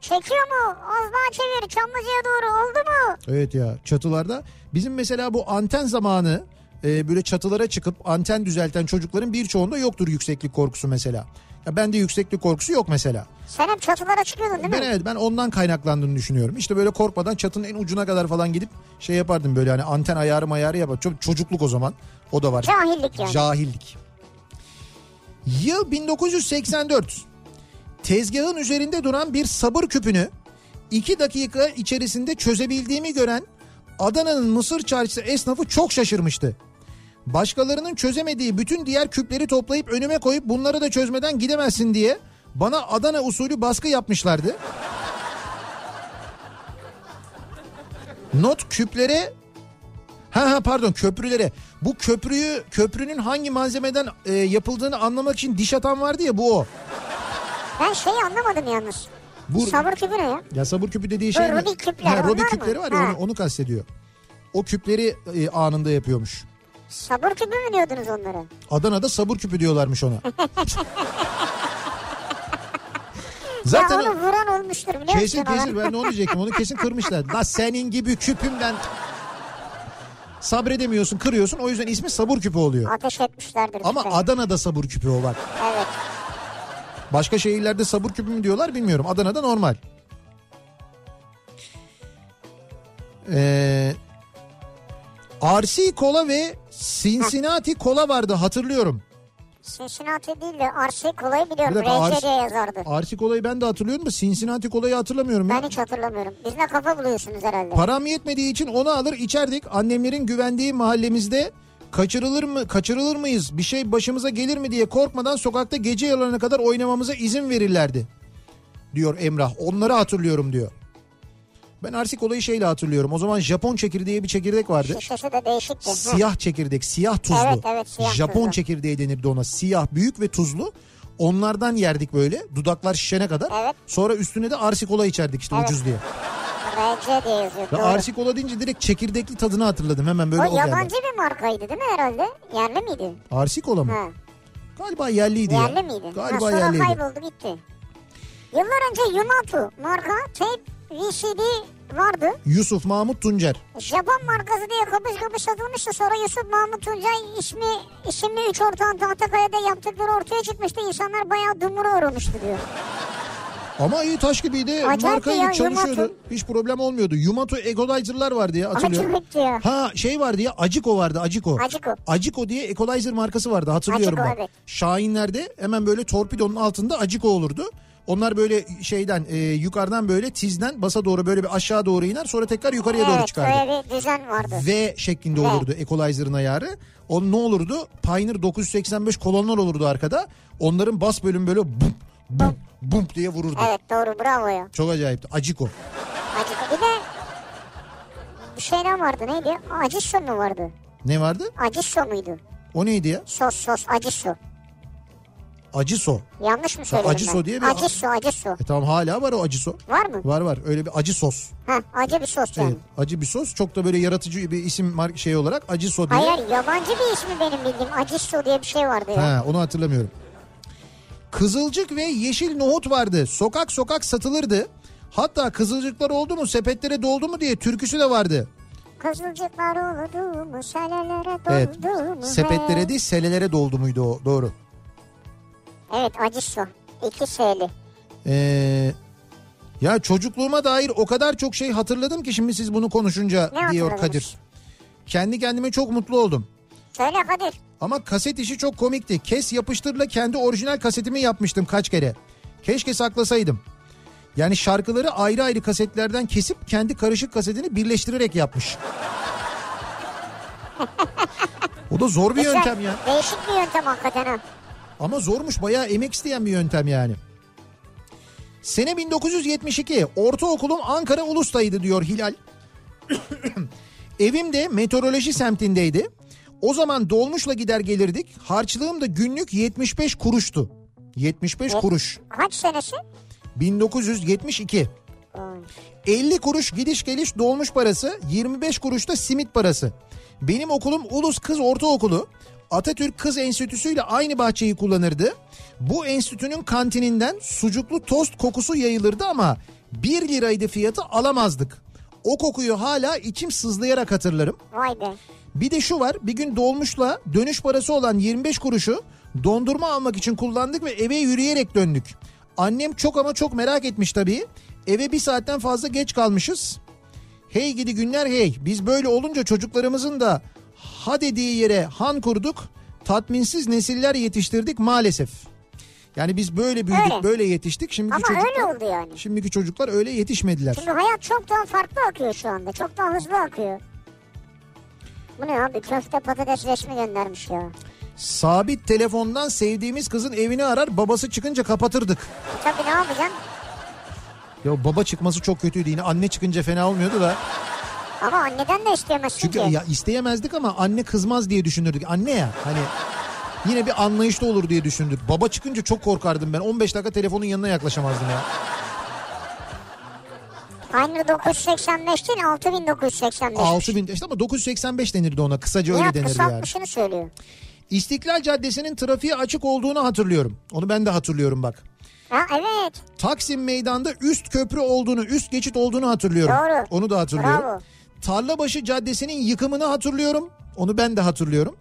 Çekiyor mu? Az daha çevir. Çamlıca'ya doğru. Oldu mu?
Evet ya çatılarda. Bizim mesela bu anten zamanı e, böyle çatılara çıkıp anten düzelten çocukların birçoğunda yoktur yükseklik korkusu mesela. Ya bende yükseklik korkusu yok mesela.
Sen hep çatılara çıkıyordun değil mi?
Ben evet ben ondan kaynaklandığını düşünüyorum. İşte böyle korkmadan çatının en ucuna kadar falan gidip şey yapardım böyle hani anten ayarı mayarı yapar. Çok çocukluk o zaman. O da var.
Cahillik yani.
Cahillik. Yıl 1984. Tezgahın üzerinde duran bir sabır küpünü 2 dakika içerisinde çözebildiğimi gören Adana'nın Mısır Çarşısı esnafı çok şaşırmıştı. Başkalarının çözemediği bütün diğer küpleri toplayıp önüme koyup bunları da çözmeden gidemezsin diye bana Adana usulü baskı yapmışlardı. Not küplere Ha ha pardon köprülere. Bu köprüyü köprünün hangi malzemeden e, yapıldığını anlamak için diş atan vardı ya bu o.
Ben şeyi anlamadım yalnız.
Bu-
Sabır küpü ne ya?
Ya sabır küpü dediği şey
Bu
mi?
Rubik küpler,
Ha, Rubik
onlar mı?
küpleri var ya
Ha.
onu, onu kastediyor. O küpleri e, anında yapıyormuş.
Sabır küpü mü diyordunuz onlara?
Adana'da sabır küpü diyorlarmış ona. Zaten
ya
o-
onu vuran olmuştur biliyor
Kesin
musun?
kesin ben de onu diyecektim onu kesin kırmışlar. La senin gibi küpümden sabredemiyorsun kırıyorsun o yüzden ismi sabır küpü oluyor.
Ateş etmişlerdir.
Ama
küpe.
Adana'da sabır küpü o bak.
Evet.
Başka şehirlerde sabır küpü mü diyorlar bilmiyorum. Adana'da normal. Ee, RC Cola ve Cincinnati Cola vardı hatırlıyorum.
Cincinnati değil de RC kolayı biliyorum.
Bir dakika,
RC
RC
diye yazardı.
RC Cola'yı ben de hatırlıyorum da Cincinnati Cola'yı hatırlamıyorum ya.
Ben hiç hatırlamıyorum. Bizle kafa buluyorsunuz herhalde.
Param yetmediği için onu alır içerdik. Annemlerin güvendiği mahallemizde kaçırılır mı kaçırılır mıyız bir şey başımıza gelir mi diye korkmadan sokakta gece yarılarına kadar oynamamıza izin verirlerdi diyor Emrah. Onları hatırlıyorum diyor. Ben Arsik olayı şeyle hatırlıyorum. O zaman Japon çekirdeği bir çekirdek vardı.
Şişesi de değişikti. Hı.
Siyah çekirdek, siyah tuzlu.
Evet, evet, siyah
Japon
tuzlu.
çekirdeği denirdi ona. Siyah, büyük ve tuzlu. Onlardan yerdik böyle. Dudaklar şişene kadar.
Evet.
Sonra üstüne de arsik kola içerdik işte
Evet.
ucuz diye.
RC diye yazıyor.
Ve
doğru.
arsik kola deyince direkt çekirdekli tadını hatırladım. Hemen böyle
o
o,
yabancı
geldi.
bir markaydı değil mi herhalde? Yerli miydi?
Arsik kola mı?
Ha.
Galiba yerliydi ya.
Yerli miydi? Ha,
Galiba
sonra
yerliydi.
kayboldu gitti. Yıllar önce Yumatu marka tape VCD vardı.
Yusuf Mahmut Tuncer.
Japon markası diye kapış kapış satılmıştı. Sonra Yusuf Mahmut Tuncay ismi isimli üç ortağın Tahtakale'de yaptıkları ortaya çıkmıştı. İnsanlar bayağı dumura uğramıştı diyor.
Ama iyi taş gibiydi.
Acayip
Marka
ya,
iyi çalışıyordu.
Yumatu.
Hiç problem olmuyordu. Yumatu Equalizer'lar vardı ya hatırlıyorum.
Acayip ya.
Ha şey vardı ya Aciko vardı Aciko.
Aciko.
Aciko diye Equalizer markası vardı hatırlıyorum
Aciko,
ben.
evet.
Şahinlerde hemen böyle torpidonun altında Aciko olurdu. Onlar böyle şeyden e, yukarıdan böyle tizden basa doğru böyle bir aşağı doğru iner sonra tekrar yukarıya doğru
Evet
çıkardı.
öyle bir düzen vardı.
V şeklinde
V.
olurdu Equalizer'ın ayarı. O ne olurdu? Pioneer 985 kolonlar olurdu arkada. Onların bas bölüm böyle bum bum bum diye vururdu.
Evet doğru bravo ya.
Çok acayipti. Aciko.
Acı, bir de bir şeyler vardı neydi? Acişo mu vardı?
Ne vardı?
Acişo muydu?
O neydi ya?
Sos sos acişo.
Aciso.
Yanlış mı söyledim
acı
ben?
so diye bir-
Acişo acişo.
E tamam hala var o aciso.
Var mı?
Var var. Öyle bir acı sos.
Ha, acı bir sos yani.
Evet. Acı bir sos. Çok da böyle yaratıcı bir isim mar- şey olarak aciso diye.
Hayır yabancı bir ismi benim bildiğim. Acişo diye bir şey vardı ya.
Ha, onu hatırlamıyorum. Kızılcık ve yeşil nohut vardı. Sokak sokak satılırdı. Hatta kızılcıklar oldu mu sepetlere doldu mu diye türküsü de vardı.
Kızılcıklar oldu mu selelere doldu
Evet.
mu?
Sepetlere değil selelere doldu muydu o? Doğru.
Evet acısı. İki şeyli.
Ee, ya çocukluğuma dair o kadar çok şey hatırladım ki şimdi siz bunu konuşunca
Ne
diyor
hatırladınız?
Kadir. Kendi kendime çok mutlu oldum.
Söyle Kadir.
Ama kaset işi çok komikti. Kes yapıştırla kendi orijinal kasetimi yapmıştım kaç kere. Keşke saklasaydım. Yani şarkıları ayrı ayrı kasetlerden kesip kendi karışık kasetini birleştirerek yapmış. o da zor bir
Güzel.
yöntem ya.
Değişik bir yöntem hakikaten ha.
Ama zormuş bayağı emek isteyen bir yöntem yani. Sene 1972 ortaokulum Ankara Ulus'taydı diyor Hilal. Evim de meteoroloji semtindeydi. O zaman dolmuşla gider gelirdik. Harçlığım da günlük 75 kuruştu. 75 kuruş.
Kaç senesi?
1972. 50 kuruş gidiş geliş dolmuş parası, 25 kuruş da simit parası. Benim okulum Ulus Kız Ortaokulu. Atatürk Kız Enstitüsü ile aynı bahçeyi kullanırdı. Bu enstitünün kantininden sucuklu tost kokusu yayılırdı ama 1 liraydı fiyatı alamazdık. O kokuyu hala içim sızlayarak hatırlarım.
Vay be.
Bir de şu var bir gün dolmuşla dönüş parası olan 25 kuruşu dondurma almak için kullandık ve eve yürüyerek döndük. Annem çok ama çok merak etmiş tabii. Eve bir saatten fazla geç kalmışız. Hey gidi günler hey biz böyle olunca çocuklarımızın da ha dediği yere han kurduk tatminsiz nesiller yetiştirdik maalesef. Yani biz böyle büyüdük
Öyle.
böyle yetiştik şimdiki
Ama
çocuklar,
öyle oldu yani.
şimdiki çocuklar öyle yetişmediler.
Şimdi hayat çok daha farklı akıyor şu anda. Çok daha hızlı akıyor. Bu ne abi köfte patates resmi göndermiş ya. E
Sabit telefondan sevdiğimiz kızın evini arar babası çıkınca kapatırdık.
Tabii ne yapacaksın?
Ya baba çıkması çok kötüydü yine anne çıkınca fena olmuyordu da.
Ama anneden de isteyemezsin
Çünkü
ki.
ya isteyemezdik ama anne kızmaz diye düşünürdük. Anne ya hani yine bir anlayışlı olur diye düşündük. Baba çıkınca çok korkardım ben. 15 dakika telefonun yanına yaklaşamazdım ya.
Aynı 985 değil 6985.
6000 işte ama 985 denirdi ona. Kısaca öyle
Nihat
denirdi yani.
kısaltmışını söylüyor.
İstiklal Caddesi'nin trafiğe açık olduğunu hatırlıyorum. Onu ben de hatırlıyorum bak.
Ha evet.
Taksim Meydan'da üst köprü olduğunu, üst geçit olduğunu hatırlıyorum.
Doğru.
Onu da hatırlıyorum.
Bravo.
Tarlabaşı Caddesi'nin yıkımını hatırlıyorum. Onu ben de hatırlıyorum.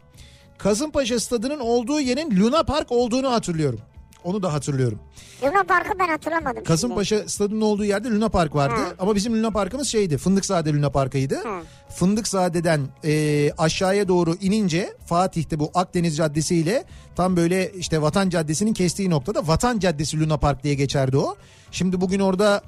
Kasımpaşa Stadı'nın olduğu yerin Luna Park olduğunu hatırlıyorum. Onu da hatırlıyorum.
Luna Park'ı ben hatırlamadım. şimdi.
Kasımpaşa stadının olduğu yerde Luna Park vardı.
Ha.
Ama bizim Luna Park'ımız şeydi. Fındıkzade Luna Park'ıydı.
Hı.
Fındıkzade'den e, aşağıya doğru inince Fatih'te bu Akdeniz Caddesi ile tam böyle işte Vatan Caddesi'nin kestiği noktada Vatan Caddesi Luna Park diye geçerdi o. Şimdi bugün orada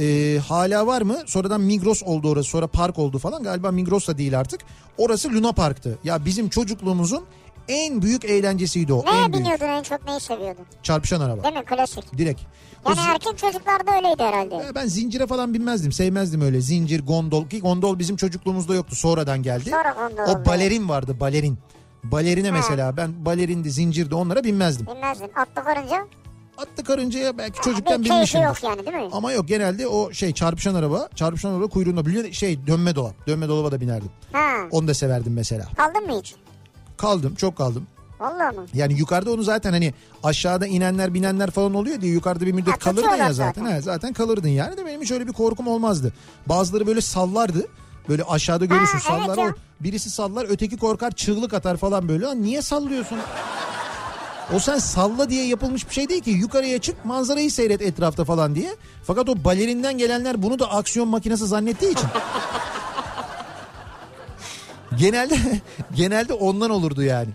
e, hala var mı? Sonradan Migros oldu orası. Sonra park oldu falan. Galiba Migros da değil artık. Orası Luna Park'tı. Ya bizim çocukluğumuzun en büyük eğlencesiydi o.
Neye
en büyük.
biniyordun en çok neyi seviyordun?
Çarpışan araba.
Değil mi klasik?
Direkt. O
Yani
zi-
erkek çocuklarda öyleydi herhalde.
ya ben zincire falan binmezdim. Sevmezdim öyle. Zincir, gondol. Ki gondol bizim çocukluğumuzda yoktu. Sonradan geldi.
Sonra gondol oldu.
O balerin vardı. Balerin. Balerine mesela ben balerindi, zincirdi onlara binmezdim.
Bilmezdin. Atlı karınca
Atlı karıncaya belki
bir
çocukken
keyfi
binmişim.
yok yani değil mi?
Ama yok genelde o şey çarpışan araba, çarpışan araba kuyruğunda biliyor şey dönme dolap. Dönme dolaba da binerdim.
Ha.
Onu da severdim mesela.
Kaldın mı hiç?
Kaldım, çok kaldım.
Vallahi mı?
Yani yukarıda onu zaten hani aşağıda inenler binenler falan oluyor diye yukarıda bir müddet
Ha,
kalırdın
tutuyorlar
ya zaten.
zaten.
He, zaten kalırdın yani de benim hiç öyle bir korkum olmazdı. Bazıları böyle sallardı. Böyle aşağıda görürsün
evet
sallar.
ya.
o- Birisi sallar öteki korkar çığlık atar falan böyle. Lan niye sallıyorsun? O sen salla diye yapılmış bir şey değil ki. Yukarıya çık manzarayı seyret etrafta falan diye. Fakat o balerinden gelenler bunu da aksiyon makinesi zannettiği için. genelde genelde ondan olurdu yani.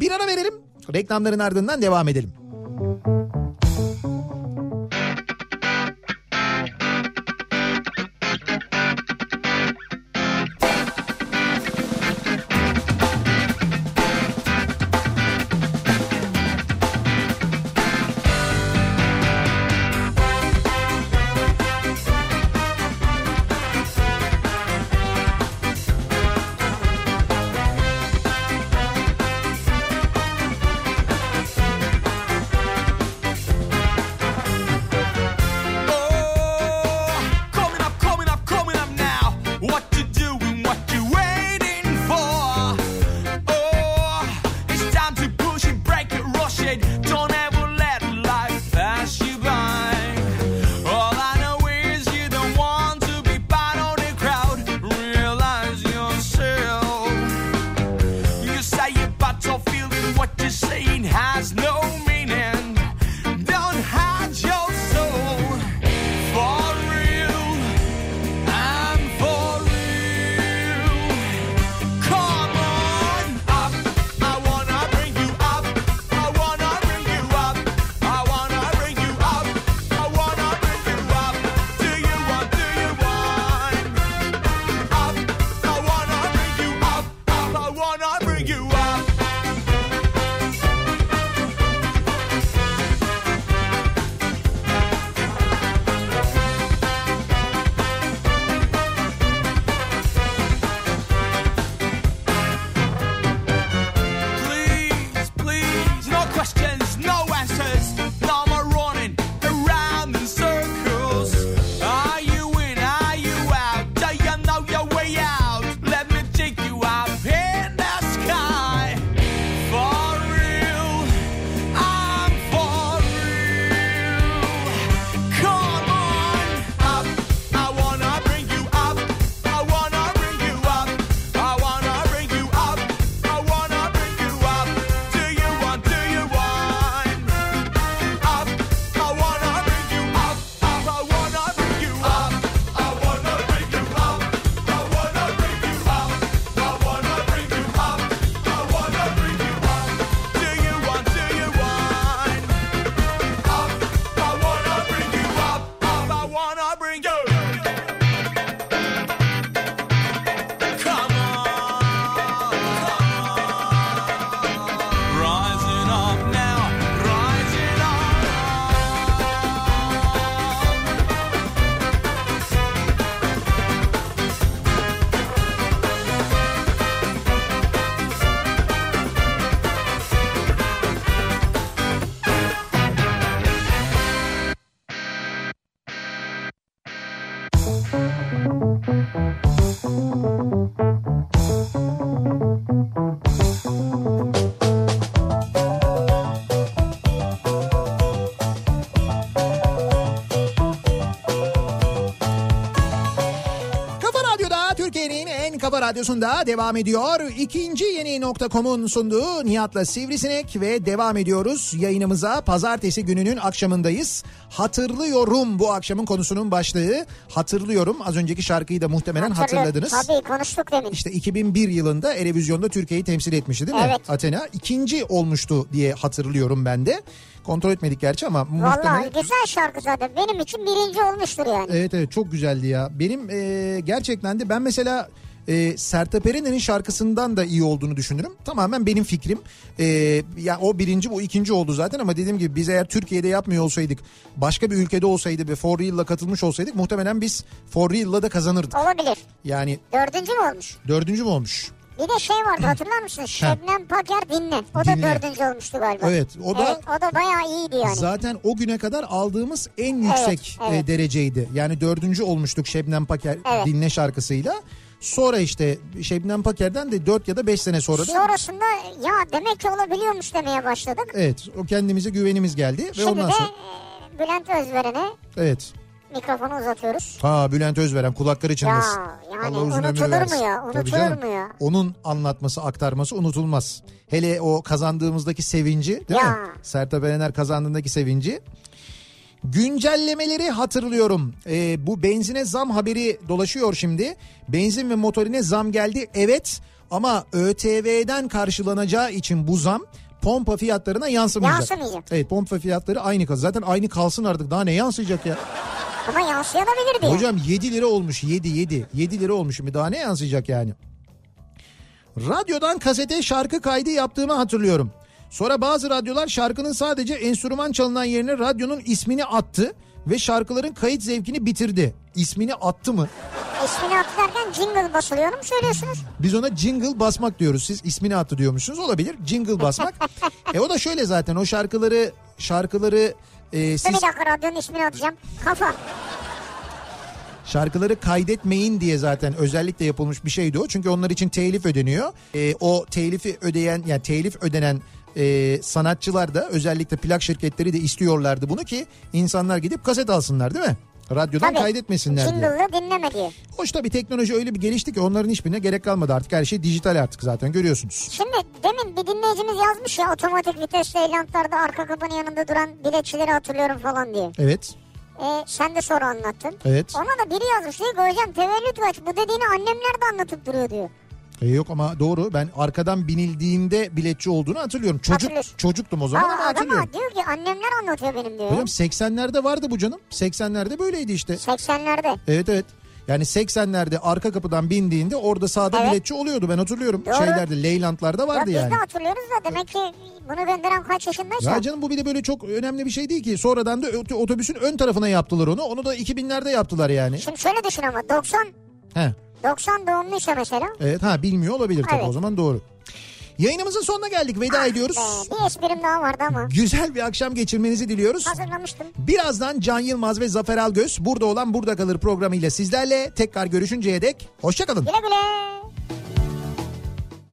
Bir ara verelim. Reklamların ardından devam edelim. Kafa Radyosu'nda devam ediyor. İkinci yeni nokta.com'un sunduğu Nihat'la Sivrisinek ve devam ediyoruz yayınımıza. Pazartesi gününün akşamındayız. Hatırlıyorum bu akşamın konusunun başlığı. Hatırlıyorum az önceki şarkıyı da muhtemelen hatırladınız.
Tabii konuştuk demin.
İşte 2001 yılında Erevizyon'da Türkiye'yi temsil etmişti değil mi?
Evet.
Athena ikinci olmuştu diye hatırlıyorum ben de. Kontrol etmedik gerçi ama
Vallahi
muhtemelen...
güzel şarkı zaten. Benim için birinci olmuştur yani.
Evet evet çok güzeldi ya. Benim e, gerçekten de ben mesela e, Sertab Erener'in şarkısından da iyi olduğunu düşünürüm. Tamamen benim fikrim. E, ya o birinci bu ikinci oldu zaten ama dediğim gibi biz eğer Türkiye'de yapmıyor olsaydık başka bir ülkede olsaydı ve For Real'la katılmış olsaydık muhtemelen biz For Real'la da kazanırdık.
Olabilir.
Yani
Dördüncü mü olmuş?
dördüncü mü olmuş?
Bir de şey vardı hatırlar mısınız? Şebnem Paker dinle. O da
Dinle.
dördüncü olmuştu galiba.
Evet, o da-
Evet, o da bayağı iyiydi yani.
Zaten o güne kadar aldığımız en yüksek
evet.
e, dereceydi. Yani dördüncü olmuştuk Şebnem Paker
Evet.
dinle şarkısıyla. Sonra işte Şebnem Paker'den de 4 ya da 5 sene sonra da
Sonrasında ya demek ki olabiliyormuş demeye başladık.
Evet o kendimize güvenimiz geldi ve
Şimdi
ondan
de
sonra
e, Bülent Özveren'e
evet.
mikrofonu uzatıyoruz.
Ha Bülent Özveren kulakları çınlasın.
Ya, yani
Allah uzun ömür
unutulur mu
versin.
ya?
Tabii
Unutulur
canım.
mu ya?
Onun anlatması, aktarması unutulmaz. Hele o kazandığımızdaki sevinci değil
Ya.
mi? Sertab Erener kazandığındaki sevinci. Güncellemeleri hatırlıyorum. Ee, bu benzine zam haberi dolaşıyor şimdi. Benzin ve motorine zam geldi. Evet ama ÖTV'den karşılanacağı için bu zam pompa fiyatlarına yansımayacak.
Yansımayacak.
Evet pompa fiyatları aynı kalsın. Zaten aynı kalsın artık daha ne yansıyacak ya?
Ama yansıyabilirdi. yani.
Hocam 7 lira olmuş 7 7. 7 lira olmuş şimdi daha ne yansıyacak yani? Radyodan kasete şarkı kaydı yaptığımı hatırlıyorum. Sonra bazı radyolar şarkının sadece enstrüman çalınan yerine radyonun ismini attı ve şarkıların kayıt zevkini bitirdi. İsmini attı mı?
İsmini atlarken jingle basılıyor mu söylüyorsunuz?
Biz ona jingle basmak diyoruz. Siz ismini attı diyormuşsunuz. Olabilir. Jingle basmak. e o da şöyle zaten o şarkıları şarkıları e,
Dur
siz
bir dakika radyonun ismini atacağım. Kafa.
Şarkıları kaydetmeyin diye zaten özellikle yapılmış bir şeydi o. Çünkü onlar için telif ödeniyor. Ee, o telifi ödeyen yani telif ödenen e, sanatçılar da özellikle plak şirketleri de istiyorlardı bunu ki insanlar gidip kaset alsınlar değil mi? Radyodan
Tabii.
kaydetmesinler diye.
Jingle'lı dinleme diye.
Hoş tabii teknoloji öyle bir gelişti ki onların hiçbirine gerek kalmadı artık. Her şey dijital artık zaten görüyorsunuz.
Şimdi demin bir dinleyicimiz yazmış ya otomatik vitesli eylantlarda arka kapının yanında duran biletçileri hatırlıyorum falan diye.
Evet.
E, sen de sonra anlattın.
Evet.
Ona da biri yazmış diyor ki hocam tevellüt kaç bu dediğini annemler de anlatıp duruyor diyor.
E, yok ama doğru ben arkadan binildiğinde biletçi olduğunu hatırlıyorum. Çocuk
Hatırlıyorsun.
çocuktum o
Aa,
zaman ama hatırlıyorum.
adama diyor ki annemler anlatıyor benim diyor.
Hocam 80'lerde vardı bu canım. 80'lerde böyleydi işte.
80'lerde.
Evet evet. Yani 80'lerde arka kapıdan bindiğinde orada sağda
Evet.
biletçi oluyordu ben hatırlıyorum.
Doğru.
Şeylerde Leylandlarda
Ya
vardı
biz
yani.
de hatırlıyoruz da demek ki bunu gönderen kaç yaşındaysa.
Ya canım bu bir de böyle çok önemli bir şey değil ki. Sonradan da öt- otobüsün ön tarafına yaptılar onu. Onu da 2000'lerde yaptılar yani.
Şimdi şöyle düşün ama 90
He.
90 doğumluysa mesela.
Evet ha bilmiyor olabilir tabii
Evet.
o zaman doğru. Yayınımızın sonuna geldik. Veda ediyoruz.
Ee, bir esprim daha vardı ama
Güzel bir akşam geçirmenizi diliyoruz.
hazırlamıştım.
Birazdan Can Yılmaz ve Zafer Algöz burada olan burada kalır programıyla sizlerle tekrar görüşünceye dek hoşçakalın.
Güle güle.